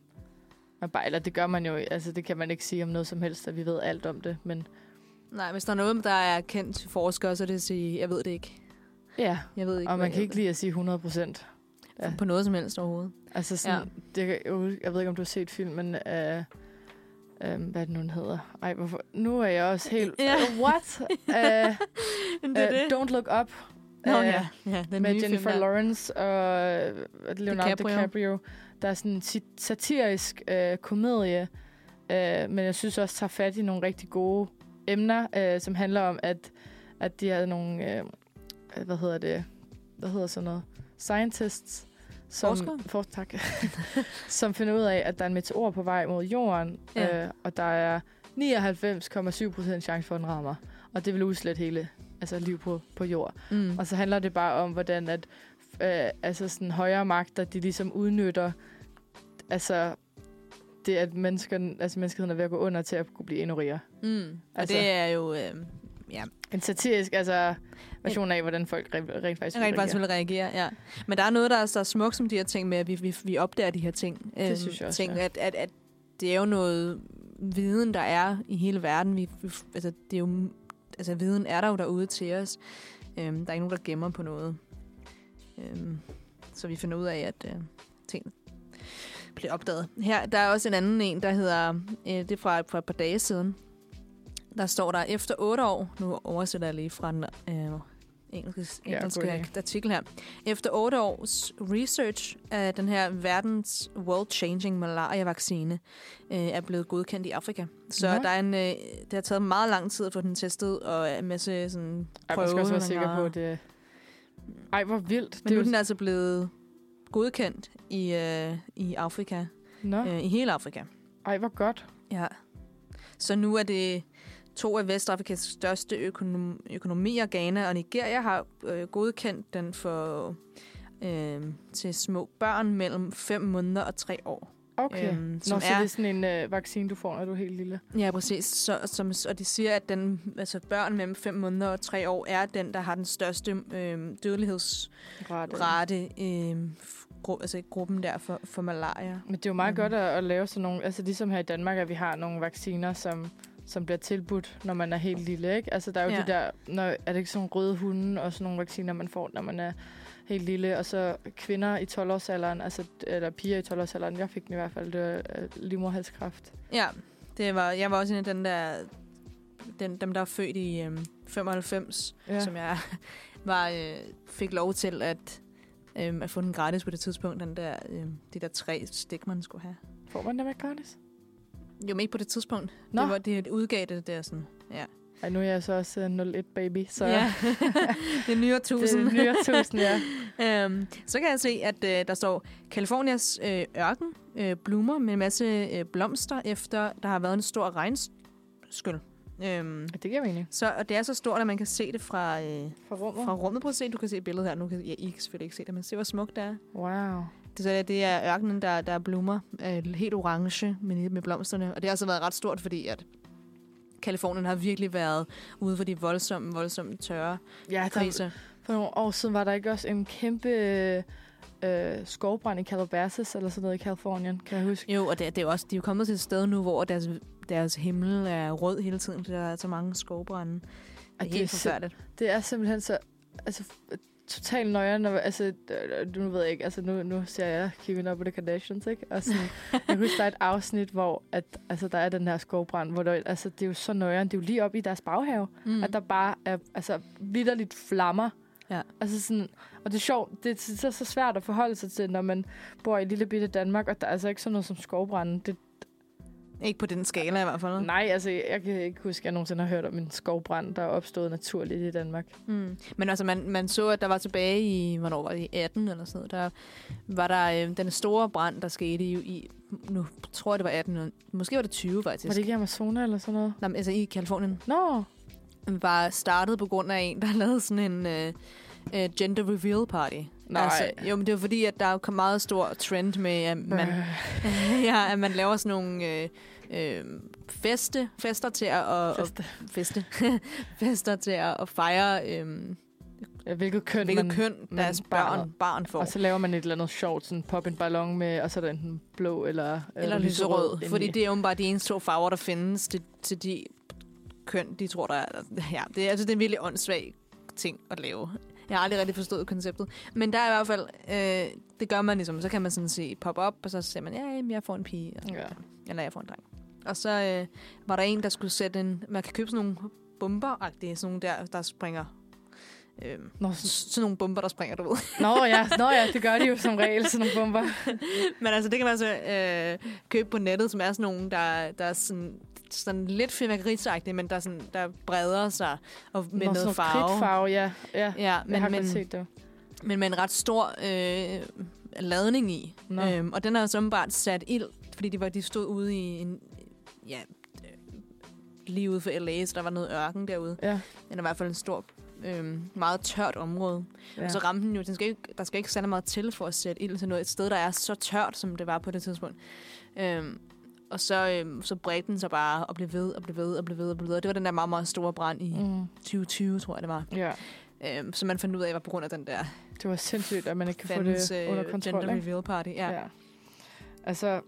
[SPEAKER 1] man bare, eller det gør man jo, altså det kan man ikke sige om noget som helst, at vi ved alt om det, men
[SPEAKER 2] Nej, hvis der er noget, der er kendt til forskere, så er det at sige, jeg ved det ikke.
[SPEAKER 1] ja,
[SPEAKER 2] Jeg ved ikke,
[SPEAKER 1] og
[SPEAKER 2] hvad
[SPEAKER 1] man kan
[SPEAKER 2] jeg
[SPEAKER 1] ikke
[SPEAKER 2] ved.
[SPEAKER 1] lide at sige 100 procent. ja.
[SPEAKER 2] På noget som
[SPEAKER 1] (laughs)
[SPEAKER 2] helst overhovedet.
[SPEAKER 1] Altså sådan, ja. det, kan- jeg hus- jeg ved ikke, om du har set filmen af, øh, hvad er det nu, den hedder? Ej, hvorfor? Nu er jeg også helt,
[SPEAKER 2] Ja.
[SPEAKER 1] ja. (laughs) what? uh,
[SPEAKER 2] (laughs) Men
[SPEAKER 1] uh, don't look up.
[SPEAKER 2] Nå
[SPEAKER 1] Øh,
[SPEAKER 2] ja, ja den
[SPEAKER 1] med
[SPEAKER 2] nye
[SPEAKER 1] Jennifer
[SPEAKER 2] film, der.
[SPEAKER 1] Lawrence og øh, Leonardo
[SPEAKER 2] DiCaprio.
[SPEAKER 1] DiCaprio. DiCaprio. Der er sådan en sit- satirisk øh, komedie, øh, men jeg synes også tager fat i nogle rigtig gode emner, øh, som handler om, at, at de havde nogle, øh, hvad hedder det, hvad hedder sådan noget, scientists, som,
[SPEAKER 2] Forskere?
[SPEAKER 1] For, tak, (laughs) som finder ud af, at der er en meteor på vej mod jorden,
[SPEAKER 2] Ja.
[SPEAKER 1] ja. øh, og der er 99,7% chance for, at den rammer. Og det vil udslætte hele altså liv på, på jord.
[SPEAKER 2] Mm.
[SPEAKER 1] Og så handler det bare om, hvordan at, øh, altså sådan højere magter, de ligesom udnytter altså det, at mennesker, altså menneskeheden er ved at gå under til at kunne blive endnu rigere.
[SPEAKER 2] Mm. Og
[SPEAKER 1] Altså-
[SPEAKER 2] det er jo... Øh,
[SPEAKER 1] En satirisk altså, version af, hvordan folk re- rent faktisk
[SPEAKER 2] rent faktisk
[SPEAKER 1] reagerer.
[SPEAKER 2] vil reagere, ja. Men der er noget, der er så smukt som de her ting med, at vi, vi, vi opdager de her ting. Det
[SPEAKER 1] synes jeg også,
[SPEAKER 2] ting,
[SPEAKER 1] ja.
[SPEAKER 2] at, at, at det er jo noget viden, der er i hele verden. Vi, vi, altså, det er jo, altså, viden er der jo derude til os. Øhm, der er ikke nogen, der gemmer på noget. Øhm, så vi finder ud af, at øh, ting bliver opdaget. Her, der er også en anden en, der hedder, øh, det er fra, fra et par dage siden, der står der, efter otte år, nu oversætter jeg lige fra den øh, engelske,
[SPEAKER 1] Ja,
[SPEAKER 2] engelske
[SPEAKER 1] god
[SPEAKER 2] ja,
[SPEAKER 1] idé.
[SPEAKER 2] artikel her. Efter otte års research af den her verdens world-changing malaria-vaccine, øh, er blevet godkendt i Afrika. Så
[SPEAKER 1] Nå.
[SPEAKER 2] der er en, øh, det har taget meget lang tid at få den testet, og en masse sådan,
[SPEAKER 1] Ej, man skal
[SPEAKER 2] prøve,
[SPEAKER 1] også være
[SPEAKER 2] man
[SPEAKER 1] sikker
[SPEAKER 2] har-
[SPEAKER 1] på, at det... Ej, hvor vildt.
[SPEAKER 2] Men nu er
[SPEAKER 1] det
[SPEAKER 2] den altså blevet godkendt i, øh, i Afrika,
[SPEAKER 1] Nå,
[SPEAKER 2] øh, i hele Afrika.
[SPEAKER 1] ej, hvor godt.
[SPEAKER 2] Ja. Så nu er det to af Vestafrikas største økonom- økonomier, Ghana og Nigeria, har øh, godkendt den for øh, til små børn mellem 5 måneder og 3 år.
[SPEAKER 1] Okay.
[SPEAKER 2] Øhm,
[SPEAKER 1] Nå,
[SPEAKER 2] som
[SPEAKER 1] så er...
[SPEAKER 2] er-
[SPEAKER 1] det er sådan en øh, vaccine, du får, når du er helt lille.
[SPEAKER 2] Ja, præcis. Så, som, og de siger, at den, altså børn mellem 5 måneder og 3 år er den, der har den største øh, dødelighedsrate
[SPEAKER 1] Rart.
[SPEAKER 2] øh, gru- altså i gruppen der for, for malaria.
[SPEAKER 1] Men det er jo meget
[SPEAKER 2] Mhm.
[SPEAKER 1] mm. godt at, at lave sådan nogle, altså ligesom her i Danmark, at vi har nogle vacciner, som, som bliver tilbudt, når man er helt lille, ikke? Altså der er jo
[SPEAKER 2] Ja.
[SPEAKER 1] ja. de der, når, er det ikke sådan røde hunde og sådan nogle vacciner, man får, når man er helt lille, og så kvinder i 12-årsalderen, altså, eller piger i 12-årsalderen, jeg fik den i hvert fald, det var øh, livmoderhalskræft.
[SPEAKER 2] Ja, det var, jeg var også en af den der, den, dem, der er født i øh, 95, ja. som jeg (laughs) var, øh, fik lov til at, øh, at få den gratis på det tidspunkt, den der, øh, de der tre stik, man skulle have.
[SPEAKER 1] Får man dem ikke gratis?
[SPEAKER 2] Jo, men ikke på det tidspunkt.
[SPEAKER 1] Nå.
[SPEAKER 2] Det var det udgav det der sådan. Ja.
[SPEAKER 1] Ej, nu er jeg så også øh, 01 baby, så
[SPEAKER 2] Ja. (laughs) det nye
[SPEAKER 1] det er
[SPEAKER 2] tusind. (laughs)
[SPEAKER 1] nyere tusind, ja.
[SPEAKER 2] øhm, så kan jeg se, at øh, der står, Kalifornias øh, ørken øh, blommer med en masse øh, blomster, efter der har været en stor regnskyld. Øhm,
[SPEAKER 1] Det giver mening.
[SPEAKER 2] så, og det er så stort, at man kan se det fra, øh,
[SPEAKER 1] Fra rummet.
[SPEAKER 2] fra rummet. Prøv at se, du kan se billedet her. Nu kan, ja, I kan selvfølgelig ikke se det, men se, hvor smukt det er.
[SPEAKER 1] Wow.
[SPEAKER 2] Det, så, det er ørkenen, der, der blommer øh, helt orange med, med blomsterne. Og det har altså været ret stort, fordi at Kalifornien har virkelig været ude for de voldsomme, voldsomme tørre
[SPEAKER 1] Ja, der,
[SPEAKER 2] priser.
[SPEAKER 1] for nogle år siden var der ikke også en kæmpe øh, skovbrand i Calabasas eller sådan noget i Kalifornien, kan jeg huske.
[SPEAKER 2] Jo, og det, det er jo også, de er jo kommet til et sted nu, hvor deres, deres himmel er rød hele tiden, fordi der er så mange skovbrænde. Det er
[SPEAKER 1] Og
[SPEAKER 2] helt
[SPEAKER 1] det, er sim-
[SPEAKER 2] forfærdeligt.
[SPEAKER 1] det er simpelthen så altså, f- totalt nøjere, når, altså, øh, nu ved jeg ikke, altså nu, nu ser jeg Keeping Up with the Kardashians, ikke? Og sådan, jeg husker, der er et afsnit, hvor at, altså, der er den her skovbrand, hvor der, altså, det er jo så nøjeren, det er jo lige op i deres baghave.
[SPEAKER 2] Mm.
[SPEAKER 1] mm. at der bare er altså, vidderligt flammer.
[SPEAKER 2] Ja.
[SPEAKER 1] Altså sådan, og det er sjovt, det er så, så svært at forholde sig til, når man bor i lille bitte Danmark, og der er altså ikke sådan noget som skovbrænde. Det,
[SPEAKER 2] Ikke på den skala i hvert fald.
[SPEAKER 1] nej, altså jeg kan ikke huske, at jeg nogensinde har hørt om en skovbrand, der er opstået naturligt i Danmark.
[SPEAKER 2] Mm. Men altså, man, man så, at der var tilbage i, hvornår var det, i 18 eller sådan noget, der var der øh, den store brand, der skete i, i, nu tror jeg, det var 18, eller- måske var det 20 faktisk.
[SPEAKER 1] Var det ikke i Amazonas eller sådan noget?
[SPEAKER 2] Nej, men altså i Kalifornien
[SPEAKER 1] Nå,
[SPEAKER 2] var startet på grund af en, der (laughs) lavede sådan en øh, øh, gender reveal party.
[SPEAKER 1] Nej.
[SPEAKER 2] Altså, jo, men det var fordi, at der er kommet meget stor trend med, at man,
[SPEAKER 1] Øh.
[SPEAKER 2] (laughs) ja, at man laver sådan nogle øh, øh, feste, fester til at, og, og,
[SPEAKER 1] Fast,
[SPEAKER 2] feste, (laughs) fester til at, at fejre øh,
[SPEAKER 1] ja, hvilket køn
[SPEAKER 2] hvilket
[SPEAKER 1] man...
[SPEAKER 2] køn
[SPEAKER 1] men
[SPEAKER 2] deres
[SPEAKER 1] barnet.
[SPEAKER 2] børn, barn får.
[SPEAKER 1] Og altså, så laver man et eller andet sjovt, sådan pop en ballon med, og så er der enten blå eller, øh,
[SPEAKER 2] Eller lyserød,
[SPEAKER 1] indeni.
[SPEAKER 2] fordi det er jo bare de eneste to farver, der findes til, til de køn, de tror, der er. Ja, det er, altså, det er en virkelig åndssvag ting at lave. Jeg har aldrig rigtig forstået konceptet. Men der er i hvert fald, øh, det gør man ligesom. Så kan man sådan se pop op, og så ser man, ja, jamen, jeg får en pige, og,
[SPEAKER 1] Ja.
[SPEAKER 2] eller jeg får en dreng. Og så øh, var der en, der skulle sætte en... Man kan købe sådan nogle bomber det er sådan nogle der, der springer... Øh,
[SPEAKER 1] Nå,
[SPEAKER 2] (laughs) s-
[SPEAKER 1] s-
[SPEAKER 2] sådan nogle bomber, der springer, du ved.
[SPEAKER 1] nå, ja, nå ja, det gør de jo som regel, sådan nogle bomber.
[SPEAKER 2] Men altså, det kan man altså øh, købe på nettet, som er sådan nogle, der, der er sådan, sådan lidt fyrværkerisagtige, men der, er sådan, der breder sig og med
[SPEAKER 1] Nå,
[SPEAKER 2] Nå,
[SPEAKER 1] sådan
[SPEAKER 2] noget farve.
[SPEAKER 1] kridtfarve, ja. ja.
[SPEAKER 2] Ja,
[SPEAKER 1] jeg har
[SPEAKER 2] men,
[SPEAKER 1] godt
[SPEAKER 2] men,
[SPEAKER 1] set det.
[SPEAKER 2] men med en ret stor øh, ladning i.
[SPEAKER 1] Nå.
[SPEAKER 2] Øhm, og den er jo så åbenbart sat ild, fordi de, var, de stod ude i en... Ja, øh, lige ude for LA, så der var noget ørken derude.
[SPEAKER 1] Ja.
[SPEAKER 2] Eller i hvert fald en stor, øh, meget tørt område.
[SPEAKER 1] ja.
[SPEAKER 2] Ja. Så ramte den jo, den skal ikke, der skal ikke særlig meget til for at sætte ild til noget. Et sted, der er så tørt, som det var på det tidspunkt. Øhm, og så, øhm, så bredte den sig bare og blev ved og blev ved og blev ved og blev ved. Det var den der meget, meget store brand i
[SPEAKER 1] Mm.
[SPEAKER 2] 2020, tror jeg det var.
[SPEAKER 1] ja,
[SPEAKER 2] Øhm, så man fandt ud af, var på grund af den der
[SPEAKER 1] det var sindssygt, at man ikke kan
[SPEAKER 2] fandens, øh,
[SPEAKER 1] få det under kontrol.
[SPEAKER 2] gender
[SPEAKER 1] ikke?
[SPEAKER 2] reveal party. Ja. ja.
[SPEAKER 1] Altså,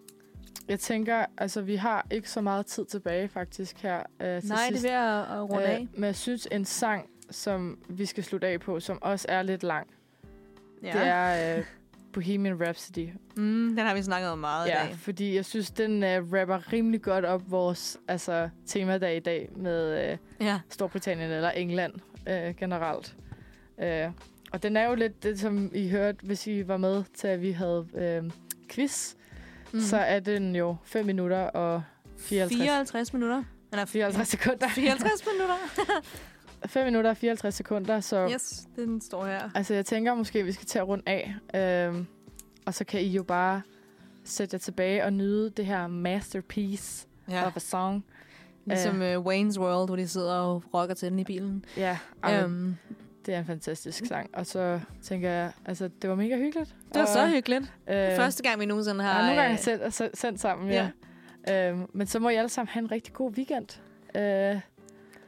[SPEAKER 1] jeg tænker, altså vi har ikke så meget tid tilbage faktisk her øh, til
[SPEAKER 2] Nej, det er
[SPEAKER 1] sidst.
[SPEAKER 2] ved at, at runde øh, af.
[SPEAKER 1] men jeg synes, en sang, som vi skal slutte af på, som også er lidt lang, ja. det er øh, Bohemian Rhapsody.
[SPEAKER 2] Mm, den har vi snakket om meget i
[SPEAKER 1] Ja,
[SPEAKER 2] dag.
[SPEAKER 1] fordi jeg synes, den øh, rapper rimelig godt op vores altså, temadag i dag med... Øh,
[SPEAKER 2] Ja.
[SPEAKER 1] Storbritannien eller England øh, generelt. Øh, og den er jo lidt det, som I hørte, hvis I var med til, at vi havde øh, quiz. Mm. Så er den jo 5 minutter og 54,
[SPEAKER 2] 54 minutter. Eller
[SPEAKER 1] 54 sekunder. (laughs)
[SPEAKER 2] 54 minutter.
[SPEAKER 1] 5 minutter og 54 sekunder, så yes.
[SPEAKER 2] yes, den står her.
[SPEAKER 1] altså, jeg tænker måske, at vi skal tage rundt af. Øh, og så kan I jo bare sætte jer tilbage og nyde det her masterpiece ja.
[SPEAKER 2] Ja.
[SPEAKER 1] of a song.
[SPEAKER 2] Ligesom uh, Wayne's World, hvor de sidder og rocker til den i bilen.
[SPEAKER 1] Ja,
[SPEAKER 2] Ej,
[SPEAKER 1] um,
[SPEAKER 2] øhm,
[SPEAKER 1] det er en fantastisk sang. Og så tænker jeg, altså, det var mega hyggeligt.
[SPEAKER 2] det var
[SPEAKER 1] og,
[SPEAKER 2] så hyggeligt.
[SPEAKER 1] øh,
[SPEAKER 2] Første gang, vi nogensinde har...
[SPEAKER 1] Ja, nogle gange
[SPEAKER 2] øh,
[SPEAKER 1] sendt, se- sendt sammen, ja. ja. Øhm, men så må I alle sammen have en rigtig god weekend. Øh, det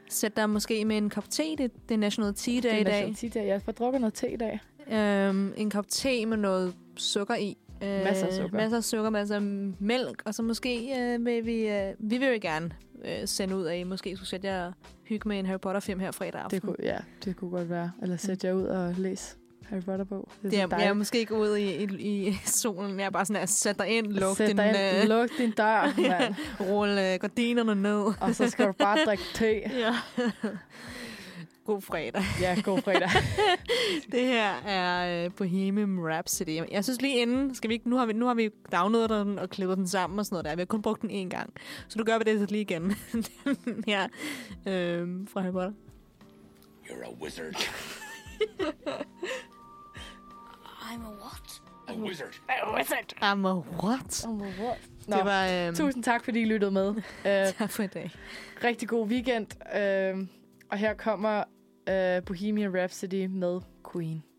[SPEAKER 2] Sæt dig måske med en kop te. Det, det er National Tea Day i dag.
[SPEAKER 1] Tid, jeg har fået drukket noget te i dag.
[SPEAKER 2] Øhm, en kop te med noget sukker i. Øh,
[SPEAKER 1] Masser af sukker.
[SPEAKER 2] Masser af sukker, masser af mælk. Og så måske øh, vil vi... Øh, vi vil jo gerne øh, sende ud af, at I måske skulle sætte jer og hygge med en Harry Potter film her fredag aften.
[SPEAKER 1] Det kunne, ja, det kunne godt være. Eller sætte jer ud og læse Harry Potter bog. Det
[SPEAKER 2] det
[SPEAKER 1] så
[SPEAKER 2] er, jeg er måske ikke ude i, i, i solen. Jeg er bare sådan, at sæt dig ind, luk
[SPEAKER 1] Sæt
[SPEAKER 2] din,
[SPEAKER 1] dig ind,
[SPEAKER 2] øh,
[SPEAKER 1] luk din
[SPEAKER 2] (laughs)
[SPEAKER 1] dør, mand.
[SPEAKER 2] rulle øh, gardinerne ned.
[SPEAKER 1] Og så skal du bare drikke te.
[SPEAKER 2] Ja. (laughs) God fredag.
[SPEAKER 1] Ja, god fredag.
[SPEAKER 2] (laughs) Det her er øh, Bohemian Rhapsody. Jeg synes lige inden, skal vi ikke, nu har vi, nu har vi downloadet den og klippet den sammen og sådan noget der. Vi har kun brugt den én gang. Så du gør vi det så lige igen. (laughs) den her øh, fra Harry Potter.
[SPEAKER 5] You're a wizard.
[SPEAKER 6] (laughs) I'm a what?
[SPEAKER 5] A wizard.
[SPEAKER 2] I'm a what?
[SPEAKER 1] Nå,
[SPEAKER 2] Det var... Øh,
[SPEAKER 1] tusind tak, fordi I lyttede med. Øh,
[SPEAKER 2] tak for i dag.
[SPEAKER 1] rigtig god weekend. Øh, og her kommer øh, Bohemian Rhapsody med Queen.